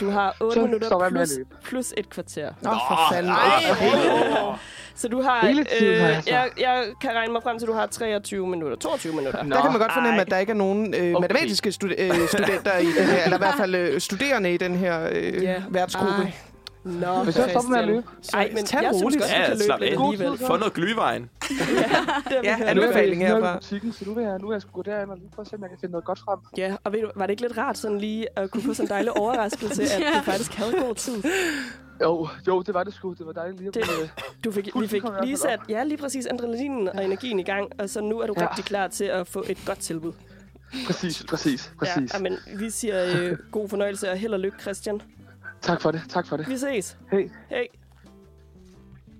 [SPEAKER 3] Du har 8
[SPEAKER 8] Så
[SPEAKER 3] minutter
[SPEAKER 8] stopper jeg med at
[SPEAKER 3] plus, plus et kvarter.
[SPEAKER 6] Nå, for fanden.
[SPEAKER 3] Så du har... øh,
[SPEAKER 8] Hele tiden har jeg så.
[SPEAKER 3] jeg, jeg kan regne mig frem til, at du har 23 minutter. 22 minutter.
[SPEAKER 6] Der kan man godt fornemme,
[SPEAKER 3] ej.
[SPEAKER 6] at der ikke er nogen øh, matematiske stud- øh, studenter i den her, eller i hvert fald øh, studerende i den her øh,
[SPEAKER 3] Ja.
[SPEAKER 6] værtsgruppe.
[SPEAKER 3] Ej. Nå,
[SPEAKER 8] Hvis jeg stopper med at løbe,
[SPEAKER 3] Nej, men
[SPEAKER 6] tag
[SPEAKER 3] jeg
[SPEAKER 6] det
[SPEAKER 3] synes
[SPEAKER 6] roligt.
[SPEAKER 3] godt, du
[SPEAKER 4] Ja,
[SPEAKER 3] kan
[SPEAKER 4] slap
[SPEAKER 3] løbe lidt
[SPEAKER 4] af.
[SPEAKER 3] alligevel.
[SPEAKER 4] Få noget glyvejen.
[SPEAKER 6] Ja,
[SPEAKER 3] Ja,
[SPEAKER 8] nu er jeg,
[SPEAKER 6] anbefaling
[SPEAKER 8] nu er jeg i
[SPEAKER 6] herfra.
[SPEAKER 8] butikken, så nu vil jeg, nu vil jeg sgu gå derind og lige prøve at se, om jeg kan finde noget godt frem.
[SPEAKER 3] ja, og ved du, var det ikke lidt rart sådan lige at kunne få sådan en dejlig overraskelse, at du faktisk havde god tid?
[SPEAKER 8] Jo, jo, det var det sgu. Det var dejligt lige at
[SPEAKER 3] Det-
[SPEAKER 8] kunne... øh,
[SPEAKER 3] Du fik, vi
[SPEAKER 8] Pulsen
[SPEAKER 3] fik
[SPEAKER 8] kom i hvert
[SPEAKER 3] lige
[SPEAKER 8] fald
[SPEAKER 3] sat ja, lige præcis adrenalinen og energien i gang, og så nu er du ja.
[SPEAKER 8] Ja.
[SPEAKER 3] rigtig klar til at få et godt tilbud.
[SPEAKER 8] Præcis, præcis, præcis.
[SPEAKER 3] Ja, men vi siger øh, god fornøjelse og held og lykke, Christian.
[SPEAKER 8] Tak for det, tak for det.
[SPEAKER 3] Vi ses.
[SPEAKER 8] Hej.
[SPEAKER 3] Hey.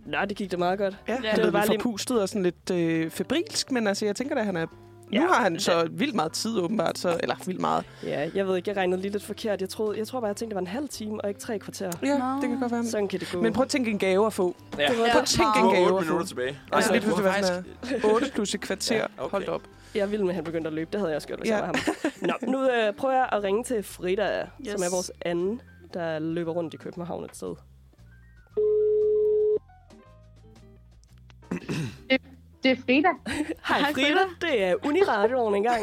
[SPEAKER 3] Nå, det gik da meget godt.
[SPEAKER 6] Ja,
[SPEAKER 7] det
[SPEAKER 6] han
[SPEAKER 7] var
[SPEAKER 6] er
[SPEAKER 3] bare
[SPEAKER 6] lidt
[SPEAKER 3] lige-
[SPEAKER 6] forpustet og sådan lidt øh, febrilsk, men altså, jeg tænker da, han er... Nu
[SPEAKER 3] Ja,
[SPEAKER 6] har han så vildt meget tid, åbenbart. Så, eller vildt meget.
[SPEAKER 3] Ja, jeg ved ikke, jeg regnede lige lidt forkert. Jeg, troede, jeg tror bare, jeg tænkte, det var en halv time og ikke tre kvarter.
[SPEAKER 6] Ja,
[SPEAKER 7] Nå.
[SPEAKER 6] det kan godt være.
[SPEAKER 3] Sådan kan det gå.
[SPEAKER 6] Men prøv at tænke en gave at få.
[SPEAKER 4] Ja.
[SPEAKER 3] Det var-
[SPEAKER 6] Prøv at tænke
[SPEAKER 4] Du har
[SPEAKER 6] en gave
[SPEAKER 4] 8
[SPEAKER 6] at få.
[SPEAKER 4] minutter tilbage.
[SPEAKER 6] Og så
[SPEAKER 4] Ej,
[SPEAKER 6] lige
[SPEAKER 4] du har
[SPEAKER 6] Altså, pludselig være
[SPEAKER 4] faktisk-
[SPEAKER 6] sådan 8 plus et kvarter.
[SPEAKER 4] Ja, okay.
[SPEAKER 6] Hold da op.
[SPEAKER 3] Jeg ville med, at han begyndte at løbe. Det havde jeg også gjort, hvis
[SPEAKER 6] Ja.
[SPEAKER 3] ja. jeg var ham. Nå, nu øh, prøver jeg at ringe til Frida, yes. som er vores anden, der løber rundt i København et sted.
[SPEAKER 9] Det er Frida.
[SPEAKER 3] Hej, Hej Frida. Frida. Det er Uniradioen engang.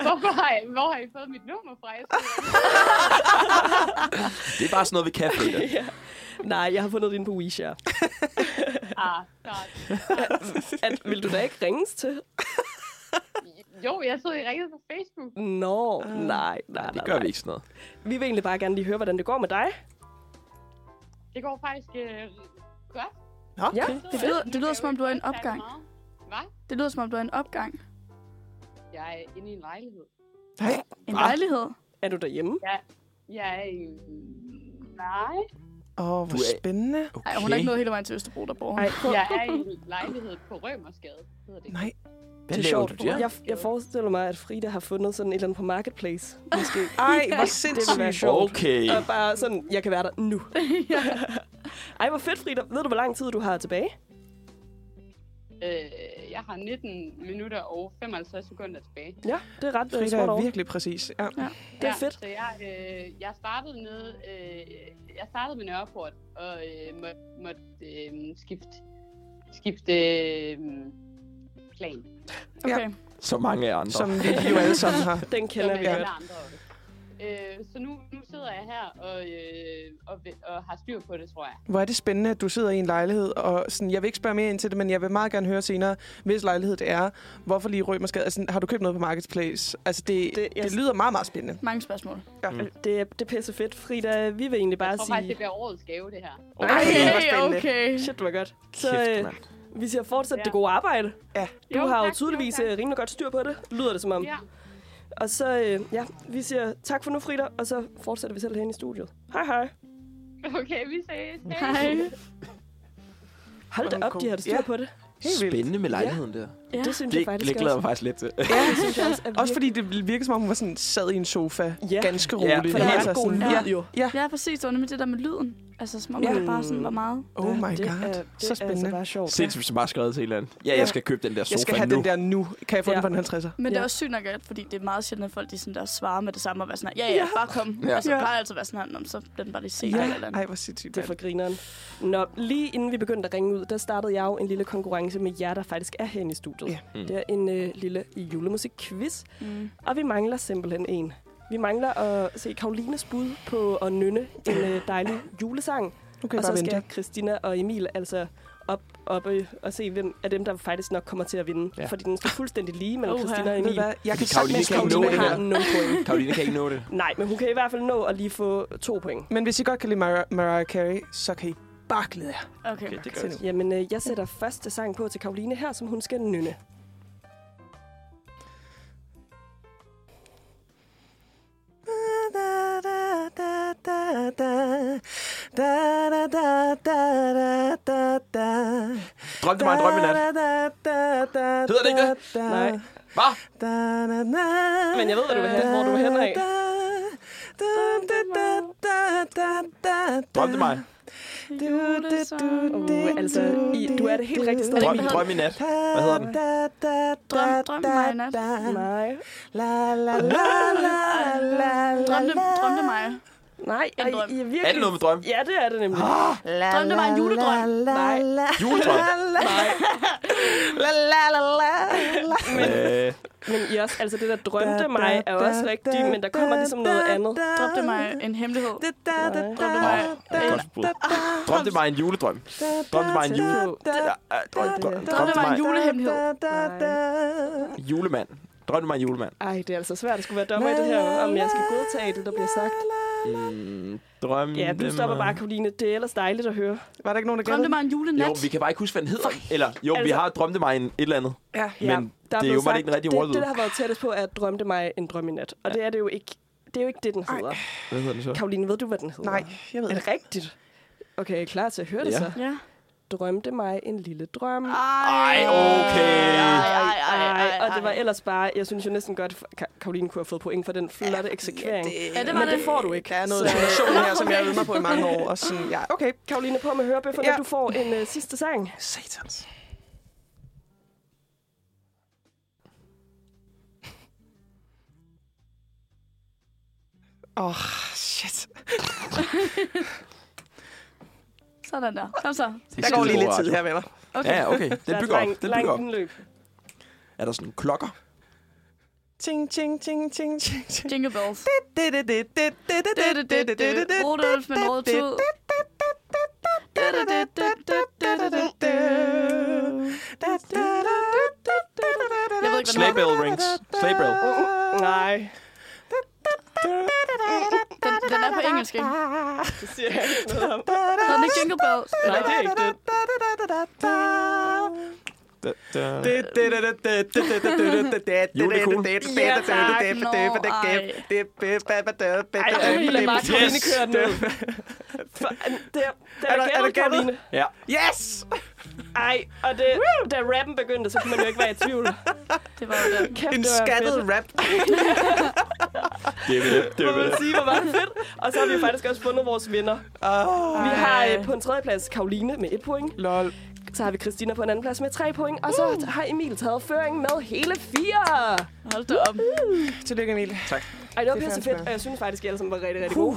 [SPEAKER 9] Hvorfor har I, hvor har I fået mit nummer fra? Jeg skal-
[SPEAKER 4] Det er bare sådan noget, vi kan, Frida.
[SPEAKER 3] Nej, jeg har fundet din på Weezer.
[SPEAKER 9] Ah, klart.
[SPEAKER 3] At, vil du da ikke ringes til?
[SPEAKER 9] Jo, jeg så I ringede på Facebook.
[SPEAKER 3] Nå, nej, nej, nej.
[SPEAKER 4] Ah. Det gør vi ikke sådan noget.
[SPEAKER 3] Vi vil egentlig bare gerne lige høre, hvordan det går med dig.
[SPEAKER 9] Det går faktisk øh, godt.
[SPEAKER 3] Ja,
[SPEAKER 9] Så
[SPEAKER 7] Det lyder,
[SPEAKER 9] nu
[SPEAKER 7] det lyder
[SPEAKER 9] kan
[SPEAKER 7] som
[SPEAKER 9] jeg
[SPEAKER 7] om, du
[SPEAKER 9] jo
[SPEAKER 7] er i en
[SPEAKER 9] ikke særlig
[SPEAKER 7] opgang.
[SPEAKER 9] meget. Hvad?
[SPEAKER 7] Det lyder som om, du er i en opgang.
[SPEAKER 9] Jeg er inde i en lejlighed.
[SPEAKER 7] En lejlighed.
[SPEAKER 3] er du derhjemme?
[SPEAKER 9] Jeg er i... Nej.
[SPEAKER 6] Åh, hvor
[SPEAKER 4] Du er-
[SPEAKER 6] spændende.
[SPEAKER 7] Ej, hun er ikke nået hele vejen til Østerbro, der bor hun.
[SPEAKER 3] Nej,
[SPEAKER 9] Jeg er i en lejlighed på Rømersgade, hedder det.
[SPEAKER 6] Nej.
[SPEAKER 4] Hvad
[SPEAKER 3] det er
[SPEAKER 4] laver
[SPEAKER 3] sjovt.
[SPEAKER 4] du der?
[SPEAKER 3] Jeg, jeg forestiller mig, at Frida har fundet sådan et eller andet på Marketplace. Måske.
[SPEAKER 6] Ej, hvor
[SPEAKER 3] Det ville være
[SPEAKER 6] sindssygt.
[SPEAKER 3] sjovt.
[SPEAKER 4] Okay.
[SPEAKER 3] Og bare sådan, jeg kan være der nu. Ej, hvor fedt, Frida. Ved du, hvor lang tid du har tilbage?
[SPEAKER 9] Øh, jeg har 19 minutter og 55 sekunder tilbage.
[SPEAKER 3] Ja, det er ret øh,
[SPEAKER 6] Frida
[SPEAKER 3] spot
[SPEAKER 6] er
[SPEAKER 3] on.
[SPEAKER 6] virkelig præcis. Ja.
[SPEAKER 3] Det er fedt.
[SPEAKER 9] Så jeg, øh, jeg startede nede, øh, jeg startede med Nørreport og øh, måtte, måtte øh, skifte, skifte øh, plan.
[SPEAKER 7] Okay.
[SPEAKER 4] Så mange af andre.
[SPEAKER 6] Som vi jo alle sammen har.
[SPEAKER 3] Den kender
[SPEAKER 9] Som
[SPEAKER 3] vi
[SPEAKER 9] alle
[SPEAKER 3] godt.
[SPEAKER 9] andre også. Øh, så nu, nu sidder jeg her og, øh, og, vil- og har styr på det, tror jeg.
[SPEAKER 6] Hvor er det spændende, at du sidder i en lejlighed, og sådan, jeg vil ikke spørge mere ind til det, men jeg vil meget gerne høre senere, hvis lejlighed det er. Hvorfor lige Rømerskade? Altså, har du købt noget på Marketplace? Altså, det,
[SPEAKER 3] Det-
[SPEAKER 6] det,
[SPEAKER 3] jeg- Mm.
[SPEAKER 6] det lyder meget, meget spændende.
[SPEAKER 7] Mange spørgsmål.
[SPEAKER 3] Det er, det er pisse fedt. Frida, vi vil egentlig
[SPEAKER 9] Jeg
[SPEAKER 3] bare
[SPEAKER 9] tror faktisk, det
[SPEAKER 3] sige...
[SPEAKER 9] bliver årets gave, det her.
[SPEAKER 6] Ej,
[SPEAKER 7] Okay,
[SPEAKER 6] hvor spændende.
[SPEAKER 7] okay.
[SPEAKER 3] Shit, hvor godt. Så
[SPEAKER 4] Kæft,
[SPEAKER 3] øh,
[SPEAKER 4] mand.
[SPEAKER 3] Vi siger fortsat
[SPEAKER 9] Ja.
[SPEAKER 3] det gode arbejde.
[SPEAKER 6] Ja.
[SPEAKER 3] Du
[SPEAKER 9] Jo,
[SPEAKER 3] har jo
[SPEAKER 9] tak,
[SPEAKER 3] tydeligvis
[SPEAKER 9] jo, tak.
[SPEAKER 3] øh, rimelig godt styr på det, lyder det som om.
[SPEAKER 9] Ja.
[SPEAKER 3] Og så, øh, ja, vi siger tak for nu, Frida, og så fortsætter vi selv herinde i studiet. Hej hej.
[SPEAKER 9] Okay, vi ses.
[SPEAKER 7] Hej.
[SPEAKER 3] Hold da
[SPEAKER 6] Hvor
[SPEAKER 3] op,
[SPEAKER 6] god.
[SPEAKER 3] de har da styr
[SPEAKER 6] Ja.
[SPEAKER 3] på det.
[SPEAKER 6] Helt vildt.
[SPEAKER 4] Spændende med lejligheden der.
[SPEAKER 7] Ja.
[SPEAKER 3] Det synes jeg
[SPEAKER 4] Det,
[SPEAKER 3] faktisk
[SPEAKER 4] det glæder jeg mig faktisk lidt til.
[SPEAKER 3] også. Ja, det synes jeg også er
[SPEAKER 6] Også fordi det virker som om, hun var sådan, sad i en sofa,
[SPEAKER 3] Ja.
[SPEAKER 6] ja. ganske
[SPEAKER 4] Ja,
[SPEAKER 6] roligt.
[SPEAKER 3] for der er
[SPEAKER 6] Altså
[SPEAKER 3] ret god
[SPEAKER 6] sådan,
[SPEAKER 3] lyd
[SPEAKER 6] ja.
[SPEAKER 3] jo.
[SPEAKER 7] Ja, præcis. Det var nemlig det der med lyden. Altså, som om
[SPEAKER 3] Ja.
[SPEAKER 7] ja. det bare sådan var meget.
[SPEAKER 6] Oh my
[SPEAKER 3] det
[SPEAKER 6] god,
[SPEAKER 3] Er,
[SPEAKER 6] er,
[SPEAKER 3] det
[SPEAKER 6] så
[SPEAKER 3] Er altså
[SPEAKER 6] spændende.
[SPEAKER 3] bare sjovt.
[SPEAKER 4] Sindssygt, så bare skrevet til et eller andet. Ja,
[SPEAKER 6] Ja.
[SPEAKER 4] jeg skal købe den der sofa
[SPEAKER 6] Jeg skal have
[SPEAKER 4] nu.
[SPEAKER 6] den der nu. Kan jeg få
[SPEAKER 3] Ja.
[SPEAKER 6] den for en 50'er?
[SPEAKER 7] Men det
[SPEAKER 3] Ja.
[SPEAKER 7] er også sygt nok, at- fordi det er meget sjældent, at folk de sådan der svarer med det samme og være sådan her, ja, ja, bare kom.
[SPEAKER 4] Ja.
[SPEAKER 7] Ja. Altså,
[SPEAKER 6] Ja.
[SPEAKER 7] det plejer altid at være sådan her, "Nå, men så bliver den bare lige set. Ja. Eller et eller
[SPEAKER 6] Ja.
[SPEAKER 7] andet.
[SPEAKER 6] Ej, hvor sindssygt.
[SPEAKER 3] Det er for grineren. Nå, lige inden vi begyndte at ringe ud, der startede jeg jo en lille konkurrence med jer, der faktisk er herinde i studiet.
[SPEAKER 6] Ja.
[SPEAKER 3] Mm. Det er en øh, lille julemusik-quiz,
[SPEAKER 7] Mm.
[SPEAKER 3] og vi mangler simpelthen en. Vi mangler at se Karolines bud på at nynne en øh, dejlig julesang.
[SPEAKER 6] Nu kan jeg
[SPEAKER 3] og så
[SPEAKER 6] bare
[SPEAKER 3] altså, skal
[SPEAKER 6] vente.
[SPEAKER 3] Christina og Emil altså op, op øh, og se, hvem af dem, der faktisk nok kommer til at vinde. Ja.
[SPEAKER 4] Ja.
[SPEAKER 3] Fordi den står fuldstændig lige mellem
[SPEAKER 7] Uha.
[SPEAKER 3] Christina og
[SPEAKER 6] Ved
[SPEAKER 3] Emil.
[SPEAKER 6] du hvad? Jeg kan
[SPEAKER 4] Fordi Karoline
[SPEAKER 6] sagtens
[SPEAKER 3] Mens
[SPEAKER 4] kan ikke
[SPEAKER 6] komme
[SPEAKER 4] nå
[SPEAKER 3] Karoline
[SPEAKER 4] det
[SPEAKER 6] tilbage her.
[SPEAKER 3] har nul point.
[SPEAKER 4] Karoline kan ikke nå det.
[SPEAKER 3] Nej, men hun kan i hvert fald nå at lige få to point.
[SPEAKER 6] Men hvis I godt kan lide Mar- Mariah Carey, så kan I bare glæde jer.
[SPEAKER 7] Okay.
[SPEAKER 4] Okay,
[SPEAKER 7] okay.
[SPEAKER 4] det gør
[SPEAKER 6] til
[SPEAKER 4] jeg.
[SPEAKER 6] nu.
[SPEAKER 3] Jamen, øh, jeg sætter første sang på til Karoline her, som hun skal nynne.
[SPEAKER 4] Drøm til mig en drøm i nat. Hedder det ikke det?
[SPEAKER 3] Nej.
[SPEAKER 4] Hvad?
[SPEAKER 3] Men jeg ved, hvad du vil have, hvor du vil hen af.
[SPEAKER 4] Drøm til mig.
[SPEAKER 7] Julesang.
[SPEAKER 3] Uh, altså, I, du er det helt rigtigt sted.
[SPEAKER 4] Drøm,
[SPEAKER 3] Emil.
[SPEAKER 4] drøm i nat. Hvad hedder den?
[SPEAKER 7] Drøm, drøm mig i nat.
[SPEAKER 3] Nej.
[SPEAKER 7] Drømte, drømte mig.
[SPEAKER 3] Nej,
[SPEAKER 7] En
[SPEAKER 3] ej,
[SPEAKER 7] drøm.
[SPEAKER 3] I er
[SPEAKER 4] Er det
[SPEAKER 3] virkelig...
[SPEAKER 4] noget Ah! med drøm?
[SPEAKER 3] Ja, det er det nemlig.
[SPEAKER 7] Drømte mig en juledrøm.
[SPEAKER 3] Nej,
[SPEAKER 4] Juledrøm? Øh,
[SPEAKER 3] men I er også, altså det der drømte mig er også rigtigt, men der kommer ligesom noget andet.
[SPEAKER 7] Drømte mig en hemmelighed. Drømte
[SPEAKER 4] Åh,
[SPEAKER 7] mig.
[SPEAKER 4] det er et godt bud. Drøm til mig en juledrøm. Drøm til mig en jule... Ja, øh, Drøm, drøm, drøm
[SPEAKER 7] Drømte
[SPEAKER 4] til
[SPEAKER 7] mig
[SPEAKER 4] mig
[SPEAKER 7] en julehemmelighed.
[SPEAKER 4] julemand. Drøm til mig en julemand.
[SPEAKER 3] Ej, det er altså svært at skulle være dommer i det her, om jeg skal godtage det, der bliver sagt.
[SPEAKER 4] Mm, øh, drøm
[SPEAKER 3] Ja, du
[SPEAKER 4] til
[SPEAKER 3] stopper
[SPEAKER 4] mig-
[SPEAKER 3] bare, Karoline. Det er ellers dejligt at høre.
[SPEAKER 6] Var der ikke nogen, der
[SPEAKER 7] Drømte
[SPEAKER 6] gættede?
[SPEAKER 7] mig en julenat.
[SPEAKER 4] Jo, vi kan bare ikke huske, hvad den hedder. Eller, jo, vi
[SPEAKER 3] Altså-
[SPEAKER 4] har drømte mig en et eller andet.
[SPEAKER 6] Ja.
[SPEAKER 3] Ja,
[SPEAKER 4] Men
[SPEAKER 3] der
[SPEAKER 4] det er
[SPEAKER 3] blevet
[SPEAKER 4] jo bare ikke den rigtige
[SPEAKER 3] det,
[SPEAKER 4] ordlyd.
[SPEAKER 3] det, der har været tættest på, er at drømte mig en drøm i nat. Og det er det jo ikke. Det er jo ikke det, den hedder.
[SPEAKER 4] Hvad hedder den så?
[SPEAKER 3] Karoline, ved du, hvad den hedder?
[SPEAKER 6] Nej, jeg ved
[SPEAKER 3] Er
[SPEAKER 6] ikke.
[SPEAKER 3] det rigtigt? Okay, er I klar til at høre det
[SPEAKER 4] Ja.
[SPEAKER 3] så?
[SPEAKER 7] Ja.
[SPEAKER 3] Drømte mig en lille drøm.
[SPEAKER 4] Ej, okay.
[SPEAKER 7] Ej, ej, ej, ej,
[SPEAKER 3] og det var ellers bare, jeg synes jo næsten godt, Ka- Karoline kunne have fået point for den flotte eksekvering.
[SPEAKER 7] Ja, det var
[SPEAKER 3] Men det
[SPEAKER 7] det.
[SPEAKER 3] får du ikke.
[SPEAKER 6] Der er noget
[SPEAKER 3] Så-
[SPEAKER 6] relation her, som jeg har øvet mig på i mange år. Og sådan, ja, okay.
[SPEAKER 3] Karoline, på med hørebøfferne, ja.
[SPEAKER 6] Ja.
[SPEAKER 3] du får en uh, sidste sang.
[SPEAKER 6] Satans. Åh, oh, shit.
[SPEAKER 7] Sådan der. Kom så.
[SPEAKER 4] Det
[SPEAKER 6] Der går lige lidt tid her, venner.
[SPEAKER 4] Okay. Ja, okay. Den
[SPEAKER 3] Der er
[SPEAKER 4] bygger
[SPEAKER 3] et
[SPEAKER 4] op.
[SPEAKER 3] langt-
[SPEAKER 4] Den
[SPEAKER 3] langt
[SPEAKER 4] bygger op.
[SPEAKER 3] indløb.
[SPEAKER 4] Er der sådan nogle klokker?
[SPEAKER 6] Ting, ting, ting, ting, ting, ting.
[SPEAKER 7] Jingle bells. Rudolf med en rød tud. Jeg ved ikke,
[SPEAKER 4] Sleigh
[SPEAKER 7] hvad den hedder.
[SPEAKER 4] bell rings. Sleigh bell. Oh,
[SPEAKER 3] Nej,
[SPEAKER 7] Den, den er på engelsk, ikke?
[SPEAKER 3] det siger jeg ikke noget om.
[SPEAKER 7] Hedder den ikke Jingle Bells?
[SPEAKER 3] Nej, det er ikke det.
[SPEAKER 4] Da, da.
[SPEAKER 3] Ej, Karoline, bare Karoline
[SPEAKER 4] Yes.
[SPEAKER 3] kører den ud. For, det, det er, der
[SPEAKER 6] Er der- er der
[SPEAKER 3] gættet,
[SPEAKER 6] gættet?
[SPEAKER 3] Karoline.
[SPEAKER 4] Ja.
[SPEAKER 6] Yes!
[SPEAKER 3] Ej, og det, da rappen begyndte, så kunne man jo ikke være i tvivl.
[SPEAKER 7] Det var jo den.
[SPEAKER 3] Kæft,
[SPEAKER 6] En
[SPEAKER 3] det var
[SPEAKER 6] skattet
[SPEAKER 3] fedt.
[SPEAKER 6] rap.
[SPEAKER 4] Det er det. Det
[SPEAKER 3] Må
[SPEAKER 4] er
[SPEAKER 3] man
[SPEAKER 4] det.
[SPEAKER 3] sige, hvor var det fedt. Og så har vi faktisk også fundet vores vinder.
[SPEAKER 6] Åh,
[SPEAKER 3] Vi har øh, på en tredjeplads Karoline med et point.
[SPEAKER 6] lol.
[SPEAKER 3] Så har vi Christina på en anden plads med tre point. Og så har Emil taget føring med hele fire.
[SPEAKER 7] Hold da op.
[SPEAKER 6] Tillykke, Emil.
[SPEAKER 3] Ej, det var
[SPEAKER 6] Det er
[SPEAKER 3] pisse
[SPEAKER 6] fandme
[SPEAKER 3] fedt,
[SPEAKER 6] fedt.
[SPEAKER 3] og jeg synes faktisk, at I alle sammen var rigtig, rigtig gode.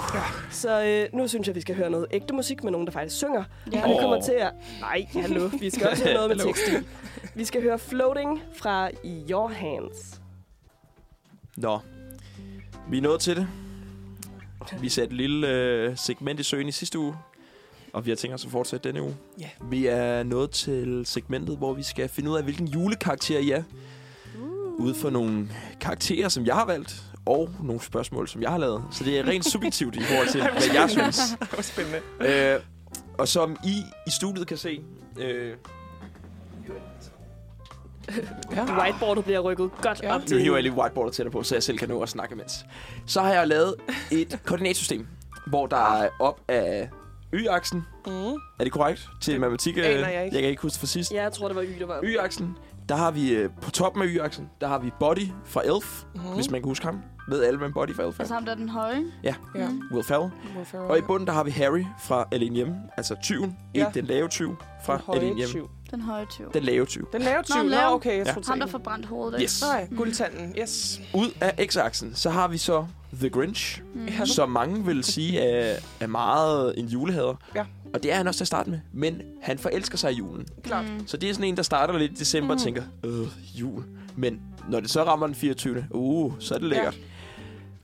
[SPEAKER 3] Så øh, nu synes jeg, vi skal høre noget ægte musik med nogen, der faktisk synger.
[SPEAKER 7] Ja.
[SPEAKER 3] Og det kommer
[SPEAKER 4] Åh.
[SPEAKER 3] til at... Nej, hallo. Vi skal også høre noget med tekst i. Vi skal høre Floating fra Your Hands.
[SPEAKER 4] Nå. Vi er nået til det. Vi satte et lille øh, segment i søen i sidste uge. Og vi har tænkt os at fortsætte denne uge.
[SPEAKER 6] Ja.
[SPEAKER 4] Vi er nået til segmentet, hvor vi skal finde ud af, hvilken julekarakter I er. Ud fra nogle karakterer, som jeg har valgt. Og nogle spørgsmål, som jeg har lavet. Så det er rent subjektivt i forhold til, hvad jeg synes.
[SPEAKER 6] Det var spændende.
[SPEAKER 4] Øh, og som I i studiet kan se, øh,
[SPEAKER 3] Ah. Whiteboardet bliver rykket godt
[SPEAKER 6] Ja.
[SPEAKER 3] op
[SPEAKER 4] Nu
[SPEAKER 3] til
[SPEAKER 4] hiver jeg lige whiteboardet tættere på, så jeg selv kan nå at snakke imens. Så har jeg lavet et koordinatsystem, hvor der er op af y-aksen.
[SPEAKER 6] Mm.
[SPEAKER 4] Er det korrekt? Til
[SPEAKER 6] Det
[SPEAKER 4] matematik? øh,
[SPEAKER 6] aner jeg ikke.
[SPEAKER 4] jeg kan ikke huske det fra sidst.
[SPEAKER 3] Ja, jeg tror, det var Y, der var op.
[SPEAKER 4] Y-aksen, der har vi øh, på toppen af Y-aksen, der har vi Body fra Elf, mm.
[SPEAKER 6] Mhm.
[SPEAKER 4] hvis man kan huske ham. Ved alle, hvem Body fra Elf er?
[SPEAKER 7] Altså ham der er den høje.
[SPEAKER 6] Ja.
[SPEAKER 7] Mm.
[SPEAKER 4] Will Ferrell.
[SPEAKER 6] Will Ferrell,
[SPEAKER 4] Og i
[SPEAKER 6] ja.
[SPEAKER 4] bunden, der har vi Harry fra Alene Hjemme, altså tyven.
[SPEAKER 6] Mhm. Ja.
[SPEAKER 4] Ikke den lave tyv fra
[SPEAKER 6] Den høje
[SPEAKER 4] Alene Hjemme.
[SPEAKER 6] tyv.
[SPEAKER 7] Den høje tyv.
[SPEAKER 4] Den lave tyv.
[SPEAKER 6] Den lave tyv. Nå,
[SPEAKER 7] lave.
[SPEAKER 6] okay, jeg
[SPEAKER 4] Ja.
[SPEAKER 6] ja. tror
[SPEAKER 7] Ham, der får brændt hovedet. ikke?
[SPEAKER 4] Yes.
[SPEAKER 6] Nej, guldtanden. Yes.
[SPEAKER 4] Ud af X-aksen, så har vi så The Grinch,
[SPEAKER 7] Mm.
[SPEAKER 6] Ja.
[SPEAKER 4] som mange vil sige er, er meget en julehader.
[SPEAKER 6] Ja.
[SPEAKER 4] Og det er han også til at starte med, men han forelsker sig i julen.
[SPEAKER 6] Klart.
[SPEAKER 7] Mm.
[SPEAKER 4] Så det er sådan en, der starter lidt i december
[SPEAKER 6] Mm.
[SPEAKER 4] og tænker, øh, jul. Men når det så rammer den 24. Uh, så er det lækkert.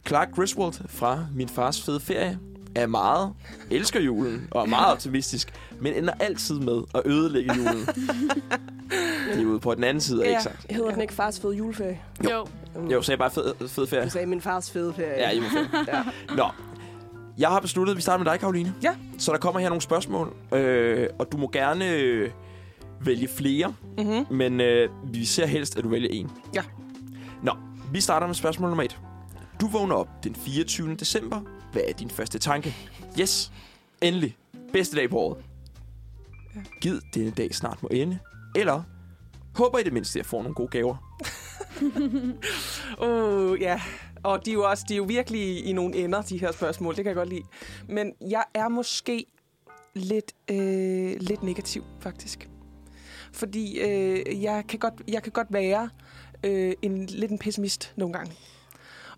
[SPEAKER 4] Clark Griswold fra Min Fars Fede Ferie er meget, elsker julen og er meget optimistisk, men ender altid med at ødelægge julen. det er ude på den anden side,
[SPEAKER 6] Ja.
[SPEAKER 4] ikke sagt?
[SPEAKER 3] Hedder den ikke fars fede juleferie?
[SPEAKER 4] Jo.
[SPEAKER 7] Jo.
[SPEAKER 4] Jo, så er jeg bare fed, fed
[SPEAKER 3] Du
[SPEAKER 4] ferie.
[SPEAKER 3] sagde min fars fede ferie.
[SPEAKER 4] Ja, juleferie. ja. Nå. Jeg har besluttet, at vi starter med dig, Karoline.
[SPEAKER 6] Ja.
[SPEAKER 4] Så der kommer her nogle spørgsmål, øh, og du må gerne øh, vælge flere.
[SPEAKER 6] Mm-hmm.
[SPEAKER 4] Men øh, vi ser helst, at du vælger en.
[SPEAKER 6] Ja.
[SPEAKER 4] Nå, vi starter med spørgsmål nummer et. Du vågner op den 24. december. Hvad er din første tanke? Yes, endelig. Bedste dag på året.
[SPEAKER 6] Ja.
[SPEAKER 4] Gid denne dag snart må ende. Eller håber i det mindste, at jeg får nogle gode gaver.
[SPEAKER 6] Uh, ja. Og de er, jo også, de er jo virkelig i nogle ender, de her spørgsmål. Det kan jeg godt lide. Men jeg er måske lidt, øh, lidt negativ, faktisk. Fordi øh, jeg, kan godt, jeg kan godt være øh, en, lidt en pessimist nogle gange.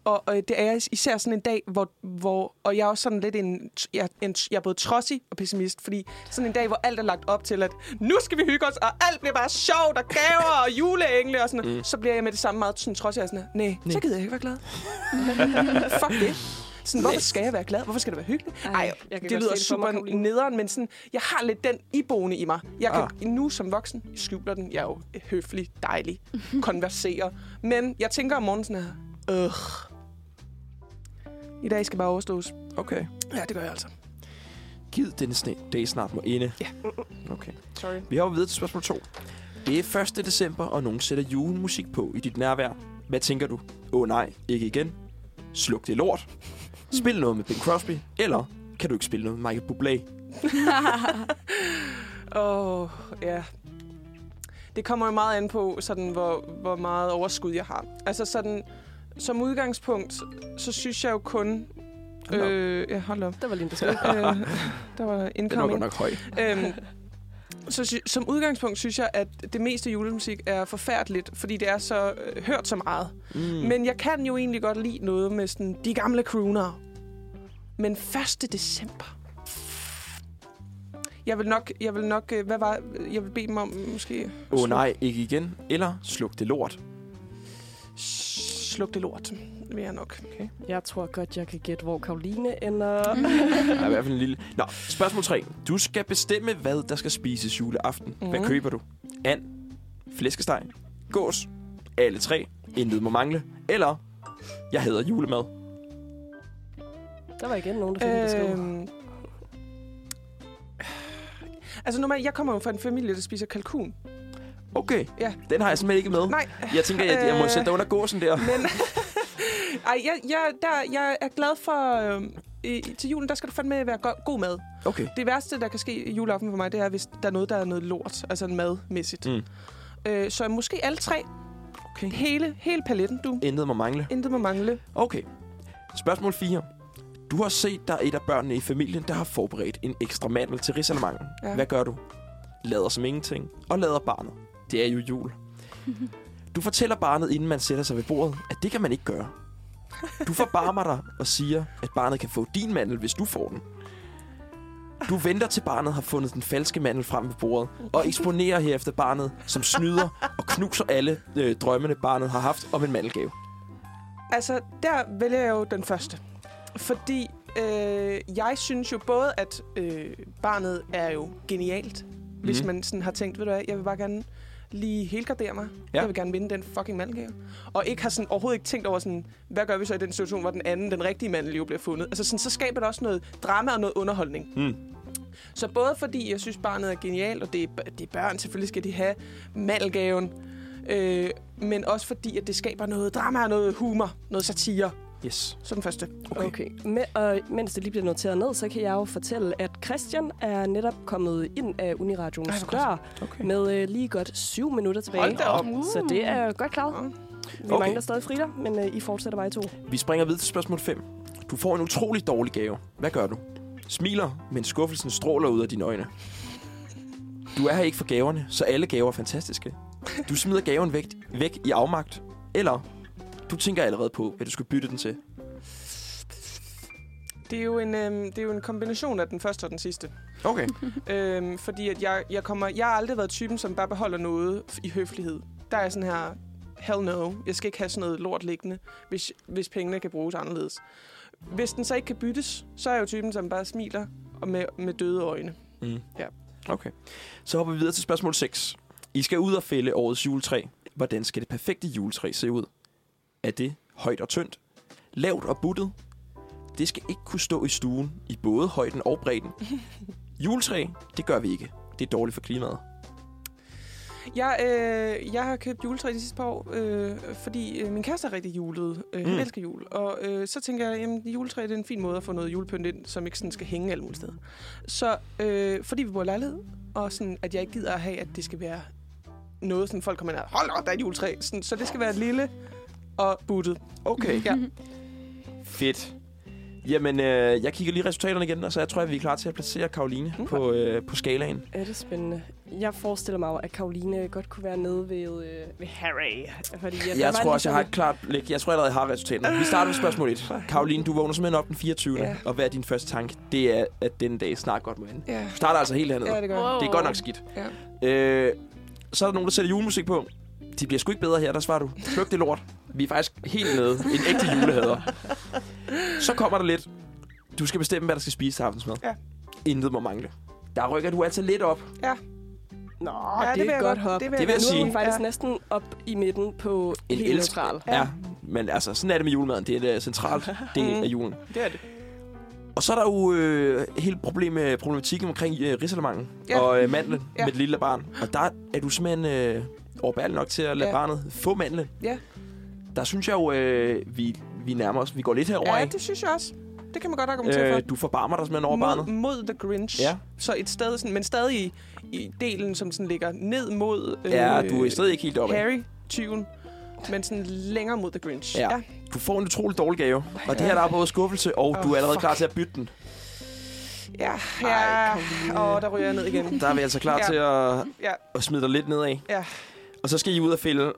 [SPEAKER 6] Og, og det er jeg især sådan en dag, hvor, hvor og jeg er også sådan lidt en, jeg, en, jeg er både trodsig og pessimist, fordi sådan en dag, hvor alt er lagt op til, at nu skal vi hygge os, og alt bliver bare sjovt, og gaver, og juleengle og sådan noget, mm. så bliver jeg med det samme meget sådan trodsig, og sådan, nej, så gider jeg ikke være glad. Fuck det. Sådan, hvorfor skal jeg være glad? Hvorfor skal det være hyggeligt?
[SPEAKER 3] Ej,
[SPEAKER 6] Ej,
[SPEAKER 3] jeg kan
[SPEAKER 6] det
[SPEAKER 3] godt
[SPEAKER 6] lyder
[SPEAKER 3] se det for mig,
[SPEAKER 6] super
[SPEAKER 3] Karoline.
[SPEAKER 6] nederen, men sådan, jeg har lidt den iboende i mig. Jeg kan
[SPEAKER 4] Ah.
[SPEAKER 6] ah. nu som voksen skjuler den. Jeg er jo høflig, dejlig, konverserer. Men jeg tænker om morgenen sådan her, øh. I dag skal bare overstås.
[SPEAKER 4] Okay.
[SPEAKER 6] Ja, det gør jeg altså.
[SPEAKER 4] Gid denne sne- dag snart må ende.
[SPEAKER 6] Ja.
[SPEAKER 4] Okay.
[SPEAKER 6] Sorry.
[SPEAKER 4] Vi har videre til spørgsmål 2. Det er 1. december, og nogen sætter julemusik på i dit nærvær. Hvad tænker du? Åh oh, nej, ikke igen. Sluk det lort. Spil noget med Bing Crosby, eller kan du ikke spille noget med Michael Bublé?
[SPEAKER 6] Åh, oh, ja. Det kommer jo meget an på, sådan, hvor, hvor meget overskud jeg har. Altså sådan, som udgangspunkt, så synes jeg jo kun...
[SPEAKER 4] Hold op.
[SPEAKER 6] øh, ja, hold op.
[SPEAKER 3] Der var lige en besked.
[SPEAKER 6] øh, der var
[SPEAKER 4] Den var godt
[SPEAKER 6] incoming.
[SPEAKER 4] nok høj.
[SPEAKER 6] øhm, så sy- som udgangspunkt synes jeg, at det meste julemusik er forfærdeligt, fordi det er så øh, hørt så meget.
[SPEAKER 4] Mm.
[SPEAKER 6] Mm. Men jeg kan jo egentlig godt lide noget med sådan de gamle crooner. Men 1. december... Jeg vil nok, jeg vil nok, øh, hvad var, jeg vil bede dem om måske
[SPEAKER 4] Åh oh, nej, ikke igen, eller sluk det lort.
[SPEAKER 6] sluk det lort, vil jeg nok. Okay.
[SPEAKER 3] Jeg tror godt, jeg kan gætte, hvor Karoline ender.
[SPEAKER 4] Der er i hvert fald en lille... Nå, spørgsmål 3. Du skal bestemme, hvad der skal spises juleaften. Mm. Hvad
[SPEAKER 6] Mhm.
[SPEAKER 4] køber du? And, flæskesteg, gås, alle tre, intet må mangle, eller jeg hader julemad.
[SPEAKER 3] Der var igen nogen, der fik en besked.
[SPEAKER 6] Øhm, altså normalt, jeg kommer jo fra en familie, der spiser kalkun.
[SPEAKER 4] Okay,
[SPEAKER 6] Ja.
[SPEAKER 4] den har jeg simpelthen ikke med.
[SPEAKER 6] Nej,
[SPEAKER 4] Jeg tænker, at jeg må
[SPEAKER 6] Øh.
[SPEAKER 4] sætte dig under gåsen der.
[SPEAKER 6] Men ej, jeg, jeg, der, jeg er glad for... Øh, i, til julen, der skal du fandme være go- god mad.
[SPEAKER 4] Okay.
[SPEAKER 6] Det værste, der kan ske i juleaften for mig, det er, hvis der er noget, der er noget lort. Altså madmæssigt.
[SPEAKER 4] Mm.
[SPEAKER 6] Øh, så måske alle tre.
[SPEAKER 4] Okay.
[SPEAKER 6] Hele, hele paletten, du.
[SPEAKER 4] Intet må mangle.
[SPEAKER 6] Intet må mangle.
[SPEAKER 4] Okay. Spørgsmål 4. Du har set, der er et af børnene i familien, der har forberedt en ekstra mandel til risalemanden. Ja.
[SPEAKER 6] Ja.
[SPEAKER 4] Hvad gør du? Lader som ingenting, og lader barnet. Det er jo jul. Du fortæller barnet, inden man sætter sig ved bordet, at det kan man ikke gøre. Du forbarmer dig og siger, at barnet kan få din mandel, hvis du får den. Du venter til barnet har fundet den falske mandel frem ved bordet, og eksponerer herefter barnet, som snyder og knuser alle øh, drømmene, barnet har haft om en mandelgave.
[SPEAKER 6] Altså, der vælger jeg jo den første. Fordi øh, jeg synes jo både, at øh, barnet er jo genialt, hvis
[SPEAKER 4] Mhm.
[SPEAKER 6] man sådan har tænkt, ved du hvad, jeg vil bare gerne lige helgardere mig.
[SPEAKER 4] Ja.
[SPEAKER 6] Ja. Jeg vil gerne vinde den fucking mandelgave. Og ikke har sådan, overhovedet ikke tænkt over, sådan, hvad gør vi så i den situation, hvor den anden, den rigtige mandel jo bliver fundet. Altså sådan, så skaber det også noget drama og noget underholdning.
[SPEAKER 4] Mm.
[SPEAKER 6] Så både fordi jeg synes, barnet er genialt, og det er, b- det er børn, selvfølgelig skal de have malgaven, øh, men også fordi, at det skaber noget drama, noget humor, noget satire.
[SPEAKER 4] Yes.
[SPEAKER 6] Så den første.
[SPEAKER 3] Okay. okay. Med, og mens det lige bliver noteret ned, så kan jeg jo fortælle, at Christian er netop kommet ind af
[SPEAKER 6] Ej,
[SPEAKER 3] Uniradions
[SPEAKER 6] hvor godt.
[SPEAKER 3] dør
[SPEAKER 4] Okay.
[SPEAKER 3] med øh, lige godt syv minutter tilbage.
[SPEAKER 6] Hold da op.
[SPEAKER 3] Så det er jo godt klaret. Vi
[SPEAKER 4] Okay.
[SPEAKER 3] okay. mangler stadig Frida, men øh, I fortsætter bare i to.
[SPEAKER 4] Vi springer videre til spørgsmål 5. Du får en utrolig dårlig gave. Hvad gør du? Smiler, men skuffelsen stråler ud af dine øjne. Du er her ikke for gaverne, så alle gaver er fantastiske. Du smider gaven væk, væk i afmagt. Eller du tænker allerede på, hvad du skal bytte den til.
[SPEAKER 6] Det er, jo en, øhm, det er jo en kombination af den første og den sidste.
[SPEAKER 4] Okay.
[SPEAKER 6] Øhm, fordi at jeg, jeg, kommer, jeg har aldrig været typen, som bare beholder noget f- i høflighed. Der er jeg sådan her, hell no, jeg skal ikke have sådan noget lort liggende, hvis, hvis pengene kan bruges anderledes. Hvis den så ikke kan byttes, så er jeg jo typen, som bare smiler og med, med døde øjne.
[SPEAKER 4] Mm.
[SPEAKER 6] Ja.
[SPEAKER 4] Okay. Så hopper vi videre til spørgsmål 6. I skal ud og fælde årets juletræ. Hvordan skal det perfekte juletræ se ud? Er det højt og tyndt? Lavt og buttet? Det skal ikke kunne stå i stuen i både højden og bredden. Juletræ, det gør vi ikke. Det er dårligt for klimaet.
[SPEAKER 6] Jeg, øh, jeg har købt juletræ de sidste par år, øh, fordi øh, min kæreste er rigtig julet. Øh, Han
[SPEAKER 4] Mm.
[SPEAKER 6] elsker jul. Og øh, så tænker jeg, at juletræ det er en fin måde at få noget julepynt ind, som ikke sådan skal hænge alle mulige steder. Så øh, fordi vi bor i lejlighed, og sådan, at jeg ikke gider at have, at det skal være noget, sådan folk kommer ind og hold op, der er et juletræ. Sådan, så det skal være lille og buttet.
[SPEAKER 4] Okay.
[SPEAKER 7] Mm.
[SPEAKER 6] Ja.
[SPEAKER 4] Fedt. Jamen, øh, jeg kigger lige resultaterne igen, og så jeg tror jeg, vi er klar til at placere Karoline
[SPEAKER 6] Mm.
[SPEAKER 4] på, øh, på skalaen.
[SPEAKER 3] Er det spændende? Jeg forestiller mig, jo, at Karoline godt kunne være nede ved, øh, ved Harry. Fordi, at der
[SPEAKER 4] Jeg
[SPEAKER 3] var
[SPEAKER 4] tror
[SPEAKER 3] en
[SPEAKER 4] også, jeg har
[SPEAKER 3] lille-
[SPEAKER 4] et klart blik. Jeg tror allerede, jeg har resultaterne. Vi starter med spørgsmål 1. Karoline, du vågner simpelthen op den 24.
[SPEAKER 6] Ah. Ja.
[SPEAKER 4] Og hvad er din første tanke? Det er, at denne dag snart godt må ende.
[SPEAKER 6] Ja,
[SPEAKER 4] Du starter altså helt hernede.
[SPEAKER 6] ja det gør jeg.
[SPEAKER 4] Det er godt nok skidt.
[SPEAKER 6] Ja.
[SPEAKER 4] Øh, så er der nogen, der sætter julemusik på. De bliver sgu ikke bedre her, der svarer du. Sluk det lort. Vi er faktisk helt nede. En ægte julehader. Så kommer der lidt. Du skal bestemme, hvad der skal spise til aftensmad.
[SPEAKER 6] Ja.
[SPEAKER 4] Intet må mangle. Der rykker du altså lidt op.
[SPEAKER 3] Nå,
[SPEAKER 6] Ja,
[SPEAKER 3] det, det er
[SPEAKER 6] jeg
[SPEAKER 3] et godt hop.
[SPEAKER 4] Det
[SPEAKER 6] jeg
[SPEAKER 4] vil jeg
[SPEAKER 6] godt.
[SPEAKER 3] Nu er hun
[SPEAKER 4] sige.
[SPEAKER 3] faktisk
[SPEAKER 6] Ja.
[SPEAKER 3] næsten op i midten på
[SPEAKER 4] En
[SPEAKER 3] helt
[SPEAKER 4] elsk-
[SPEAKER 3] neutral.
[SPEAKER 4] Ja. ja. Men altså, sådan er det med julemaden. Det er en øh, central del
[SPEAKER 6] Mm.
[SPEAKER 4] af julen.
[SPEAKER 6] Det er det.
[SPEAKER 4] Og så er der jo øh, hele problem, øh, problematikken omkring øh, risalemangen ja.
[SPEAKER 6] Ja.
[SPEAKER 4] og øh, mandlen ja.
[SPEAKER 6] Ja.
[SPEAKER 4] med det lille barn. Og der er du simpelthen øh, overbærlig nok til at lade ja.
[SPEAKER 6] Ja.
[SPEAKER 4] barnet få mandlen.
[SPEAKER 6] Ja.
[SPEAKER 4] Der synes jeg jo, øh, vi, vi nærmer os. Vi går lidt herover,
[SPEAKER 6] Ja,
[SPEAKER 4] ikke?
[SPEAKER 6] det synes jeg også. Det kan man godt argumentere for.
[SPEAKER 4] øh, du forbarmer dig simpelthen over barnet.
[SPEAKER 6] mod, mod The Grinch.
[SPEAKER 4] Ja.
[SPEAKER 6] Så et sted, sådan, men stadig i, i delen, som sådan ligger ned mod øh,
[SPEAKER 4] Ja, du er stadig ikke helt oppe.
[SPEAKER 6] Harry, tyven, men sådan længere mod The Grinch.
[SPEAKER 4] Ja. Du får en utrolig dårlig gave. Og det her, der er både skuffelse, og oh,
[SPEAKER 6] Åh,
[SPEAKER 4] du er allerede
[SPEAKER 6] fuck.
[SPEAKER 4] klar til at bytte den.
[SPEAKER 6] ja,
[SPEAKER 4] Ej,
[SPEAKER 6] ja. og der ryger jeg ned igen.
[SPEAKER 4] Der er vi altså klar
[SPEAKER 6] Ja.
[SPEAKER 4] til at,
[SPEAKER 6] Ja.
[SPEAKER 4] at smide dig lidt nedad.
[SPEAKER 6] Ja.
[SPEAKER 4] Og så skal I ud og fælde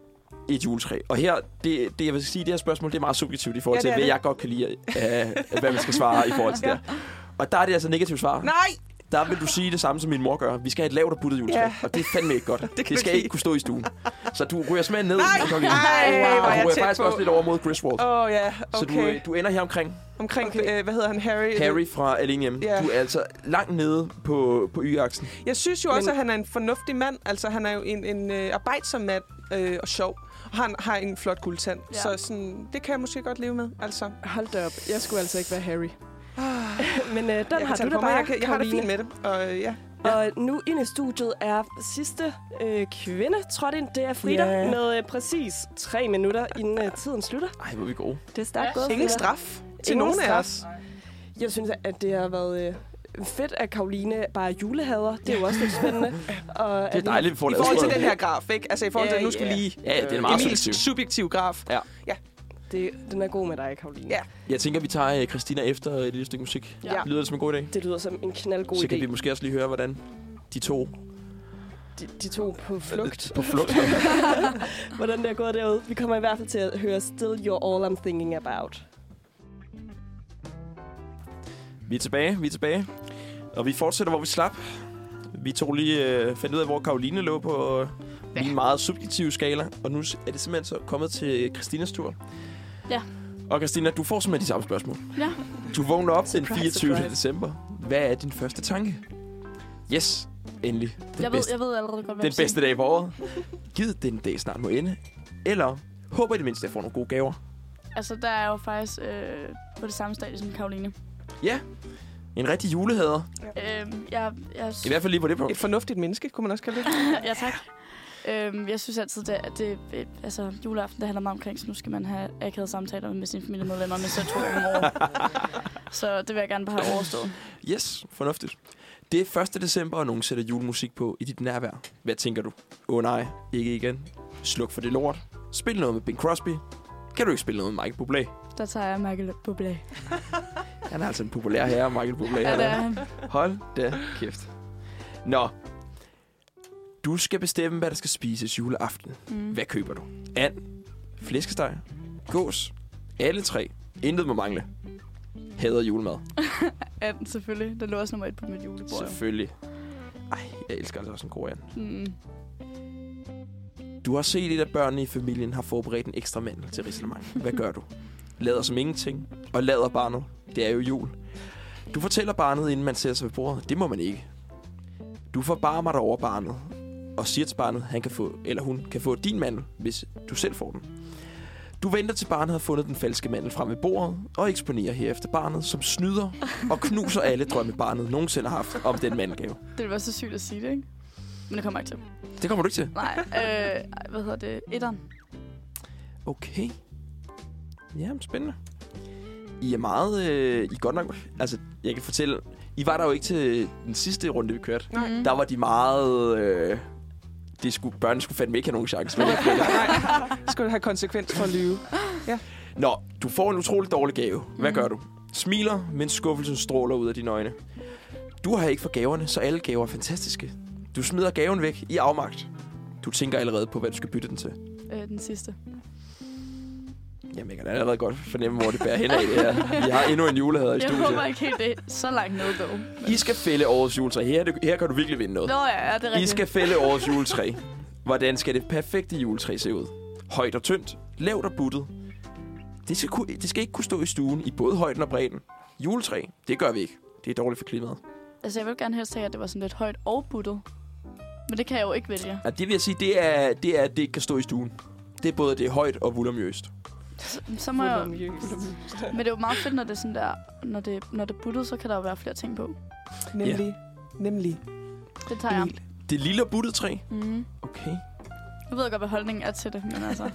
[SPEAKER 4] et juletræ. Og her, det, det jeg vil sige, det her spørgsmål, det er meget subjektivt i forhold
[SPEAKER 6] Ja,
[SPEAKER 4] til,
[SPEAKER 6] det er
[SPEAKER 4] hvad
[SPEAKER 6] det.
[SPEAKER 4] jeg godt kan lide, øh, hvad man skal svare i forhold til det her. Og der er det altså negativt svar.
[SPEAKER 6] Nej!
[SPEAKER 4] Der vil du sige det samme, som min mor gør. Vi skal have et lavt og buttet juletræ,
[SPEAKER 6] Ja.
[SPEAKER 4] og det er fandme ikke godt. det,
[SPEAKER 6] vi
[SPEAKER 4] det skal
[SPEAKER 6] ikke.
[SPEAKER 4] ikke kunne stå i stuen. Så du ryger simpelthen ned.
[SPEAKER 6] Nej!
[SPEAKER 4] Karoline.
[SPEAKER 6] Ej, hvor er
[SPEAKER 4] og
[SPEAKER 6] jeg
[SPEAKER 4] du
[SPEAKER 6] tæt
[SPEAKER 4] faktisk
[SPEAKER 6] på.
[SPEAKER 4] også lidt over mod Griswold.
[SPEAKER 6] Åh oh, ja, okay.
[SPEAKER 4] Så du, øh, du ender her omkring
[SPEAKER 6] Omkring, øh, hvad hedder han, Harry?
[SPEAKER 4] Harry fra Alene Hjemme.
[SPEAKER 6] Ja.
[SPEAKER 4] Du er altså langt nede på, på y-aksen.
[SPEAKER 6] Jeg synes jo
[SPEAKER 3] Men-
[SPEAKER 6] også, at han er en fornuftig mand. Altså, han er jo en, en øh, arbejdsom mand øh, og sjov. Og han har en flot guldtand.
[SPEAKER 7] Ja.
[SPEAKER 6] Ja. Så sådan, det kan jeg måske godt leve med, altså.
[SPEAKER 3] Hold da op. Jeg skulle altså ikke være Harry. Men øh, den
[SPEAKER 6] jeg
[SPEAKER 3] har
[SPEAKER 6] kan tage
[SPEAKER 3] du
[SPEAKER 6] det
[SPEAKER 3] da
[SPEAKER 6] på mig.
[SPEAKER 3] bare,
[SPEAKER 6] jeg, kan, jeg har det fint med det. Og, øh, ja.
[SPEAKER 3] Og nu inde i studiet er sidste øh, kvinde trådt ind. Det er Frida
[SPEAKER 4] Ja.
[SPEAKER 3] yeah. med øh, præcis tre minutter, inden øh, tiden slutter.
[SPEAKER 4] Ej, hvor er vi gode.
[SPEAKER 3] Det er stærkt gået,
[SPEAKER 6] Ingen
[SPEAKER 3] Frida.
[SPEAKER 6] straf til
[SPEAKER 3] Ingen
[SPEAKER 6] nogen af
[SPEAKER 3] straf.
[SPEAKER 6] os.
[SPEAKER 3] Jeg synes, at det har været øh, fedt, at Karoline bare er julehader. Det er jo også lidt spændende. Og
[SPEAKER 4] Det er dejligt, at vi får
[SPEAKER 6] I
[SPEAKER 4] lavet
[SPEAKER 6] forhold til
[SPEAKER 4] sådan
[SPEAKER 6] den
[SPEAKER 4] noget.
[SPEAKER 6] her graf, ikke? Altså i forhold til,
[SPEAKER 3] Ja,
[SPEAKER 6] nu skal
[SPEAKER 3] ja.
[SPEAKER 6] lige...
[SPEAKER 4] Ja, det er meget
[SPEAKER 6] Emils
[SPEAKER 4] subjektivt.
[SPEAKER 6] subjektiv graf.
[SPEAKER 3] Det, den er god med dig, Karoline.
[SPEAKER 6] Ja.
[SPEAKER 4] Jeg tænker, vi tager øh, Christina efter et lille stykke musik.
[SPEAKER 3] Ja.
[SPEAKER 4] Lyder det som en god idé?
[SPEAKER 3] Det lyder som en knaldgod
[SPEAKER 4] Så kan
[SPEAKER 3] idé.
[SPEAKER 4] vi måske også lige høre, hvordan de to øh,
[SPEAKER 3] De, de to på flugt.
[SPEAKER 4] på flugt. øh.
[SPEAKER 3] Hvordan det er gået derude. Vi kommer i hvert fald til at høre Still You're All I'm Thinking About.
[SPEAKER 4] vi er tilbage, vi er tilbage. Og vi fortsætter, hvor vi slap. Vi tog lige øh, fandt ud af, hvor Karoline lå på øh, min meget subjektive skala. Og nu er det simpelthen så kommet til Christinas tur.
[SPEAKER 7] Ja.
[SPEAKER 4] Og Christina, du får simpelthen de samme spørgsmål.
[SPEAKER 7] Ja.
[SPEAKER 4] Du vågner op den
[SPEAKER 3] Surprise,
[SPEAKER 4] 24.
[SPEAKER 3] surprise.
[SPEAKER 4] december. Hvad er din første tanke? Yes, endelig. Den
[SPEAKER 7] Jeg ved,
[SPEAKER 4] bedste.
[SPEAKER 7] jeg ved allerede godt, hvad
[SPEAKER 4] den bedste dag på året. Gid den dag snart må ende. Eller håber i det mindste, at jeg får nogle gode gaver.
[SPEAKER 7] Altså, der er jeg jo faktisk øh, på det samme stadie som Karoline.
[SPEAKER 4] En rigtig julehader.
[SPEAKER 7] Øhm, jeg, jeg,
[SPEAKER 4] I hvert fald lige på det punkt.
[SPEAKER 6] Et fornuftigt menneske, kunne man også kalde det.
[SPEAKER 7] ja, tak. Øhm, jeg synes altid, det, at det, øh, altså, juleaften, det handler meget omkring, så nu skal man have akavede samtaler med sine familiemedlemmer, men så to gange om året. Så det vil jeg gerne bare have overstået.
[SPEAKER 4] Yes, fornuftigt. Det er 1. december, og nogen sætter julemusik på i dit nærvær. Hvad tænker du? Åh oh, nej, ikke igen. Sluk for det lort. Spil noget med Bing Crosby. Kan du ikke spille noget med Michael Bublé?
[SPEAKER 7] Der tager jeg Michael Bublé.
[SPEAKER 4] Han er altså en populær herre, Michael Bublé.
[SPEAKER 7] Ja, det er han.
[SPEAKER 4] Hold da kæft. Nå. Du skal bestemme, hvad der skal spises juleaften.
[SPEAKER 7] Mm.
[SPEAKER 4] Hvad køber du? And, flæskesteg, gås, alle tre. Intet må mangle. Hader julemad.
[SPEAKER 7] Anden selvfølgelig. Der lå også nummer et på mit julebord. jo.
[SPEAKER 4] Selvfølgelig. Ej, jeg elsker altså også en god and.
[SPEAKER 7] Mm.
[SPEAKER 4] Du har set et af børnene i familien har forberedt en ekstra mandel til risalemang. Hvad gør du? Lader som ingenting, og lader barnet. Det er jo jul. Du fortæller barnet, inden man sætter sig ved bordet. Det må man ikke. Du forbarmer dig over barnet, og siger til barnet, han kan få, eller hun kan få din mandel, hvis du selv får den. Du venter til barnet har fundet den falske mandel frem ved bordet, og eksponerer herefter barnet, som snyder og knuser alle drømme, barnet nogensinde har haft om den mandelgave.
[SPEAKER 7] Det ville være så sygt at sige det, ikke? Men det kommer jeg ikke til.
[SPEAKER 4] Det kommer du ikke til.
[SPEAKER 7] Nej, øh, ej, hvad hedder det? Etteren.
[SPEAKER 4] Okay. Jamen, spændende. I er meget... Øh, I er godt nok... Altså, jeg kan fortælle... I var der jo ikke til den sidste runde, vi kørte.
[SPEAKER 6] Nej.
[SPEAKER 4] Der var de meget... Øh, de skulle, børnene skulle fandme ikke have nogen chance. vel?
[SPEAKER 6] Det skulle have konsekvens for at lyve.
[SPEAKER 4] Nå, du får en utrolig dårlig gave. Hvad gør du? Smiler, mens skuffelsen stråler ud af dine øjne. Du har ikke for gaverne, så alle gaver er fantastiske. Du smider gaven væk i afmagt. Du tænker allerede på, hvad du skal bytte den til.
[SPEAKER 7] Øh, den sidste.
[SPEAKER 4] Jamen, jeg kan da allerede godt fornemme, hvor det bærer hen af det her. Vi har endnu en julehader i
[SPEAKER 7] Jeg
[SPEAKER 4] studiet.
[SPEAKER 7] håber ikke helt det er så langt ned, dog. Men-
[SPEAKER 4] I skal fælde årets juletræ. Her, er det- her kan du virkelig vinde noget.
[SPEAKER 7] Nå ja, ja, det er
[SPEAKER 4] I
[SPEAKER 7] rigtigt.
[SPEAKER 4] skal fælde årets juletræ. Hvordan skal det perfekte juletræ se ud? Højt og tyndt, lavt og buttet. Det skal, ku- det skal ikke kunne stå i stuen i både højden og bredden. Juletræ, det gør vi ikke. Det er dårligt for klimaet.
[SPEAKER 7] Altså, jeg vil gerne helst have, at det var sådan lidt højt og buttet. Men det kan jeg jo ikke vælge.
[SPEAKER 4] Ja, det vil jeg sige, det er, det er, at det ikke kan stå i stuen. Det er både det er højt og vuldermjøst.
[SPEAKER 7] Så, så må jeg... Men det er jo meget fedt, når det er sådan der... Når det, når det er buttet, så kan der jo være flere ting på.
[SPEAKER 6] Nemlig. Nemlig.
[SPEAKER 7] Det tager jeg.
[SPEAKER 4] Det lille og buttet træ.
[SPEAKER 7] Mm.
[SPEAKER 4] Okay.
[SPEAKER 7] Nu ved jeg godt, hvad holdningen er til det, men altså...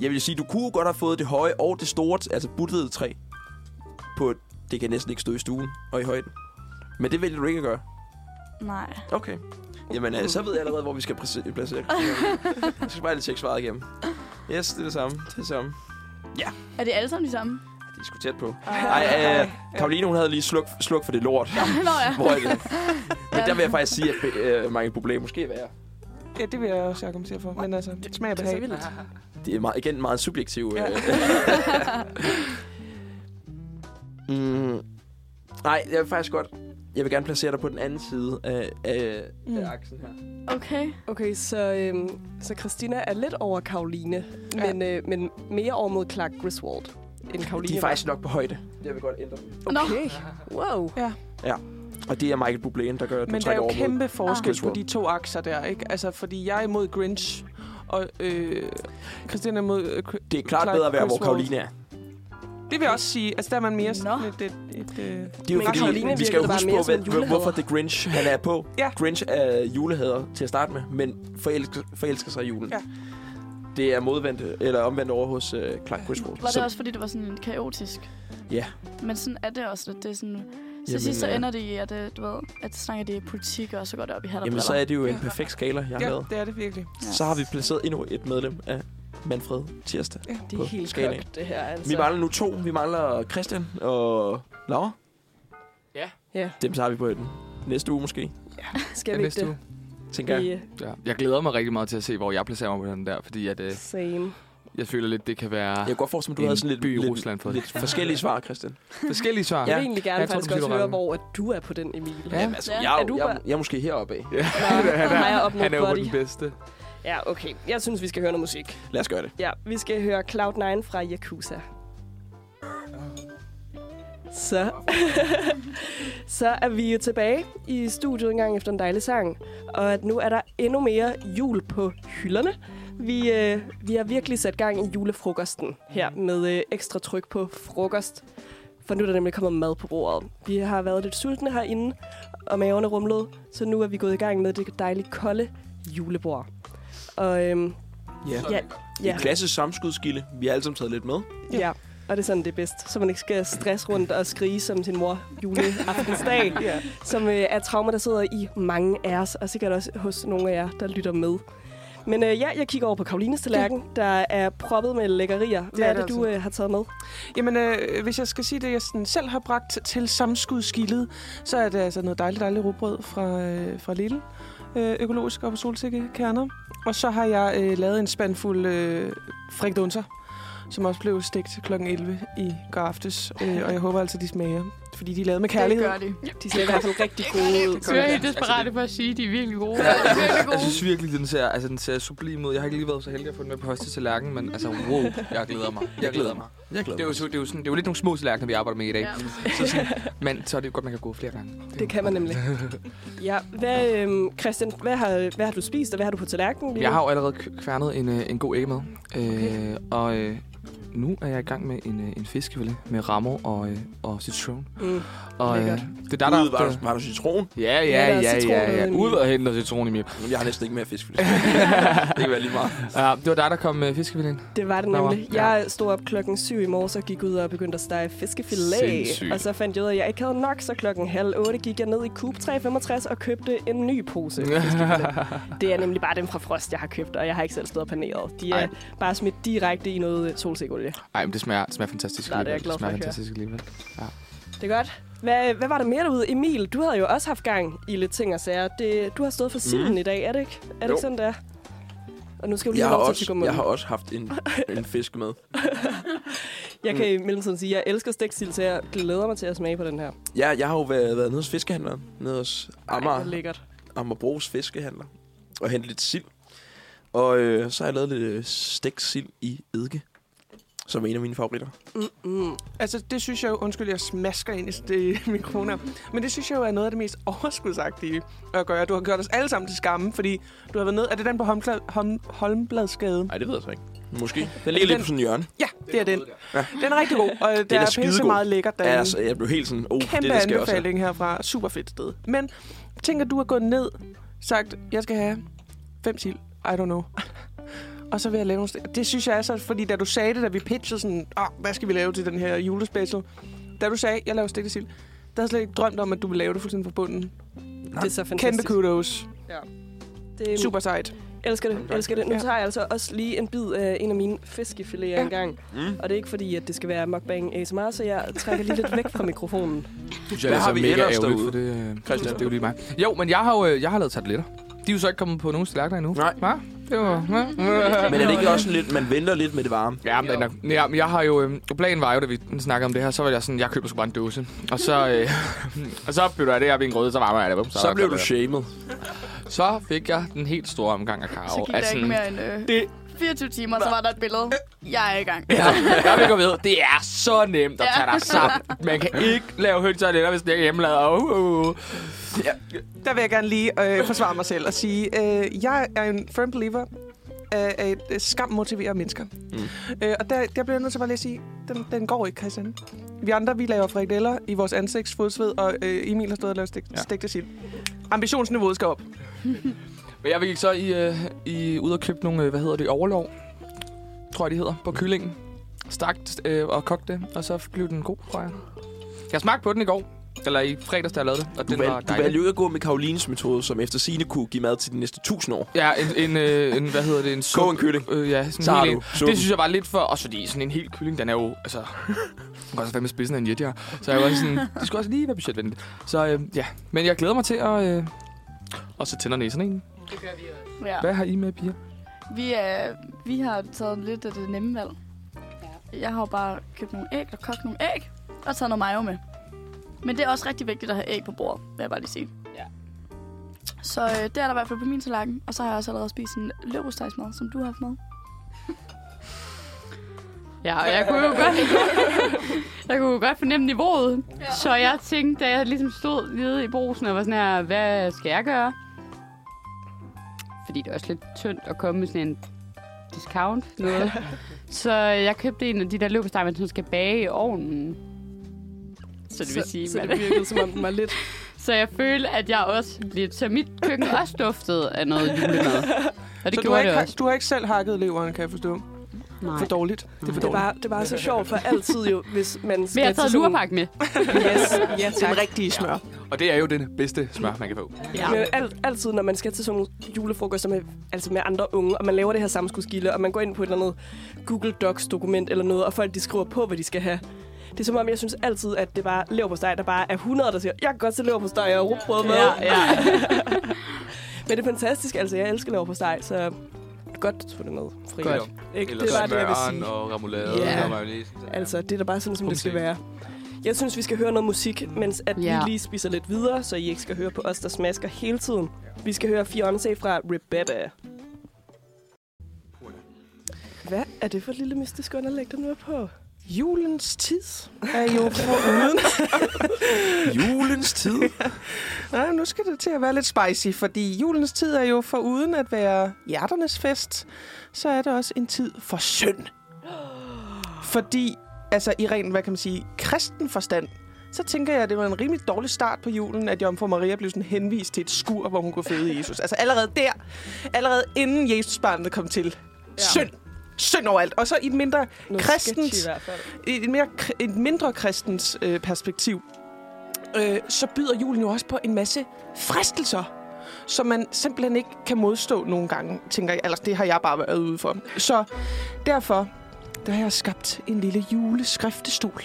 [SPEAKER 4] Jeg vil sige, du kunne godt have fået det høje og det store, t- altså buttede træ. På, et- det kan næsten ikke stå i stuen og i højden. Men det vælger du ikke at gøre.
[SPEAKER 7] Nej.
[SPEAKER 4] Okay. Jamen, øh, så ved jeg allerede, hvor vi skal præse- placere. Jeg skal bare lige tjekke svaret igennem. Yes, det er det samme. Det er det samme.
[SPEAKER 7] Er det alle sammen de samme?
[SPEAKER 4] Det er sgu tæt på. Nej, øh, Karoline, hun havde lige sluk, sluk for det lort.
[SPEAKER 7] Nå ja.
[SPEAKER 4] Hvor er det? Men der vil jeg faktisk sige, at øh, mange problemer måske være.
[SPEAKER 6] Ja, det vil jeg også argumentere for. Men altså, smag og
[SPEAKER 7] Det er så
[SPEAKER 6] behag.
[SPEAKER 7] vildt.
[SPEAKER 4] Det er meget, igen meget subjektivt. Øh. mm. Nej, jeg vil faktisk godt. Jeg vil gerne placere dig på den anden side af, af, mm. af aksen her.
[SPEAKER 7] Okay.
[SPEAKER 3] Okay, så, øhm, så Christina er lidt over Karoline, ja. men, øh, men mere over mod Clark Griswold end Karoline.
[SPEAKER 4] De er faktisk nok på højde. Jeg vil godt ændre dem.
[SPEAKER 3] var.
[SPEAKER 7] Nå.
[SPEAKER 3] Okay, wow.
[SPEAKER 4] Og det er Michael Bublé, der gør, at du
[SPEAKER 6] Men der er
[SPEAKER 4] trækker
[SPEAKER 6] jo
[SPEAKER 4] over mod-
[SPEAKER 6] kæmpe forskel
[SPEAKER 4] Ah.
[SPEAKER 6] på de to akser der, ikke? Altså, fordi jeg er imod Grinch, og øh, Christian er imod... Øh, Cri-
[SPEAKER 4] Det er klart
[SPEAKER 6] Clark
[SPEAKER 4] bedre at være, hvor
[SPEAKER 6] Griswold.
[SPEAKER 4] Karoline er.
[SPEAKER 6] det vil jeg også sige. Altså, der er man mere sådan
[SPEAKER 7] Nå.
[SPEAKER 6] et... et, et øh,
[SPEAKER 4] Det er jo
[SPEAKER 3] Men
[SPEAKER 4] fordi,
[SPEAKER 3] Caroline
[SPEAKER 4] vi skal
[SPEAKER 3] virkede
[SPEAKER 4] jo
[SPEAKER 3] bare
[SPEAKER 4] huske
[SPEAKER 3] mere
[SPEAKER 4] på,
[SPEAKER 3] som en
[SPEAKER 4] hvad,
[SPEAKER 3] julehader.
[SPEAKER 4] hvorfor The Grinch han er på.
[SPEAKER 6] Ja.
[SPEAKER 4] Grinch er julehader til at starte med, men forelsker, forelsker sig i julen.
[SPEAKER 6] Ja.
[SPEAKER 4] Det er modvendt, eller omvendt over hos øh, Clark Griswold.
[SPEAKER 7] Var det
[SPEAKER 4] Så-
[SPEAKER 7] også, fordi det var sådan kaotisk?
[SPEAKER 4] Ja.
[SPEAKER 7] Men sådan er det også lidt. Det er sådan... Til
[SPEAKER 4] Jamen,
[SPEAKER 7] sidst så
[SPEAKER 4] ja.
[SPEAKER 7] ender det i, at, øh, du ved, at så snakker de politik, og så går det op i hat og
[SPEAKER 4] Jamen, så
[SPEAKER 7] briller.
[SPEAKER 4] er det jo en perfekt skala, jeg har
[SPEAKER 6] ja,
[SPEAKER 4] lavet.
[SPEAKER 6] det er det virkelig.
[SPEAKER 7] Ja.
[SPEAKER 4] Så har vi placeret endnu et medlem af Manfred Tirsdag.
[SPEAKER 3] Det
[SPEAKER 4] På
[SPEAKER 3] er helt
[SPEAKER 4] skalaen.
[SPEAKER 3] kogt, det her, altså.
[SPEAKER 4] Vi mangler nu to. Vi mangler Christian og Laura.
[SPEAKER 5] Ja.
[SPEAKER 3] Ja.
[SPEAKER 4] Dem tager vi på den næste uge måske,
[SPEAKER 3] Skal vi ikke
[SPEAKER 1] Næste
[SPEAKER 3] det?
[SPEAKER 1] uge.
[SPEAKER 4] tænker jeg.
[SPEAKER 3] Vi-
[SPEAKER 1] Ja. Jeg glæder mig rigtig meget til at se, hvor jeg placerer mig på den der, fordi at, øh,
[SPEAKER 3] Same.
[SPEAKER 1] jeg føler lidt, det kan være
[SPEAKER 4] Jeg går for, som du
[SPEAKER 1] En
[SPEAKER 4] havde sådan lidt,
[SPEAKER 1] by i
[SPEAKER 4] lidt,
[SPEAKER 1] Rusland, Frederik.
[SPEAKER 4] lidt forskellige svar, Christian.
[SPEAKER 1] forskellige svar.
[SPEAKER 3] Jeg
[SPEAKER 1] Ja.
[SPEAKER 3] vil egentlig gerne
[SPEAKER 1] Jeg
[SPEAKER 3] jeg
[SPEAKER 1] tror,
[SPEAKER 3] faktisk
[SPEAKER 1] du
[SPEAKER 3] også
[SPEAKER 1] bliver
[SPEAKER 3] høre,
[SPEAKER 1] ramt.
[SPEAKER 3] hvor at du er på den, Emil.
[SPEAKER 1] Ja.
[SPEAKER 4] Jamen, altså,
[SPEAKER 7] Ja.
[SPEAKER 4] jeg, er,
[SPEAKER 3] Er du
[SPEAKER 4] jo- jeg,
[SPEAKER 3] bare-
[SPEAKER 4] jeg er måske heroppe af.
[SPEAKER 1] han
[SPEAKER 3] Higher up,
[SPEAKER 1] er, han er jo på
[SPEAKER 3] nobody.
[SPEAKER 1] den bedste.
[SPEAKER 3] Ja, okay. Jeg synes, vi skal høre noget musik.
[SPEAKER 4] Lad os gøre det.
[SPEAKER 3] Ja, vi skal høre Cloud9 fra Yakuza. Så, så er vi jo tilbage i studiet en gang efter en dejlig sang. Og at nu er der endnu mere jul på hylderne. Vi, øh, vi har virkelig sat gang i julefrokosten her med øh, ekstra tryk på frokost. For nu er der nemlig kommet mad på bordet. Vi har været lidt sultne herinde, og maven er rumlet. Så nu er vi gået i gang med det dejlige kolde julebord. Og øhm,
[SPEAKER 4] Ja.
[SPEAKER 3] ja,
[SPEAKER 4] ja.
[SPEAKER 3] ja,
[SPEAKER 4] En klassisk samskudskilde. Vi har alle sammen taget lidt med.
[SPEAKER 3] ja. Og det er sådan, det er bedst. Så man ikke skal stress rundt og skrige som sin mor juleaftensdag.
[SPEAKER 6] Ja.
[SPEAKER 3] som øh, er traumer, der sidder i mange af os, og sikkert også hos nogle af jer, der lytter med. Men øh, ja, jeg kigger over på Karolines tallerken, der er proppet med lækkerier. Hvad
[SPEAKER 6] er altså.
[SPEAKER 3] er, det,
[SPEAKER 6] det
[SPEAKER 3] du øh, har taget med?
[SPEAKER 6] Jamen, øh, hvis jeg skal sige det, jeg sådan selv har bragt til samskudskildet, så er det altså noget dejligt, dejligt rugbrød fra, øh, fra Lille. Øh, økologisk og på solsikkekerner. Og så har jeg øh, lavet en spand fuld øh, frikdunser, som også blev stegt kl. 11 i går aftes. Øh, og jeg håber altså, de smager, fordi de er lavet med kærlighed.
[SPEAKER 7] Det gør de.
[SPEAKER 3] De ser i hvert fald rigtig gode ud.
[SPEAKER 2] Så jeg er helt desperat for at sige, at de er virkelig gode.
[SPEAKER 1] Jeg synes virkelig, den ser, altså, den ser sublim ud. Jeg har ikke lige været så heldig at få den med på højeste tallerken, men altså, wow, jeg glæder mig. Jeg glæder mig.
[SPEAKER 4] Jeg
[SPEAKER 1] Det er jo, så- det er jo, sådan, det er jo lidt nogle små tallerkener, vi arbejder med i dag.
[SPEAKER 7] Ja.
[SPEAKER 1] Så sådan, men så er det jo godt, man kan gå flere gange.
[SPEAKER 3] Det kan man nemlig. Ja, hvad, øhm, Christian, hvad har, hvad har du spist, og hvad har du på tallerkenen? lige
[SPEAKER 1] Jeg
[SPEAKER 3] nu?
[SPEAKER 1] har jo allerede k- kværnet en, øh, en god æggemad. Okay. Øh, og øh, nu er jeg i gang med en, øh, en fiskefilet med rammer og, øh, og citron.
[SPEAKER 3] Mm.
[SPEAKER 1] Og øh,
[SPEAKER 3] Lækkert.
[SPEAKER 1] det er der,
[SPEAKER 4] Der,
[SPEAKER 1] der...
[SPEAKER 4] der, var, der, var der citron?
[SPEAKER 1] Ja,
[SPEAKER 3] Ja, der
[SPEAKER 1] ja,
[SPEAKER 3] er
[SPEAKER 1] ja,
[SPEAKER 3] citron
[SPEAKER 1] ja,
[SPEAKER 3] nede i
[SPEAKER 1] ja.
[SPEAKER 3] min.
[SPEAKER 1] Ud og hente noget citron i mig.
[SPEAKER 4] Jamen, Jeg har næsten ikke mere fisk. fordi- det kan være lige meget.
[SPEAKER 1] Ja, det var dig, der kom øh, med fiskefilet.
[SPEAKER 3] Det var det
[SPEAKER 1] Nå,
[SPEAKER 3] nemlig.
[SPEAKER 1] ja.
[SPEAKER 3] Jeg stod op klokken 7 i morges og gik ud og begyndte at stege fiskefilet.
[SPEAKER 1] Sindssygt.
[SPEAKER 3] Og så fandt jeg ud af, at jeg ikke havde nok, så klokken halv otte gik jeg ned i Coop 365 og købte en ny pose. fiskefilet. det er nemlig bare dem fra Frost, jeg har købt, og jeg har ikke selv stået og paneret. De er
[SPEAKER 1] Ej.
[SPEAKER 3] Ej. bare smidt direkte i noget øh, solsikkeolie.
[SPEAKER 1] Ej, men det smager, det smager fantastisk
[SPEAKER 3] Nej, det er jeg
[SPEAKER 1] alligevel.
[SPEAKER 3] glad for
[SPEAKER 1] smager
[SPEAKER 3] at høre.
[SPEAKER 1] fantastisk alligevel.
[SPEAKER 3] Det er godt. Hvad, hvad var der mere derude? Emil, du havde jo også haft gang i lidt ting og sager. Det, du har stået for silden mm. i dag, er det ikke? Er det
[SPEAKER 4] Jo.
[SPEAKER 3] ikke sådan, det er? Og nu skal du lige
[SPEAKER 4] Jeg har,
[SPEAKER 3] have lov til at tykke
[SPEAKER 4] også,
[SPEAKER 3] om
[SPEAKER 4] jeg har
[SPEAKER 3] munden.
[SPEAKER 4] også haft en, en fisk med.
[SPEAKER 3] Jeg kan i mellemtiden sige, at jeg elsker stegsild, så jeg glæder mig til at smage på den her. Ej,
[SPEAKER 4] Ja, jeg har jo været, været nede hos fiskehandleren. Nede hos
[SPEAKER 3] hvor
[SPEAKER 4] Amager,
[SPEAKER 3] lækkert.
[SPEAKER 4] Amagerbros fiskehandler. Og hentet lidt sild. Og øh, så har jeg lavet lidt øh, stegt sild i eddike. Som er en af mine favoritter.
[SPEAKER 3] Mm.
[SPEAKER 6] Altså, det synes jeg jo... Undskyld, jeg smasker ind i det, mikrofoner. Men det synes jeg jo er noget af det mest overskudsagtige at gøre. Du har gjort os alle sammen til skamme, fordi du har været nede... Er det den på Holmblad, Holm, Holmbladsgade?
[SPEAKER 4] Nej, det ved jeg så ikke. Måske. Den ligger lige på sådan en hjørne.
[SPEAKER 6] Ja, det er den. Den er rigtig god, og det
[SPEAKER 4] Den er
[SPEAKER 6] er, er pisse
[SPEAKER 4] skidegod.
[SPEAKER 6] meget lækkert
[SPEAKER 4] Ja,
[SPEAKER 6] derinde.
[SPEAKER 4] altså, jeg blev helt sådan, oh,
[SPEAKER 6] Kæmpe
[SPEAKER 4] det der skal jeg også have.
[SPEAKER 6] anbefaling herfra. Super fedt sted. Men tænk, at du har gået ned, sagt, jeg skal have fem sild. I don't know. og så vil jeg lave nogle steg. Det synes jeg er så, fordi da du sagde det, da vi pitchede sådan, ah, hvad skal vi lave til den her julespecial? Da du sagde, jeg laver stegte sild, der havde jeg slet ikke drømt om, at du ville lave det fuldstændig fra bunden.
[SPEAKER 3] Det er så
[SPEAKER 6] Kæmpe
[SPEAKER 3] fantastisk.
[SPEAKER 6] kudos.
[SPEAKER 3] Det er
[SPEAKER 6] Super sejt.
[SPEAKER 3] Elsker det, elsker det. Nu
[SPEAKER 6] Ja.
[SPEAKER 3] tager jeg altså også lige en bid af en af mine fiskefiléer
[SPEAKER 6] Ja.
[SPEAKER 3] ja. engang. Mm. Og det er ikke fordi, at det skal være mukbang ASMR, så jeg trækker lige lidt væk fra mikrofonen.
[SPEAKER 1] synes jeg,
[SPEAKER 4] Hvad
[SPEAKER 1] det er
[SPEAKER 4] har
[SPEAKER 1] så
[SPEAKER 4] vi
[SPEAKER 1] mega
[SPEAKER 4] ellers
[SPEAKER 1] ærgerligt,
[SPEAKER 4] derude?
[SPEAKER 1] for det, øh,
[SPEAKER 4] Christian?
[SPEAKER 1] det er jo lige mig. Jo, men jeg har jo øh, jeg har lavet tabletter. De er jo så ikke kommet på nogen tallerkener endnu.
[SPEAKER 4] Nej.
[SPEAKER 1] Hva? Det var...
[SPEAKER 4] Men er det ikke også sådan lidt, man venter lidt med det varme?
[SPEAKER 1] Ja, men, nok, ja, men jeg har jo... Øh, planen var jo, da vi snakkede om det her, så var jeg sådan, jeg køber sgu bare en dåse. Og så, øh, og så bytter jeg det her ved en grøde, så varmer jeg det. Bum,
[SPEAKER 4] Så,
[SPEAKER 1] er der
[SPEAKER 4] blev du
[SPEAKER 1] tabletter.
[SPEAKER 4] shamed.
[SPEAKER 1] Så fik jeg den helt store omgang af kakao.
[SPEAKER 7] Så gik der ikke mere end øh,
[SPEAKER 1] det-
[SPEAKER 7] 24 timer, så var der et billede. Jeg er i gang.
[SPEAKER 1] Ja, jeg vil gå ved. Det er så nemt at tage
[SPEAKER 7] Ja.
[SPEAKER 1] dig sammen. Man kan ikke lave hønsaletter, hvis det ikke er hjemmelavet. Uh, uh, uh.
[SPEAKER 6] Der vil jeg gerne lige øh, forsvare mig selv og sige, øh, jeg er en firm believer af at øh, skam motiverer mennesker. Mm. Øh, og der, der bliver jeg nødt til bare lige at sige, den, den går ikke, Christian. Vi andre, vi laver frikadeller i vores ansigts fodsved, og øh, Emil har stået og lavet stik,
[SPEAKER 1] Ja.
[SPEAKER 6] ja. stegte sild. Ambitionsniveauet skal op.
[SPEAKER 1] Men jeg gik så i, øh, i ud og købe nogle, øh, hvad hedder det, overlov, tror jeg, de hedder, på
[SPEAKER 4] Mm.
[SPEAKER 1] kyllingen. Stagt øh, og kogte det, og så blev den god, tror jeg. Jeg smagte på den i går, eller i fredags, da jeg lavede det, og
[SPEAKER 4] Du,
[SPEAKER 1] den var
[SPEAKER 4] valg, du valgte
[SPEAKER 1] dejlig.
[SPEAKER 4] jo ikke at gå med Karolines metode, som efter sine kunne give mad til de næste tusind år.
[SPEAKER 1] Ja, en, en, øh, en, hvad hedder det, en
[SPEAKER 4] Kog en
[SPEAKER 1] suppe.
[SPEAKER 4] kylling.
[SPEAKER 1] Øh, ja, sådan
[SPEAKER 4] Så
[SPEAKER 1] en
[SPEAKER 4] har
[SPEAKER 1] hel
[SPEAKER 4] du
[SPEAKER 1] en.
[SPEAKER 4] suppen.
[SPEAKER 1] Det synes jeg var lidt for, også fordi sådan en hel kylling, den er jo, altså, den går så fandme spidsen af en jetjar. Så jeg var sådan, det skulle også lige være budgetvenligt. Så øh, ja, men jeg glæder mig til at... Øh, og så tænder næsen en.
[SPEAKER 7] Ja.
[SPEAKER 1] Hvad har I med, piger?
[SPEAKER 7] Vi, er, vi har taget lidt af det nemme valg. Jeg har jo bare købt nogle æg og kogt nogle æg og taget noget mayo med. Men det er også rigtig vigtigt at have æg på bordet, vil jeg bare lige sige.
[SPEAKER 9] Ja.
[SPEAKER 7] Så øh, det er der i hvert fald på min tallerken. Og så har jeg også allerede spist en løbostejsmad, som du har haft med.
[SPEAKER 2] Ja, og jeg kunne jo godt, jeg kunne jo godt fornemme niveauet. Så jeg tænkte, da jeg ligesom stod nede i brosen og var sådan her, hvad skal jeg gøre? Fordi det er også lidt tyndt at komme med sådan en discount noget. så jeg købte en af de der løbesteg, man sådan skal bage i ovnen. så det vil sige...
[SPEAKER 3] så
[SPEAKER 2] man-
[SPEAKER 3] det virkede, som om den var lidt...
[SPEAKER 2] Så jeg følte, at jeg også lidt... Så mit køkken også duftede af noget julemad. Og det
[SPEAKER 6] så du har,
[SPEAKER 2] gjorde det
[SPEAKER 6] ikke,
[SPEAKER 2] også.
[SPEAKER 6] du har ikke selv hakket leveren, kan jeg forstå. Nej.
[SPEAKER 2] Nej.
[SPEAKER 6] For dårligt. Det er for
[SPEAKER 3] Det
[SPEAKER 6] dårligt.
[SPEAKER 3] var, det var så sjovt for altid jo, hvis man
[SPEAKER 2] Men
[SPEAKER 3] skal
[SPEAKER 2] jeg har taget
[SPEAKER 3] til sådan-
[SPEAKER 2] lurpakke med.
[SPEAKER 3] Yes, ja, tak.
[SPEAKER 6] Den rigtige smør.
[SPEAKER 5] Og det er jo den bedste smør, man kan få.
[SPEAKER 2] Ja.
[SPEAKER 3] Men alt, altid, når man skal til sådan nogle julefrokoster med, altså med andre unge, og man laver det her samskudskilde, og man går ind på et eller andet Google Docs-dokument eller noget, og folk de skriver på, hvad de skal have. Det er som om, jeg synes altid, at det bare lever på steg, der bare er 100, der siger, jeg kan godt se lever på steg, og rugbrød med.
[SPEAKER 2] Ja, ja.
[SPEAKER 3] Men det er fantastisk, altså jeg elsker lever på steg, så godt tog det med. Fri.
[SPEAKER 2] Godt.
[SPEAKER 3] Ikke? Det var det, jeg vil sige.
[SPEAKER 5] og remoulade
[SPEAKER 3] Ja.
[SPEAKER 5] og mayonnaise.
[SPEAKER 3] Altså, det er da bare sådan, som det skal
[SPEAKER 5] Punktum.
[SPEAKER 3] være. Jeg synes, vi skal høre noget musik, mens at
[SPEAKER 2] Ja.
[SPEAKER 3] vi lige spiser lidt videre, så I ikke skal høre på os, der smasker hele tiden. Vi skal høre Fiance fra Rebetta. Hvad er det for et lille mystisk underlæg, den var på?
[SPEAKER 6] Julens tid er jo foruden.
[SPEAKER 4] Julens tid.
[SPEAKER 6] Nej, nu skal det til at være lidt spicy, fordi julens tid er jo foruden at være hjerternes fest, så er det også en tid for synd. Fordi, altså i ren, hvad kan man sige, kristen forstand, så tænker jeg, at det var en rimelig dårlig start på julen, at Jomfru Maria blev sådan henvist til et skur, hvor hun kunne føde Jesus. Altså allerede der, allerede inden Jesus barnet kom til. Ja. Synd! Synd overalt. Og så i et mindre,
[SPEAKER 3] Noget
[SPEAKER 6] Kristens.
[SPEAKER 3] sketchy i hvert fald.
[SPEAKER 6] i et, mere, kr- et mindre kristens øh, perspektiv, øh, så byder julen jo også på en masse fristelser, som man simpelthen ikke kan modstå nogle gange, tænker jeg. Ellers det har jeg bare været ude for. Så derfor, der har jeg skabt en lille juleskriftestol.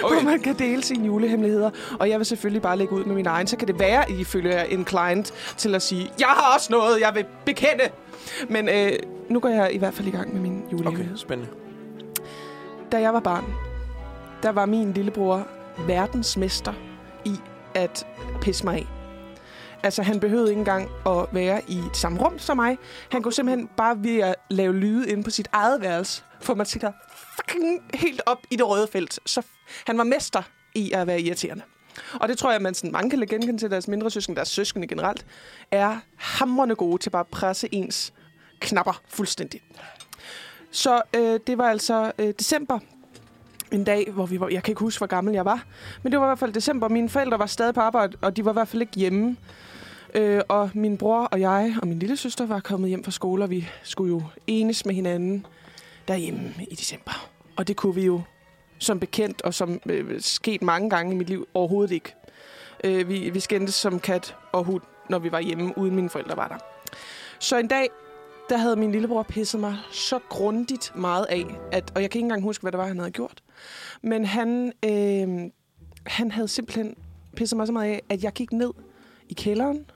[SPEAKER 6] hvor man kan dele sine julehemmeligheder. Og jeg vil selvfølgelig bare lægge ud med min egen. Så kan det være, at I følger en client til at sige, jeg har også noget, jeg vil bekende. Men øh, nu går jeg i hvert fald i gang med min julehemmelighed.
[SPEAKER 4] Okay, spændende.
[SPEAKER 6] Da jeg var barn, der var min lillebror verdensmester i at pisse mig af. Altså, han behøvede ikke engang at være i et samme rum som mig. Han kunne simpelthen bare ved at lave lyde inde på sit eget værelse, få mig til at fucking helt op i det røde felt. Så f- han var mester i at være irriterende. Og det tror jeg, man sådan, mange kan lægge genkende til deres mindre søskende, deres søskende generelt, er hamrende gode til bare at presse ens knapper fuldstændig. Så øh, det var altså øh, december. En dag, hvor vi var... Jeg kan ikke huske, hvor gammel jeg var. Men det var i hvert fald december. Mine forældre var stadig på arbejde, og de var i hvert fald ikke hjemme. Øh, og min bror og jeg og min lille søster var kommet hjem fra skole, og vi skulle jo enes med hinanden derhjemme i december. Og det kunne vi jo som bekendt, og som øh, sket mange gange i mit liv, overhovedet ikke. Øh, vi, vi skændtes som kat og hund, når vi var hjemme, uden mine forældre var der. Så en dag, der havde min lillebror pisset mig så grundigt meget af, at, og jeg kan ikke engang huske, hvad det var, han havde gjort. Men han, øh, han havde simpelthen pisset mig så meget af, at jeg gik ned i kælderen,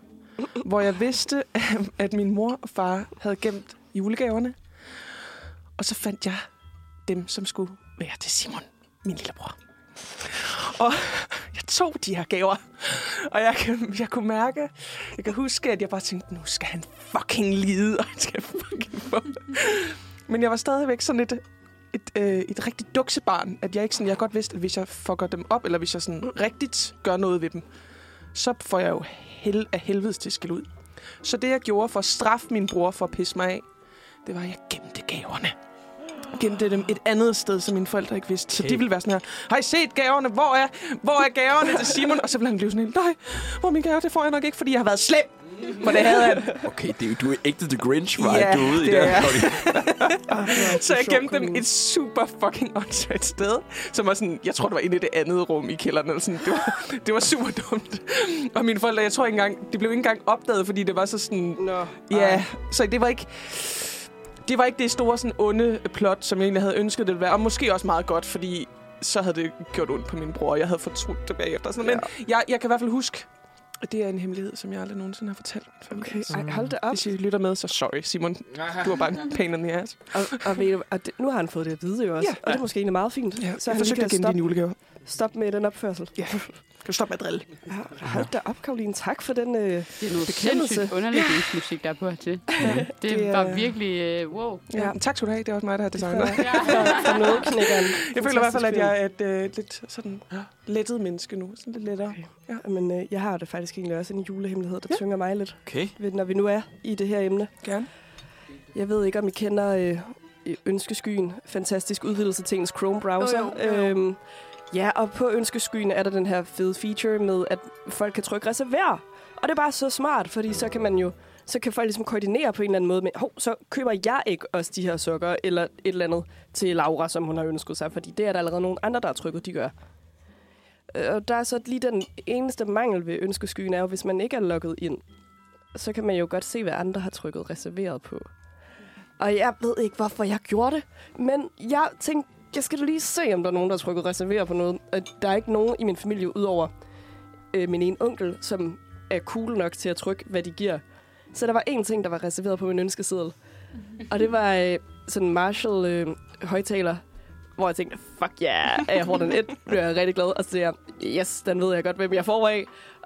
[SPEAKER 6] hvor jeg vidste, at min mor og far havde gemt julegaverne. Og så fandt jeg dem, som skulle være til Simon, min lillebror. Og jeg tog de her gaver, og jeg, kan, jeg kunne mærke, jeg kan huske, at jeg bare tænkte, nu skal han fucking lide, og han skal fucking få. Men jeg var stadigvæk sådan et, et, øh, et rigtigt duksebarn, at jeg ikke sådan, jeg godt vidste, at hvis jeg fucker dem op, eller hvis jeg sådan rigtigt gør noget ved dem, så får jeg jo hel, af helvedes til skæld ud. Så det, jeg gjorde for at straffe min bror for at pisse mig af, det var, at jeg gemte gaverne. Gemte dem et andet sted, som mine forældre ikke vidste. Så de ville være sådan her, har I set gaverne? Hvor er, hvor er gaverne til Simon? Og så ville han blive sådan helt, nej, hvor er min gave? Det får jeg nok ikke, fordi jeg har været slem. For det havde han.
[SPEAKER 4] Okay, det, er- du er ægte The Grinch, var
[SPEAKER 6] Ja,
[SPEAKER 4] du er ude i
[SPEAKER 6] det
[SPEAKER 4] det.
[SPEAKER 6] er jeg.
[SPEAKER 4] Claudia.
[SPEAKER 6] Så jeg gemte dem et super fucking åndssvagt sted, som var sådan, jeg tror, det var inde i det andet rum i kælderen. Eller sådan. Det, var, det var super dumt. Og mine forældre, jeg tror ikke engang, det blev ikke engang opdaget, fordi det var så sådan,
[SPEAKER 3] Nå,
[SPEAKER 6] ja, så det var ikke... Det var ikke det store sådan onde plot, som jeg egentlig havde ønsket det ville være. Og måske også meget godt, fordi så havde det gjort ondt på min bror, og jeg havde fortrudt det bagefter. Sådan. Ja. Men jeg, jeg kan i hvert fald huske, at det er en hemmelighed, som jeg aldrig nogensinde har fortalt min familie. Okay.
[SPEAKER 3] Ej, hold da op.
[SPEAKER 6] Hvis I lytter med, så sorry, Simon. Du var bare en pain in the ass.
[SPEAKER 3] Og, og, ved du, og det, nu har han fået det at vide jo også,
[SPEAKER 6] Ja.
[SPEAKER 3] og det er måske egentlig meget fint.
[SPEAKER 6] Ja,
[SPEAKER 3] så
[SPEAKER 6] jeg
[SPEAKER 3] han lige
[SPEAKER 6] forsøgte
[SPEAKER 3] kan
[SPEAKER 6] at gemme din
[SPEAKER 3] stoppe,
[SPEAKER 6] julegave.
[SPEAKER 3] stoppe med den opførsel.
[SPEAKER 6] Ja. Kan du stoppe med at drille?
[SPEAKER 3] Ja, hold da op, Karoline. Tak for den... Øh,
[SPEAKER 2] Det er noget
[SPEAKER 3] Bekendelse.
[SPEAKER 2] sindssygt underlægningsmusik, der er på hertil. Det,
[SPEAKER 6] Det
[SPEAKER 2] det
[SPEAKER 6] er-
[SPEAKER 2] var virkelig... øh, wow.
[SPEAKER 6] Ja.
[SPEAKER 3] Ja.
[SPEAKER 6] ja. Tak skal du have. Det er også mig, der har designet.
[SPEAKER 3] for, for nødknækkeren.
[SPEAKER 6] Jeg føler i hvert fald, at
[SPEAKER 3] Fantastisk
[SPEAKER 6] jeg er et øh, lidt sådan lettet menneske nu. Sådan lidt lettere. Okay.
[SPEAKER 3] film. Men øh, jeg har det faktisk egentlig også en julehemmelighed, der ja. tynger mig lidt,
[SPEAKER 4] Okay.
[SPEAKER 3] ved- når vi nu er i det her emne.
[SPEAKER 6] Gerne.
[SPEAKER 3] Jeg ved ikke, om I kender øh, Ønskeskyen, fantastisk udvidelse til ens Chrome-browser.
[SPEAKER 7] Jo, jo, jo, jo.
[SPEAKER 3] Øhm, Ja, og på ønskeskyen er der den her fede feature med, at folk kan trykke reserver. Og det er bare så smart, fordi så kan man jo så kan folk ligesom koordinere på en eller anden måde med, hov, så køber jeg ikke også de her sukker eller et eller andet til Laura, som hun har ønsket sig, fordi det er der allerede nogen andre, der har trykket, de gør. Øh, Og der er så lige den eneste mangel ved ønskeskyen, er jo, hvis man ikke er logget ind, så kan man jo godt se, hvad andre har trykket reserveret på. Og jeg ved ikke, hvorfor jeg gjorde det, men jeg tænkte, jeg skal da lige se, om der er nogen, der har trykket reservere på noget. Og der er ikke nogen i min familie, udover øh, min ene onkel, som er cool nok til at trykke, hvad de giver. Så der var én ting, der var reserveret på min ønskeseddel. Og det var øh, sådan en Marshall øh, højtaler, hvor jeg tænkte, fuck yeah, at jeg får den et, bliver jeg rigtig glad. Og så siger jeg, yes, den ved jeg godt, hvem jeg får af.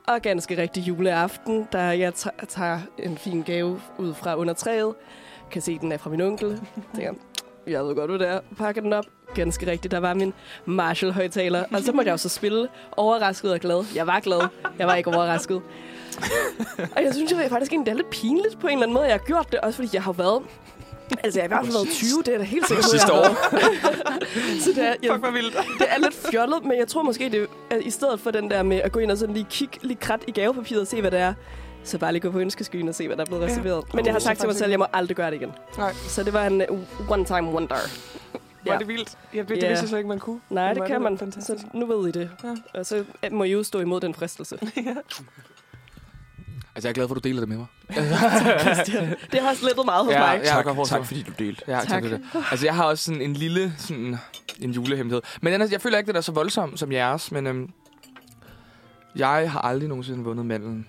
[SPEAKER 3] Og ganske rigtig juleaften, da jeg ta- tager en fin gave ud fra under træet, kan se, den er fra min onkel. Tænker, jeg ved godt, hvad det er. Pakker den op. Ganske rigtigt, der var min Marshall-højtaler. Og så måtte jeg jo så spille overrasket og glad. Jeg var glad. Jeg var ikke overrasket. og jeg synes jo faktisk egentlig, det er lidt pinligt på en eller anden måde, jeg har gjort det. Også fordi jeg har været... Altså, jeg har i hvert fald været 20, det er da helt sikkert.
[SPEAKER 4] Sidste år.
[SPEAKER 3] Så det er, jeg,
[SPEAKER 6] Fuck, hvor vildt.
[SPEAKER 3] det er lidt fjollet, men jeg tror måske, det er, i stedet for den der med at gå ind og sådan lige kigge lige krat i gavepapiret og se, hvad det er, så bare lige gå på ønskeskyen og se, hvad der er blevet
[SPEAKER 6] Ja.
[SPEAKER 3] reserveret. Men jeg har sagt til mig selv, at jeg må aldrig gøre det igen.
[SPEAKER 6] Nej.
[SPEAKER 3] Så det var en uh, one-time wonder.
[SPEAKER 6] Var
[SPEAKER 3] Ja.
[SPEAKER 6] det vildt? Ja, det, det
[SPEAKER 3] Ja.
[SPEAKER 6] vidste jeg slet ikke, man kunne.
[SPEAKER 3] Nej,
[SPEAKER 6] Men
[SPEAKER 3] det
[SPEAKER 6] var
[SPEAKER 3] kan
[SPEAKER 6] da
[SPEAKER 3] man.
[SPEAKER 6] Fantastisk.
[SPEAKER 3] Så nu ved I det.
[SPEAKER 6] Ja.
[SPEAKER 3] Og så øh, må I jo stå imod den fristelse.
[SPEAKER 1] Altså, jeg er glad for, at du deler det med mig.
[SPEAKER 3] det har slettet meget hos ja, mig.
[SPEAKER 1] Ja,
[SPEAKER 4] tak,
[SPEAKER 1] godt forstå.
[SPEAKER 4] tak, fordi du delte.
[SPEAKER 1] Ja, tak.
[SPEAKER 3] Tak.
[SPEAKER 1] tak det der. Altså, jeg har også sådan en lille sådan, en julehemmelighed. Men ellers, jeg føler ikke, det er så voldsomt som jeres, men øhm, jeg har aldrig nogensinde vundet mandlen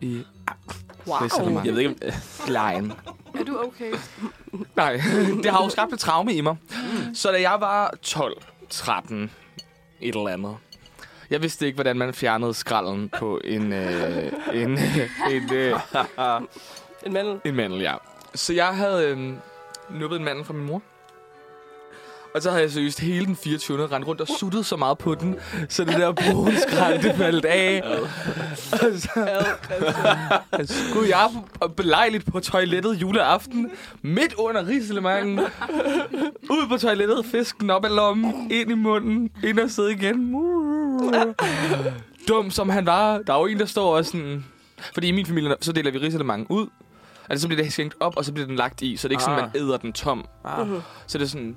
[SPEAKER 1] i
[SPEAKER 3] Wow.
[SPEAKER 1] Rigsarrangementet.
[SPEAKER 4] Jeg ved ikke, om-
[SPEAKER 1] Lejen.
[SPEAKER 7] Er du okay?
[SPEAKER 1] Nej, det har jo skabt et traume i mig. Så da jeg var 12, 13, et eller andet, jeg vidste ikke, hvordan man fjernede skralden på en, øh, en, en, øh,
[SPEAKER 3] En mand.
[SPEAKER 1] en mandel, ja. Så jeg havde øh, nuppet en mandel fra min mor. Og så havde jeg seriøst hele den 24. rendt rundt og suttet så meget på den, så det der brune skrald, det faldt af. Og så skulle jeg op- belejligt på toilettet juleaften, midt under riselemangen. Ud på toilettet, fisken op af lommen, ind i munden, ind og sidde igen. Dum som han var. Der er jo en, der står og sådan... Fordi i min familie, så deler vi riselemangen ud. Altså, så bliver det skænkt op, og så bliver den lagt i. Så det er ikke ah. sådan,
[SPEAKER 4] Ah.
[SPEAKER 1] man æder den tom.
[SPEAKER 4] Ah.
[SPEAKER 3] Mhm.
[SPEAKER 1] Så det er sådan,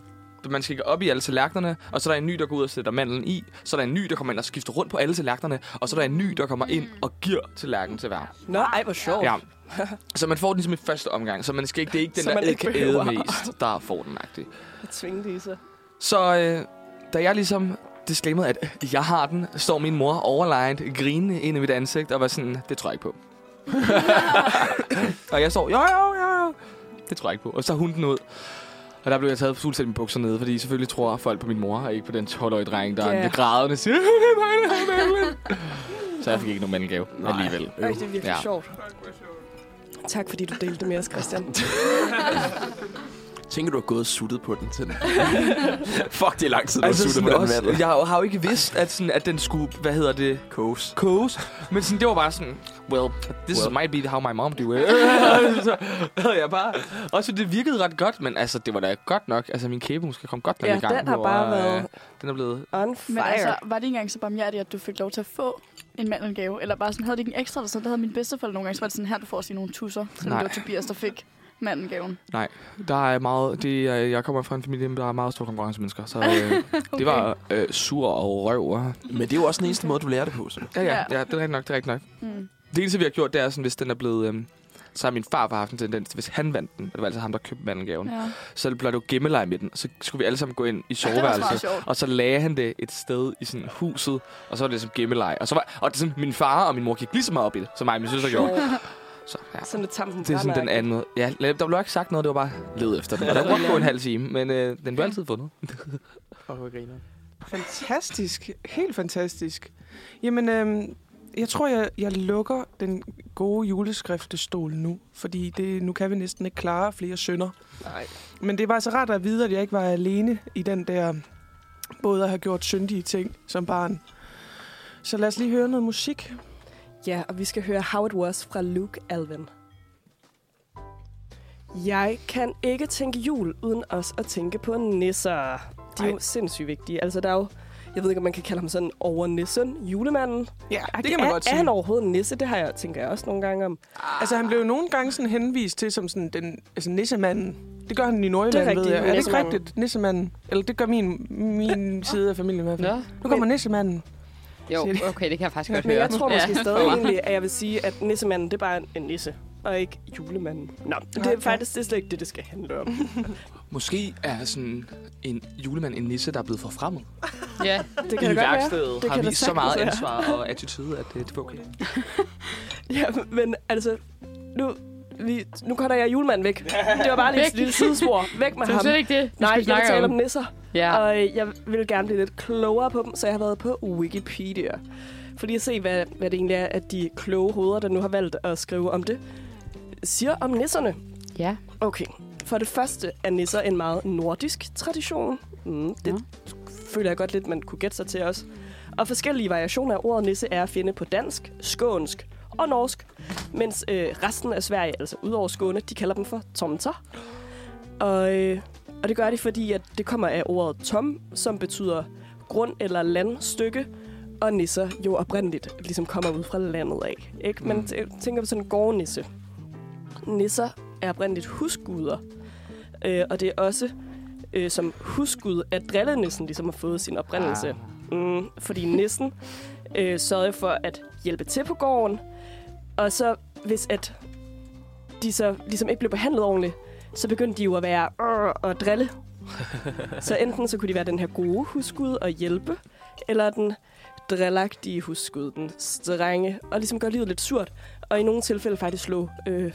[SPEAKER 1] man skænker op i alle tallerkenerne, og så er der en ny, der går ud og sætter mandlen i. Så er der en ny, der kommer ind og skifter rundt på alle tallerkenerne. Og så er der en ny, der kommer ind
[SPEAKER 3] Mm.
[SPEAKER 1] og giver tallerkenen til hver.
[SPEAKER 3] Nå, ej, hvor sjovt.
[SPEAKER 1] Ja. Så man får den som i første omgang, så man skal ikke, det er ikke den,
[SPEAKER 3] Så
[SPEAKER 1] der
[SPEAKER 3] man
[SPEAKER 1] ikke
[SPEAKER 3] ikke
[SPEAKER 1] kan æde
[SPEAKER 3] behøver.
[SPEAKER 1] mest, der får den agtig.
[SPEAKER 3] Jeg tvingte i sig.
[SPEAKER 1] Så øh, da jeg ligesom disclaimede, at jeg har den, står min mor overlegnet, grinende ind i mit ansigt og var sådan, det tror jeg ikke på. og jeg står, jo, jo, jo, jo. Det tror jeg ikke på. Og så hun den ud. Og der blev jeg taget fuldstændig med bukser nede, fordi selvfølgelig tror folk på min mor, og ikke på den 12-årige dreng, der
[SPEAKER 3] Ja.
[SPEAKER 1] yeah. ved grædende siger, det er mig, der har mandlen." Så jeg fik ikke nogen mandgave
[SPEAKER 4] Nej.
[SPEAKER 1] alligevel.
[SPEAKER 3] Ej, det er virkelig
[SPEAKER 1] Ja.
[SPEAKER 3] ja. sjovt. Tak fordi du delte det med os, Christian.
[SPEAKER 4] Tænker du har gået og suttet på den til den? Fuck, det er lang tid,
[SPEAKER 1] Altså,
[SPEAKER 4] du altså, har suttet
[SPEAKER 1] sådan
[SPEAKER 4] på den
[SPEAKER 1] også,
[SPEAKER 4] vandel.
[SPEAKER 1] jeg har jo ikke vidst, at, sådan, at den skulle, hvad hedder det,
[SPEAKER 4] Kose.
[SPEAKER 1] koges. Men sådan, det var bare sådan, well, this well.
[SPEAKER 4] Well.
[SPEAKER 1] might be how my mom do it. så havde jeg bare... Også det virkede ret godt, men altså, det var da godt nok. Altså, min kæbe, hun skal komme godt nok
[SPEAKER 3] Ja,
[SPEAKER 1] i gang.
[SPEAKER 3] den har
[SPEAKER 1] hvor,
[SPEAKER 3] bare
[SPEAKER 1] øh,
[SPEAKER 3] været-
[SPEAKER 1] Den er blevet...
[SPEAKER 3] On
[SPEAKER 7] Men
[SPEAKER 3] fire.
[SPEAKER 7] altså, var det ikke engang så barmhjertigt, at du fik lov til at få en mand en gave? Eller bare sådan, havde det ikke en ekstra, eller sådan, der havde min bedsteforældre nogle gange, så var det sådan, her du får også lige nogle tusser. Så
[SPEAKER 1] Nej.
[SPEAKER 7] det var Tobias, der fik manden gaven.
[SPEAKER 1] Der er meget... Det, er- jeg kommer fra en familie, der er meget store konkurrencemennesker, så øh, okay. det var øh, sur og røv.
[SPEAKER 4] Men det er jo også den eneste måde, du lærer det på, så.
[SPEAKER 1] Ja, ja,
[SPEAKER 7] Ja.
[SPEAKER 1] ja, det er rigtigt nok, det er rigtigt nok.
[SPEAKER 7] Mm.
[SPEAKER 1] Det eneste, vi har gjort, det er sådan, hvis den er blevet... Øh, så har min far haft en tendens, til, hvis han vandt den, og det var altså ham, der købte mandelgaven, ja.
[SPEAKER 7] Ja.
[SPEAKER 1] så blev det jo gemmeleje med den, og så skulle vi alle sammen gå ind i
[SPEAKER 7] Det var også
[SPEAKER 1] soveværelset,
[SPEAKER 7] meget sjovt.
[SPEAKER 1] Og så lagde han det et sted i sådan huset, og så var det som gemmeleje. Og, så var, og det, sådan, min far og min mor gik lige så meget op i det, som mig og min søster gjorde. Så, ja.
[SPEAKER 3] Sådan lidt tampen
[SPEAKER 1] Det er sådan den anden. Ja, der blev ikke sagt noget, det var bare led efter den. Og der kunne gå en halv time, men øh, den blev altid fundet.
[SPEAKER 5] Fuck, hvor griner.
[SPEAKER 6] Fantastisk. Helt fantastisk. Jamen, øhm, jeg tror, jeg, jeg lukker den gode juleskriftestol nu, fordi det, nu kan vi næsten ikke klare flere sønder.
[SPEAKER 3] Nej.
[SPEAKER 6] Men det var så rart at vide, at jeg ikke var alene i den der, både at have gjort syndige ting som barn. Så lad os lige høre noget musik.
[SPEAKER 3] Ja, og vi skal høre How It Was fra Luke Alvin. Jeg kan ikke tænke jul uden også at tænke på nisser. De er jo sindssygt vigtige. Altså, der er jo, Jeg ved ikke, om man kan kalde ham sådan over nissen, julemanden.
[SPEAKER 6] Ja, det kan man
[SPEAKER 3] er,
[SPEAKER 6] godt
[SPEAKER 3] Er
[SPEAKER 6] sige.
[SPEAKER 3] han overhovedet en nisse? Det har jeg, tænker jeg også nogle gange om.
[SPEAKER 6] Altså, han blev jo nogle gange sådan henvist til som sådan den altså, nissemanden. Det gør han i Nordjylland,
[SPEAKER 3] Det er
[SPEAKER 6] det er ved
[SPEAKER 3] rigtigt,
[SPEAKER 6] jeg. Er det ikke
[SPEAKER 3] nissemanden.
[SPEAKER 6] rigtigt, nissemanden? Eller det gør min, min side af familien i hvert fald.
[SPEAKER 2] Nå.
[SPEAKER 6] Nu kommer nissemanden.
[SPEAKER 2] Jo,
[SPEAKER 6] Siger de.
[SPEAKER 2] okay, det kan jeg faktisk godt
[SPEAKER 3] Men
[SPEAKER 2] høre.
[SPEAKER 3] jeg tror måske
[SPEAKER 2] Ja.
[SPEAKER 3] stadig egentlig, at jeg vil sige, at nissemanden, det er bare en, en nisse, og ikke julemanden. Nå, det
[SPEAKER 6] Nej,
[SPEAKER 3] er
[SPEAKER 6] ja.
[SPEAKER 3] faktisk det er slet ikke det, det skal handle om.
[SPEAKER 1] Måske er sådan en julemand en nisse, der er blevet forfremmet.
[SPEAKER 2] Ja,
[SPEAKER 3] Det
[SPEAKER 1] I
[SPEAKER 3] kan da godt være.
[SPEAKER 1] værkstedet
[SPEAKER 3] Det
[SPEAKER 1] har
[SPEAKER 3] kan
[SPEAKER 1] vi
[SPEAKER 3] da
[SPEAKER 1] så meget
[SPEAKER 3] sagtens
[SPEAKER 1] ansvar og attitude, at det er okay.
[SPEAKER 3] Ja, men altså, nu, vi, nu cutter jeg julemanden væk. Det var bare lige et
[SPEAKER 2] Væk.
[SPEAKER 3] lille sidespor. Væk med
[SPEAKER 2] det er
[SPEAKER 3] ham.
[SPEAKER 2] slet ikke det, vi
[SPEAKER 3] Nej,
[SPEAKER 2] skal
[SPEAKER 3] jeg vil
[SPEAKER 2] snakke
[SPEAKER 3] tale
[SPEAKER 2] om.
[SPEAKER 3] om nisser.
[SPEAKER 2] Ja.
[SPEAKER 3] Og øh, jeg vil gerne blive lidt klogere på dem, så jeg har været på Wikipedia. Fordi at se, hvad, hvad det egentlig er, at de kloge hoveder, der nu har valgt at skrive om det, siger om nisserne.
[SPEAKER 2] ja.
[SPEAKER 3] Okay. For det første er nisser en meget nordisk tradition. Mm, det føler jeg godt lidt, man kunne gætte sig til også. Og forskellige variationer af ordet nisse er at finde på dansk, skånsk og norsk. Mens øh, resten af Sverige, altså udover Skåne, de kalder dem for tomter. Og, øh, og det gør de, fordi at det kommer af ordet tom, som betyder grund eller landstykke. Og nisser jo oprindeligt ligesom kommer ud fra landet af. Ikke? Man tæ- tænker på sådan en gårdnisse. Nisser er oprindeligt husguder. Øh, og det er også øh, som husgud, at drillenissen ligesom har fået sin oprindelse.
[SPEAKER 1] Ah.
[SPEAKER 3] Mm, fordi nissen øh, sørgede for at hjælpe til på gården. Og så hvis at de så ligesom ikke blev behandlet ordentligt, så begyndte de jo at være "Arr" og drille. så enten så kunne de være den her gode husgud og hjælpe, eller den drillagtige husgud, den strenge, og ligesom gøre livet lidt surt. Og i nogle tilfælde faktisk slå øh,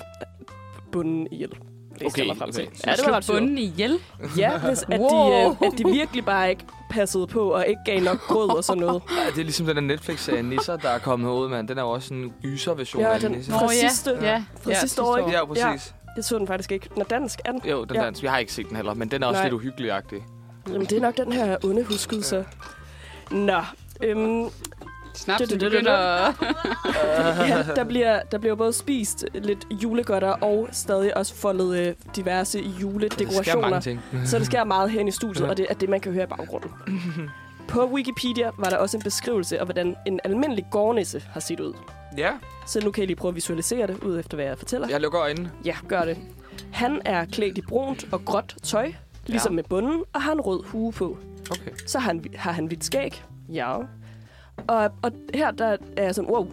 [SPEAKER 3] bunden ihjel. Det
[SPEAKER 1] Okay,
[SPEAKER 3] mig frem til.
[SPEAKER 1] okay.
[SPEAKER 3] Ja, det var ret syret.
[SPEAKER 2] bunden ihjel.
[SPEAKER 3] Ja, hvis at, de, øh, at de virkelig bare ikke passede på og ikke gav nok grød og sådan noget.
[SPEAKER 1] Ja, det er ligesom den der Netflix-serie Nisser, der er kommet ud, mand. Den er jo også en gyser-version
[SPEAKER 3] Ja,
[SPEAKER 1] af
[SPEAKER 3] den-
[SPEAKER 1] den... Nisse.
[SPEAKER 3] Nå, Fra sidste- fra sidste år, ikke?
[SPEAKER 1] Ja, præcis.
[SPEAKER 3] Jeg så den faktisk ikke. Når dansk er den.
[SPEAKER 1] Ja. Jo, den
[SPEAKER 3] Ja.
[SPEAKER 1] ja. dansk. Jeg har ikke set den heller, men den er også
[SPEAKER 3] Nej.
[SPEAKER 1] Nej. lidt uhyggelig-agtig. Altså,
[SPEAKER 3] Jamen, det er nok den her onde huskud, så. Nå, øhm,
[SPEAKER 2] Snaps,
[SPEAKER 3] Det-
[SPEAKER 2] du
[SPEAKER 3] det- det-
[SPEAKER 2] begynder at...
[SPEAKER 3] ja, der, bliver, der bliver både spist lidt julegodter og stadig også foldet øh, diverse
[SPEAKER 1] Det sker mange
[SPEAKER 3] juledekorationer.
[SPEAKER 1] ting. Mm.
[SPEAKER 3] Så det sker meget herinde i studiet, og det er det, man kan høre i baggrunden. På Wikipedia var der også en beskrivelse af, hvordan en almindelig gårdnisse har set ud.
[SPEAKER 1] Ja,
[SPEAKER 3] Så nu kan jeg lige prøve at visualisere det, ud efter hvad jeg fortæller.
[SPEAKER 1] jeg lukker øjnene.
[SPEAKER 3] Ja, gør det. Han er klædt i brunt og gråt tøj, ligesom ja. med bunden, og har en rød hue på.
[SPEAKER 1] Okay.
[SPEAKER 3] Så har han, har han hvidt skæg. Ja. Og, og her der er jeg sådan, wow.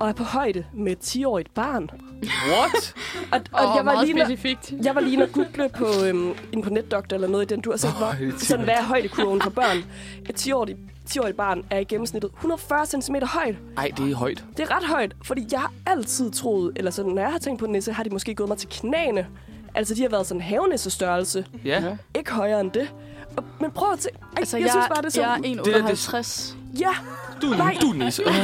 [SPEAKER 3] Og er på højde med et 10-årigt barn.
[SPEAKER 1] What?
[SPEAKER 3] Og, og
[SPEAKER 2] Åh,
[SPEAKER 3] jeg var
[SPEAKER 2] meget
[SPEAKER 3] lige når,
[SPEAKER 2] specifikt.
[SPEAKER 3] jeg var lige inde at google på øhm, en på netdoktor eller noget i den du har set, hvor,
[SPEAKER 1] Højde til-
[SPEAKER 3] sådan, hvad er højdekurven for børn? Et 10-årigt, 10-årigt barn er i gennemsnittet 140 cm højt.
[SPEAKER 1] Ej, det er højt.
[SPEAKER 3] Det er ret højt, fordi jeg har altid troet, eller sådan, når jeg har tænkt på nisse, har de måske gået mig til knæene. Altså, de har været sådan havenissestørrelse.
[SPEAKER 1] Ja.
[SPEAKER 3] Ikke højere end det. Og, men prøv at tænke. Ej,
[SPEAKER 7] Altså,
[SPEAKER 3] jeg, jeg, synes bare, det er så...
[SPEAKER 7] jeg er
[SPEAKER 3] Jeg...
[SPEAKER 7] 158.
[SPEAKER 3] Ja,
[SPEAKER 1] Du,
[SPEAKER 3] Nej.
[SPEAKER 1] du er nisse.
[SPEAKER 3] men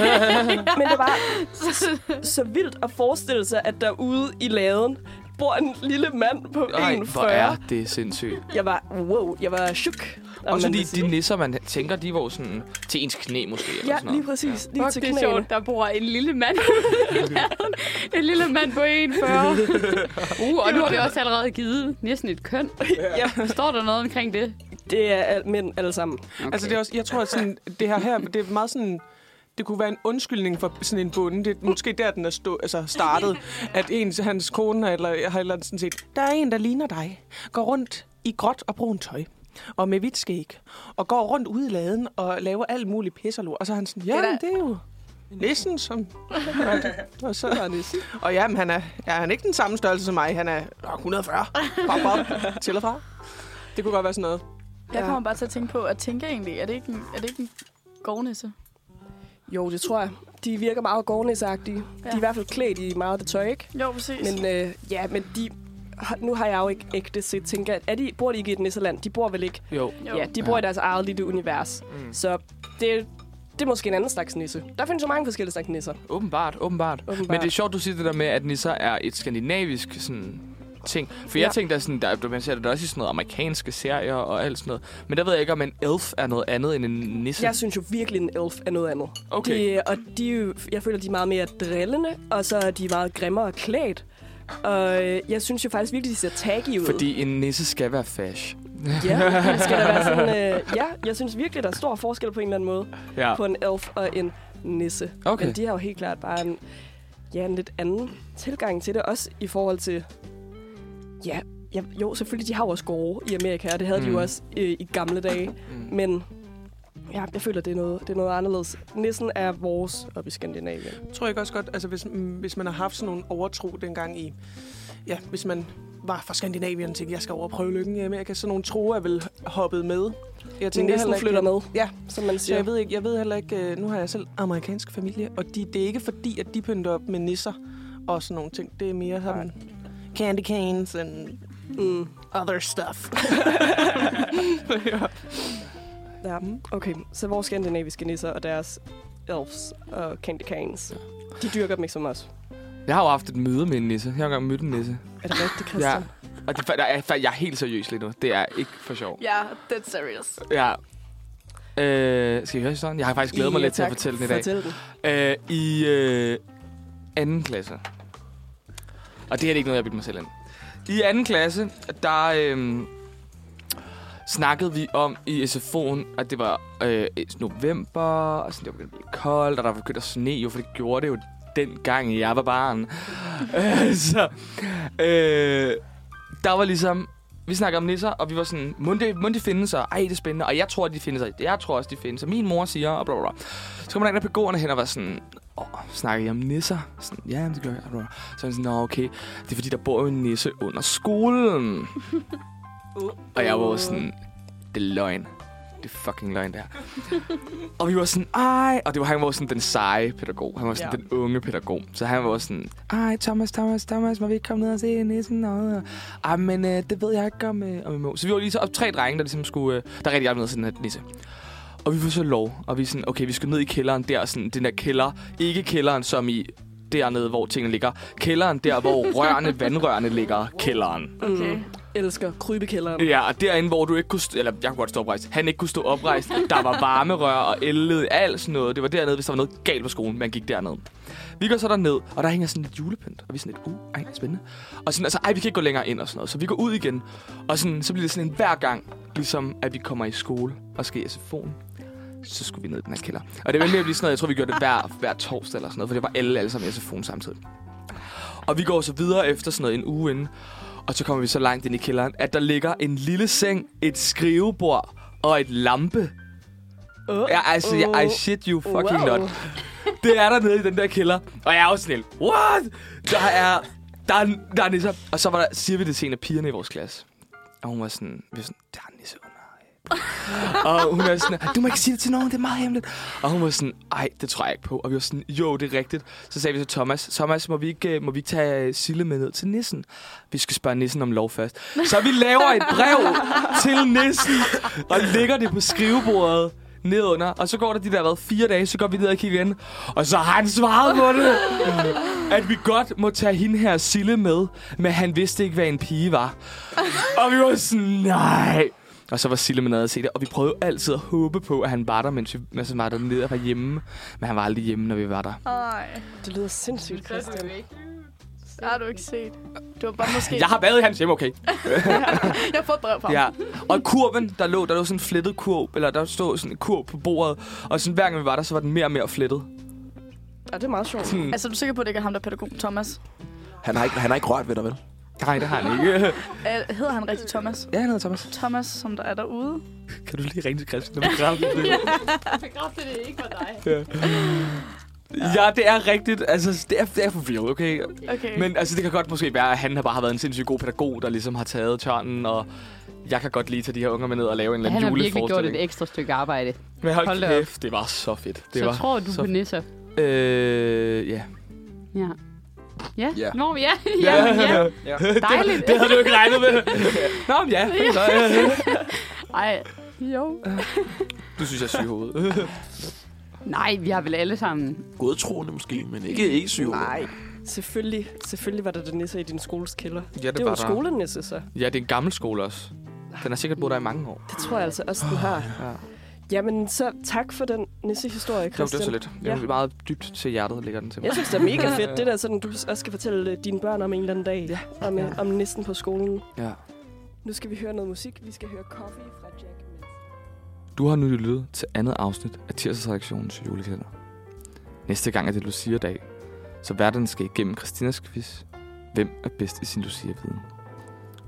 [SPEAKER 3] det er bare så, så vildt at forestille sig, at derude i laden bor en lille mand på
[SPEAKER 1] Ej, hvor
[SPEAKER 3] 41.
[SPEAKER 1] er det sindssygt.
[SPEAKER 3] Jeg var, wow, jeg var chok. altså- om
[SPEAKER 1] Og så
[SPEAKER 3] man vil
[SPEAKER 1] de,
[SPEAKER 3] sige.
[SPEAKER 1] de nisser, man tænker, de var jo sådan til ens knæ måske. Eller
[SPEAKER 3] Ja,
[SPEAKER 1] sådan noget.
[SPEAKER 3] lige præcis. Lige
[SPEAKER 2] Fuck,
[SPEAKER 3] til
[SPEAKER 2] det er
[SPEAKER 3] knæene.
[SPEAKER 2] sjovt, der bor en lille mand i laden. En lille mand på 41. Uh, og nu har vi også allerede givet næsten et køn. Ja. Står der noget omkring det?
[SPEAKER 3] Det er al- mænd alle sammen.
[SPEAKER 6] Okay. Altså, det er også, jeg tror, at sådan, det her her, det er meget sådan... Det kunne være en undskyldning for sådan en bonde. Det er måske der, den er stå, altså startet. At ens, hans kone eller, har eller andet sådan set, der er en, der ligner dig, går rundt i gråt og brun tøj og med hvidt skæg, og går rundt ude i laden og laver alt muligt pis og lort. Og så er han sådan, ja, det er jo nissen, som gør det." Og så er nissen. Og jamen, han er, ja, han er ikke den samme størrelse som mig. Han er "Nå, 140. Bop, bop. Til og fra. Det kunne godt være sådan noget.
[SPEAKER 7] Jeg kommer bare til at tænke på, at tænke egentlig, er det ikke en, er det ikke en gårdnisse?
[SPEAKER 3] Jo, det tror jeg. De virker meget gårdnæsagtige. Ja. De er i hvert fald klædt i meget af det tøj, ikke?
[SPEAKER 7] Jo, præcis.
[SPEAKER 3] Men øh, ja, men de... Nu har jeg jo ikke ægte set, tænker jeg, er de, bor de ikke i et nisseland? De bor vel ikke?
[SPEAKER 1] Jo.
[SPEAKER 7] jo.
[SPEAKER 3] Ja, de bor ja. i deres eget lille univers. Mm. Så det, det er måske en anden slags nisse. Der findes jo mange forskellige slags nisser.
[SPEAKER 1] Åbenbart, åbenbart,
[SPEAKER 3] Åbenbart.
[SPEAKER 1] åbenbart. Men det er sjovt, du siger det der med, at nisser er et skandinavisk sådan, ting. For
[SPEAKER 3] Ja.
[SPEAKER 1] jeg tænkte, at sådan, der, der- man ser det også i sådan noget amerikanske serier og alt sådan noget. Men der ved jeg ikke, om en elf er noget andet end en nisse.
[SPEAKER 3] Jeg synes jo virkelig, en elf er noget andet.
[SPEAKER 1] Okay.
[SPEAKER 3] De, øh, og de, er jo- jeg føler, de er meget mere drillende, og så er de meget grimmere klædt. Og øh, jeg synes jo faktisk virkelig, de ser taggy ud.
[SPEAKER 1] Fordi en nisse skal være fash.
[SPEAKER 3] Ja, det skal der være sådan, øh, ja, jeg synes virkelig, der er stor forskel på en eller anden måde
[SPEAKER 1] Ja.
[SPEAKER 3] på en elf og en nisse.
[SPEAKER 1] Okay.
[SPEAKER 3] Men de har jo helt klart bare en, ja, en lidt anden tilgang til det, også i forhold til... Ja, ja jo, selvfølgelig, de har jo også gårde i Amerika, og det havde mm. de
[SPEAKER 1] Mm.
[SPEAKER 3] jo også øh, i gamle dage.
[SPEAKER 1] Mm.
[SPEAKER 3] Men ja, jeg føler, det er noget, det er noget anderledes. Nissen er vores op i Skandinavien.
[SPEAKER 6] Jeg tror ikke også godt, altså hvis, mm, hvis man har haft sådan nogle overtro dengang i... Ja, hvis man var fra Skandinavien og tænkte, jeg skal over og prøve lykken i Amerika, så nogle troer er vel hoppet med. Jeg
[SPEAKER 3] Til
[SPEAKER 6] heller
[SPEAKER 3] Nissen
[SPEAKER 6] ikke-
[SPEAKER 3] flytter med,
[SPEAKER 6] Ja,
[SPEAKER 3] som man
[SPEAKER 6] Så
[SPEAKER 3] siger.
[SPEAKER 6] jeg ved, ikke, jeg ved heller ikke, øh, nu har jeg selv amerikansk familie, og de, det er ikke fordi, at de pynter op med nisser og sådan nogle ting. Det er mere sådan candy canes and
[SPEAKER 3] Mm.
[SPEAKER 6] other stuff.
[SPEAKER 3] Ja, okay. Så vores skandinaviske nisser og deres elves og candy canes, de dyrker dem ikke som os.
[SPEAKER 1] Jeg har jo haft et møde med en nisse. Jeg har engang mødt en nisse.
[SPEAKER 3] Er det rigtigt, Christian?
[SPEAKER 1] Og det, jeg, er, jeg er helt seriøs lige nu. Det er ikke for sjov.
[SPEAKER 7] Ja, that's serious.
[SPEAKER 1] Ja. Øh, skal I høre sådan? Jeg har faktisk glædet mig
[SPEAKER 3] Ja,
[SPEAKER 1] lidt til at
[SPEAKER 3] tak.
[SPEAKER 1] fortælle den i dag.
[SPEAKER 3] Fortæl den.
[SPEAKER 1] øh, i øh, anden klasse. Og det her er ikke noget, jeg bildte mig selv ind. I anden klasse, der øh, snakkede vi om i SFO'en, at det var øh, november, og sådan, det var begyndt at blive koldt, og der var begyndt at sne, jo, for det gjorde det jo dengang, jeg var barn. Øh, så, øh, der var ligesom, vi snakker om nisser, og vi var sådan, må de, må de finde sig? Ej, det er spændende. Og jeg tror, at de finder sig. Jeg tror også, de finder sig. Min mor siger, og bla bla bla. Så kommer der en af pædagogerne hen og var sådan, åh, snakker I om nisser? Sådan, ja, men det gør jeg. Bla, bla. Så er han sådan, nå okay, det er fordi, der bor jo en nisse under skolen. og jeg var jo sådan, det er løgn. Det er fucking løgn, der. og vi var sådan, ej. Og det var, han var jo sådan den seje pædagog. Han var sådan ja. den unge pædagog. Så han var jo sådan, ej, Thomas, Thomas, Thomas, må vi ikke komme ned og se nissen? Og, ej, men øh, det ved jeg ikke om, øh, om I må. Så vi var lige så op tre drenge, der ligesom skulle, øh, der rigtig gerne ville ned og se den her nisse. Og vi får så lov, og vi er sådan, okay, vi skal ned i kælderen der, sådan, den der kælder, ikke kælderen som i dernede, hvor tingene ligger, kælderen der, hvor rørene, vandrørene ligger, kælderen.
[SPEAKER 7] Okay.
[SPEAKER 3] Elsker krybekælderen.
[SPEAKER 1] Ja, og derinde, hvor du ikke kunne... St- eller jeg kunne godt stå oprejst. Han ikke kunne stå oprejst. Der var varmerør og ellede, alt sådan noget. Det var dernede, hvis der var noget galt på skolen. Man gik derned. Vi går så derned, og der hænger sådan lidt julepynt. Og vi er sådan lidt, uh, ej, spændende. Og sådan, altså, ej, vi kan ikke gå længere ind og sådan noget. Så vi går ud igen. Og sådan, så bliver det sådan en hver gang, ligesom at vi kommer i skole og skal i SFO'en. Så skulle vi ned i den her kælder. Og det var med at blive sådan noget, jeg tror, vi gjorde det hver, hver torsdag eller sådan noget. For det var alle, alle sammen i SFO'en samtidig. Og vi går så videre efter sådan noget en uge inden. Og så kommer vi så langt ind i kælderen, at der ligger en lille seng, et skrivebord og et lampe.
[SPEAKER 3] Åh,
[SPEAKER 1] Ja, altså, jeg, I
[SPEAKER 3] åh,
[SPEAKER 1] shit you fucking
[SPEAKER 3] wow.
[SPEAKER 1] wow. not. Det er der nede i den der kælder. Og jeg er også sådan, helt, what? Der er, der er, der er nisser. Og så var der, siger vi det til en af pigerne i vores klasse. Og hun var sådan, vi var sådan der er en nisse under. øh." og hun var sådan, du må ikke sige det til nogen, det er meget hemmeligt. Og hun var sådan, ej, det tror jeg ikke på. Og vi var sådan, jo, det er rigtigt. Så sagde vi til Thomas, Thomas, må vi ikke, øh, må vi ikke tage øh, Sille med ned til nissen? Vi skal spørge nissen om lov først. Så vi laver et brev til nissen, og lægger det på skrivebordet nedunder. Og så går der de der hvad, fire dage, så går vi ned og kigger igen. Og så har han svaret på det. At vi godt må tage hende her Sille med, men han vidste ikke, hvad en pige var. Og vi var sådan, nej. Og så var Sille med nede at se det, og vi prøvede altid at håbe på, at han var der, mens vi altså, var dernede og var hjemme. Men han var aldrig hjemme, når vi var der.
[SPEAKER 7] Ej,
[SPEAKER 3] Det lyder sindssygt,
[SPEAKER 9] Så er du
[SPEAKER 3] Christian.
[SPEAKER 9] jo ikke.
[SPEAKER 7] det har du ikke set. Du har bare måske...
[SPEAKER 1] Jeg har været i hans hjem, okay.
[SPEAKER 7] jeg har fået et brev fra
[SPEAKER 1] Ja.
[SPEAKER 7] ham.
[SPEAKER 1] Og kurven, der lå, der lå sådan en flettet kurv, eller der stod sådan en kurv på bordet, og sådan hver gang vi var der, så var den mere og mere flettet.
[SPEAKER 3] Ja, det er meget sjovt.
[SPEAKER 1] Sådan,
[SPEAKER 7] Altså, er du sikker på, at det ikke er ham, der er pædagog, Thomas?
[SPEAKER 4] Han har ikke, han har ikke rørt ved dig, vel?
[SPEAKER 1] nej, det har han ikke.
[SPEAKER 7] Er, hedder han rigtig Thomas?
[SPEAKER 1] Ja, han hedder Thomas.
[SPEAKER 7] Thomas, som der er derude.
[SPEAKER 1] Kan du lige ringe til Christian og bekræfte det?
[SPEAKER 9] Bekræfter det ikke var dig.
[SPEAKER 1] Ja, det er rigtigt. Altså, det er, det er for real, okay?
[SPEAKER 7] Okay.
[SPEAKER 1] Men altså, det kan godt måske være, at han har bare har været en sindssygt god pædagog, der ligesom har taget tørnen, og jeg kan godt lide tage de her unger med ned og lave en eller
[SPEAKER 2] Han
[SPEAKER 1] anden
[SPEAKER 2] har virkelig gjort
[SPEAKER 1] juleforestilling.
[SPEAKER 2] et ekstra stykke arbejde.
[SPEAKER 1] Men hold,
[SPEAKER 2] Hold da
[SPEAKER 1] kæft, det var så fedt. Det
[SPEAKER 2] så
[SPEAKER 1] var
[SPEAKER 2] tror du
[SPEAKER 1] så
[SPEAKER 2] på nisser.
[SPEAKER 1] fedt. Øh, ja.
[SPEAKER 2] Ja. Ja.
[SPEAKER 4] Ja.
[SPEAKER 2] Nå, ja. ja, ja.
[SPEAKER 1] ja.
[SPEAKER 2] Dejligt.
[SPEAKER 1] det, det havde du ikke regnet med. Nå, men ja. Så, øh,
[SPEAKER 2] Ej, jo.
[SPEAKER 1] du synes, jeg er syg i hovedet.
[SPEAKER 2] Nej, vi har vel alle sammen.
[SPEAKER 4] Godtroende måske, men ikke, ikke syv.
[SPEAKER 3] Nej. Selvfølgelig, selvfølgelig var der den nisse i din skoles kælder.
[SPEAKER 1] Ja, det,
[SPEAKER 3] Det er jo
[SPEAKER 1] var
[SPEAKER 3] en
[SPEAKER 1] der.
[SPEAKER 3] skolenisse, så.
[SPEAKER 1] Ja, det er en gammel skole også. Den har sikkert boet der i mange år.
[SPEAKER 3] Det tror jeg altså også, den har.
[SPEAKER 1] Ja.
[SPEAKER 3] Jamen, så tak for den nissehistorie,
[SPEAKER 1] Ah. Jo, det
[SPEAKER 3] Christian.
[SPEAKER 1] er så lidt. Ja.
[SPEAKER 3] Ja.
[SPEAKER 1] Meget dybt til hjertet ligger den til mig.
[SPEAKER 3] Jeg synes, det er mega fedt, det der sådan, du også skal fortælle øh, dine børn om en eller anden dag. Ja. Om, øh, om nissen på skolen.
[SPEAKER 1] Ja.
[SPEAKER 3] Nu skal vi høre noget musik. Vi skal høre Coffee fra Jack Mills.
[SPEAKER 1] Du har nu lyttet til andet afsnit af Tirsdagsredaktionens julekalender. Næste gang er det Lucia-dag, så værterne skal igennem Christinas quiz. Hvem er bedst i sin Lucia-viden?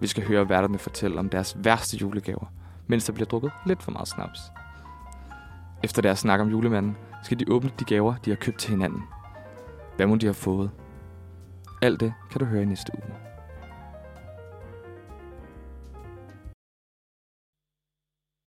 [SPEAKER 1] Vi skal høre værterne fortælle om deres værste julegaver, mens der bliver drukket lidt for meget snaps. Efter deres snak om julemanden, skal de åbne de gaver, de har købt til hinanden. Hvad må de have fået? Alt det kan du høre i næste uge.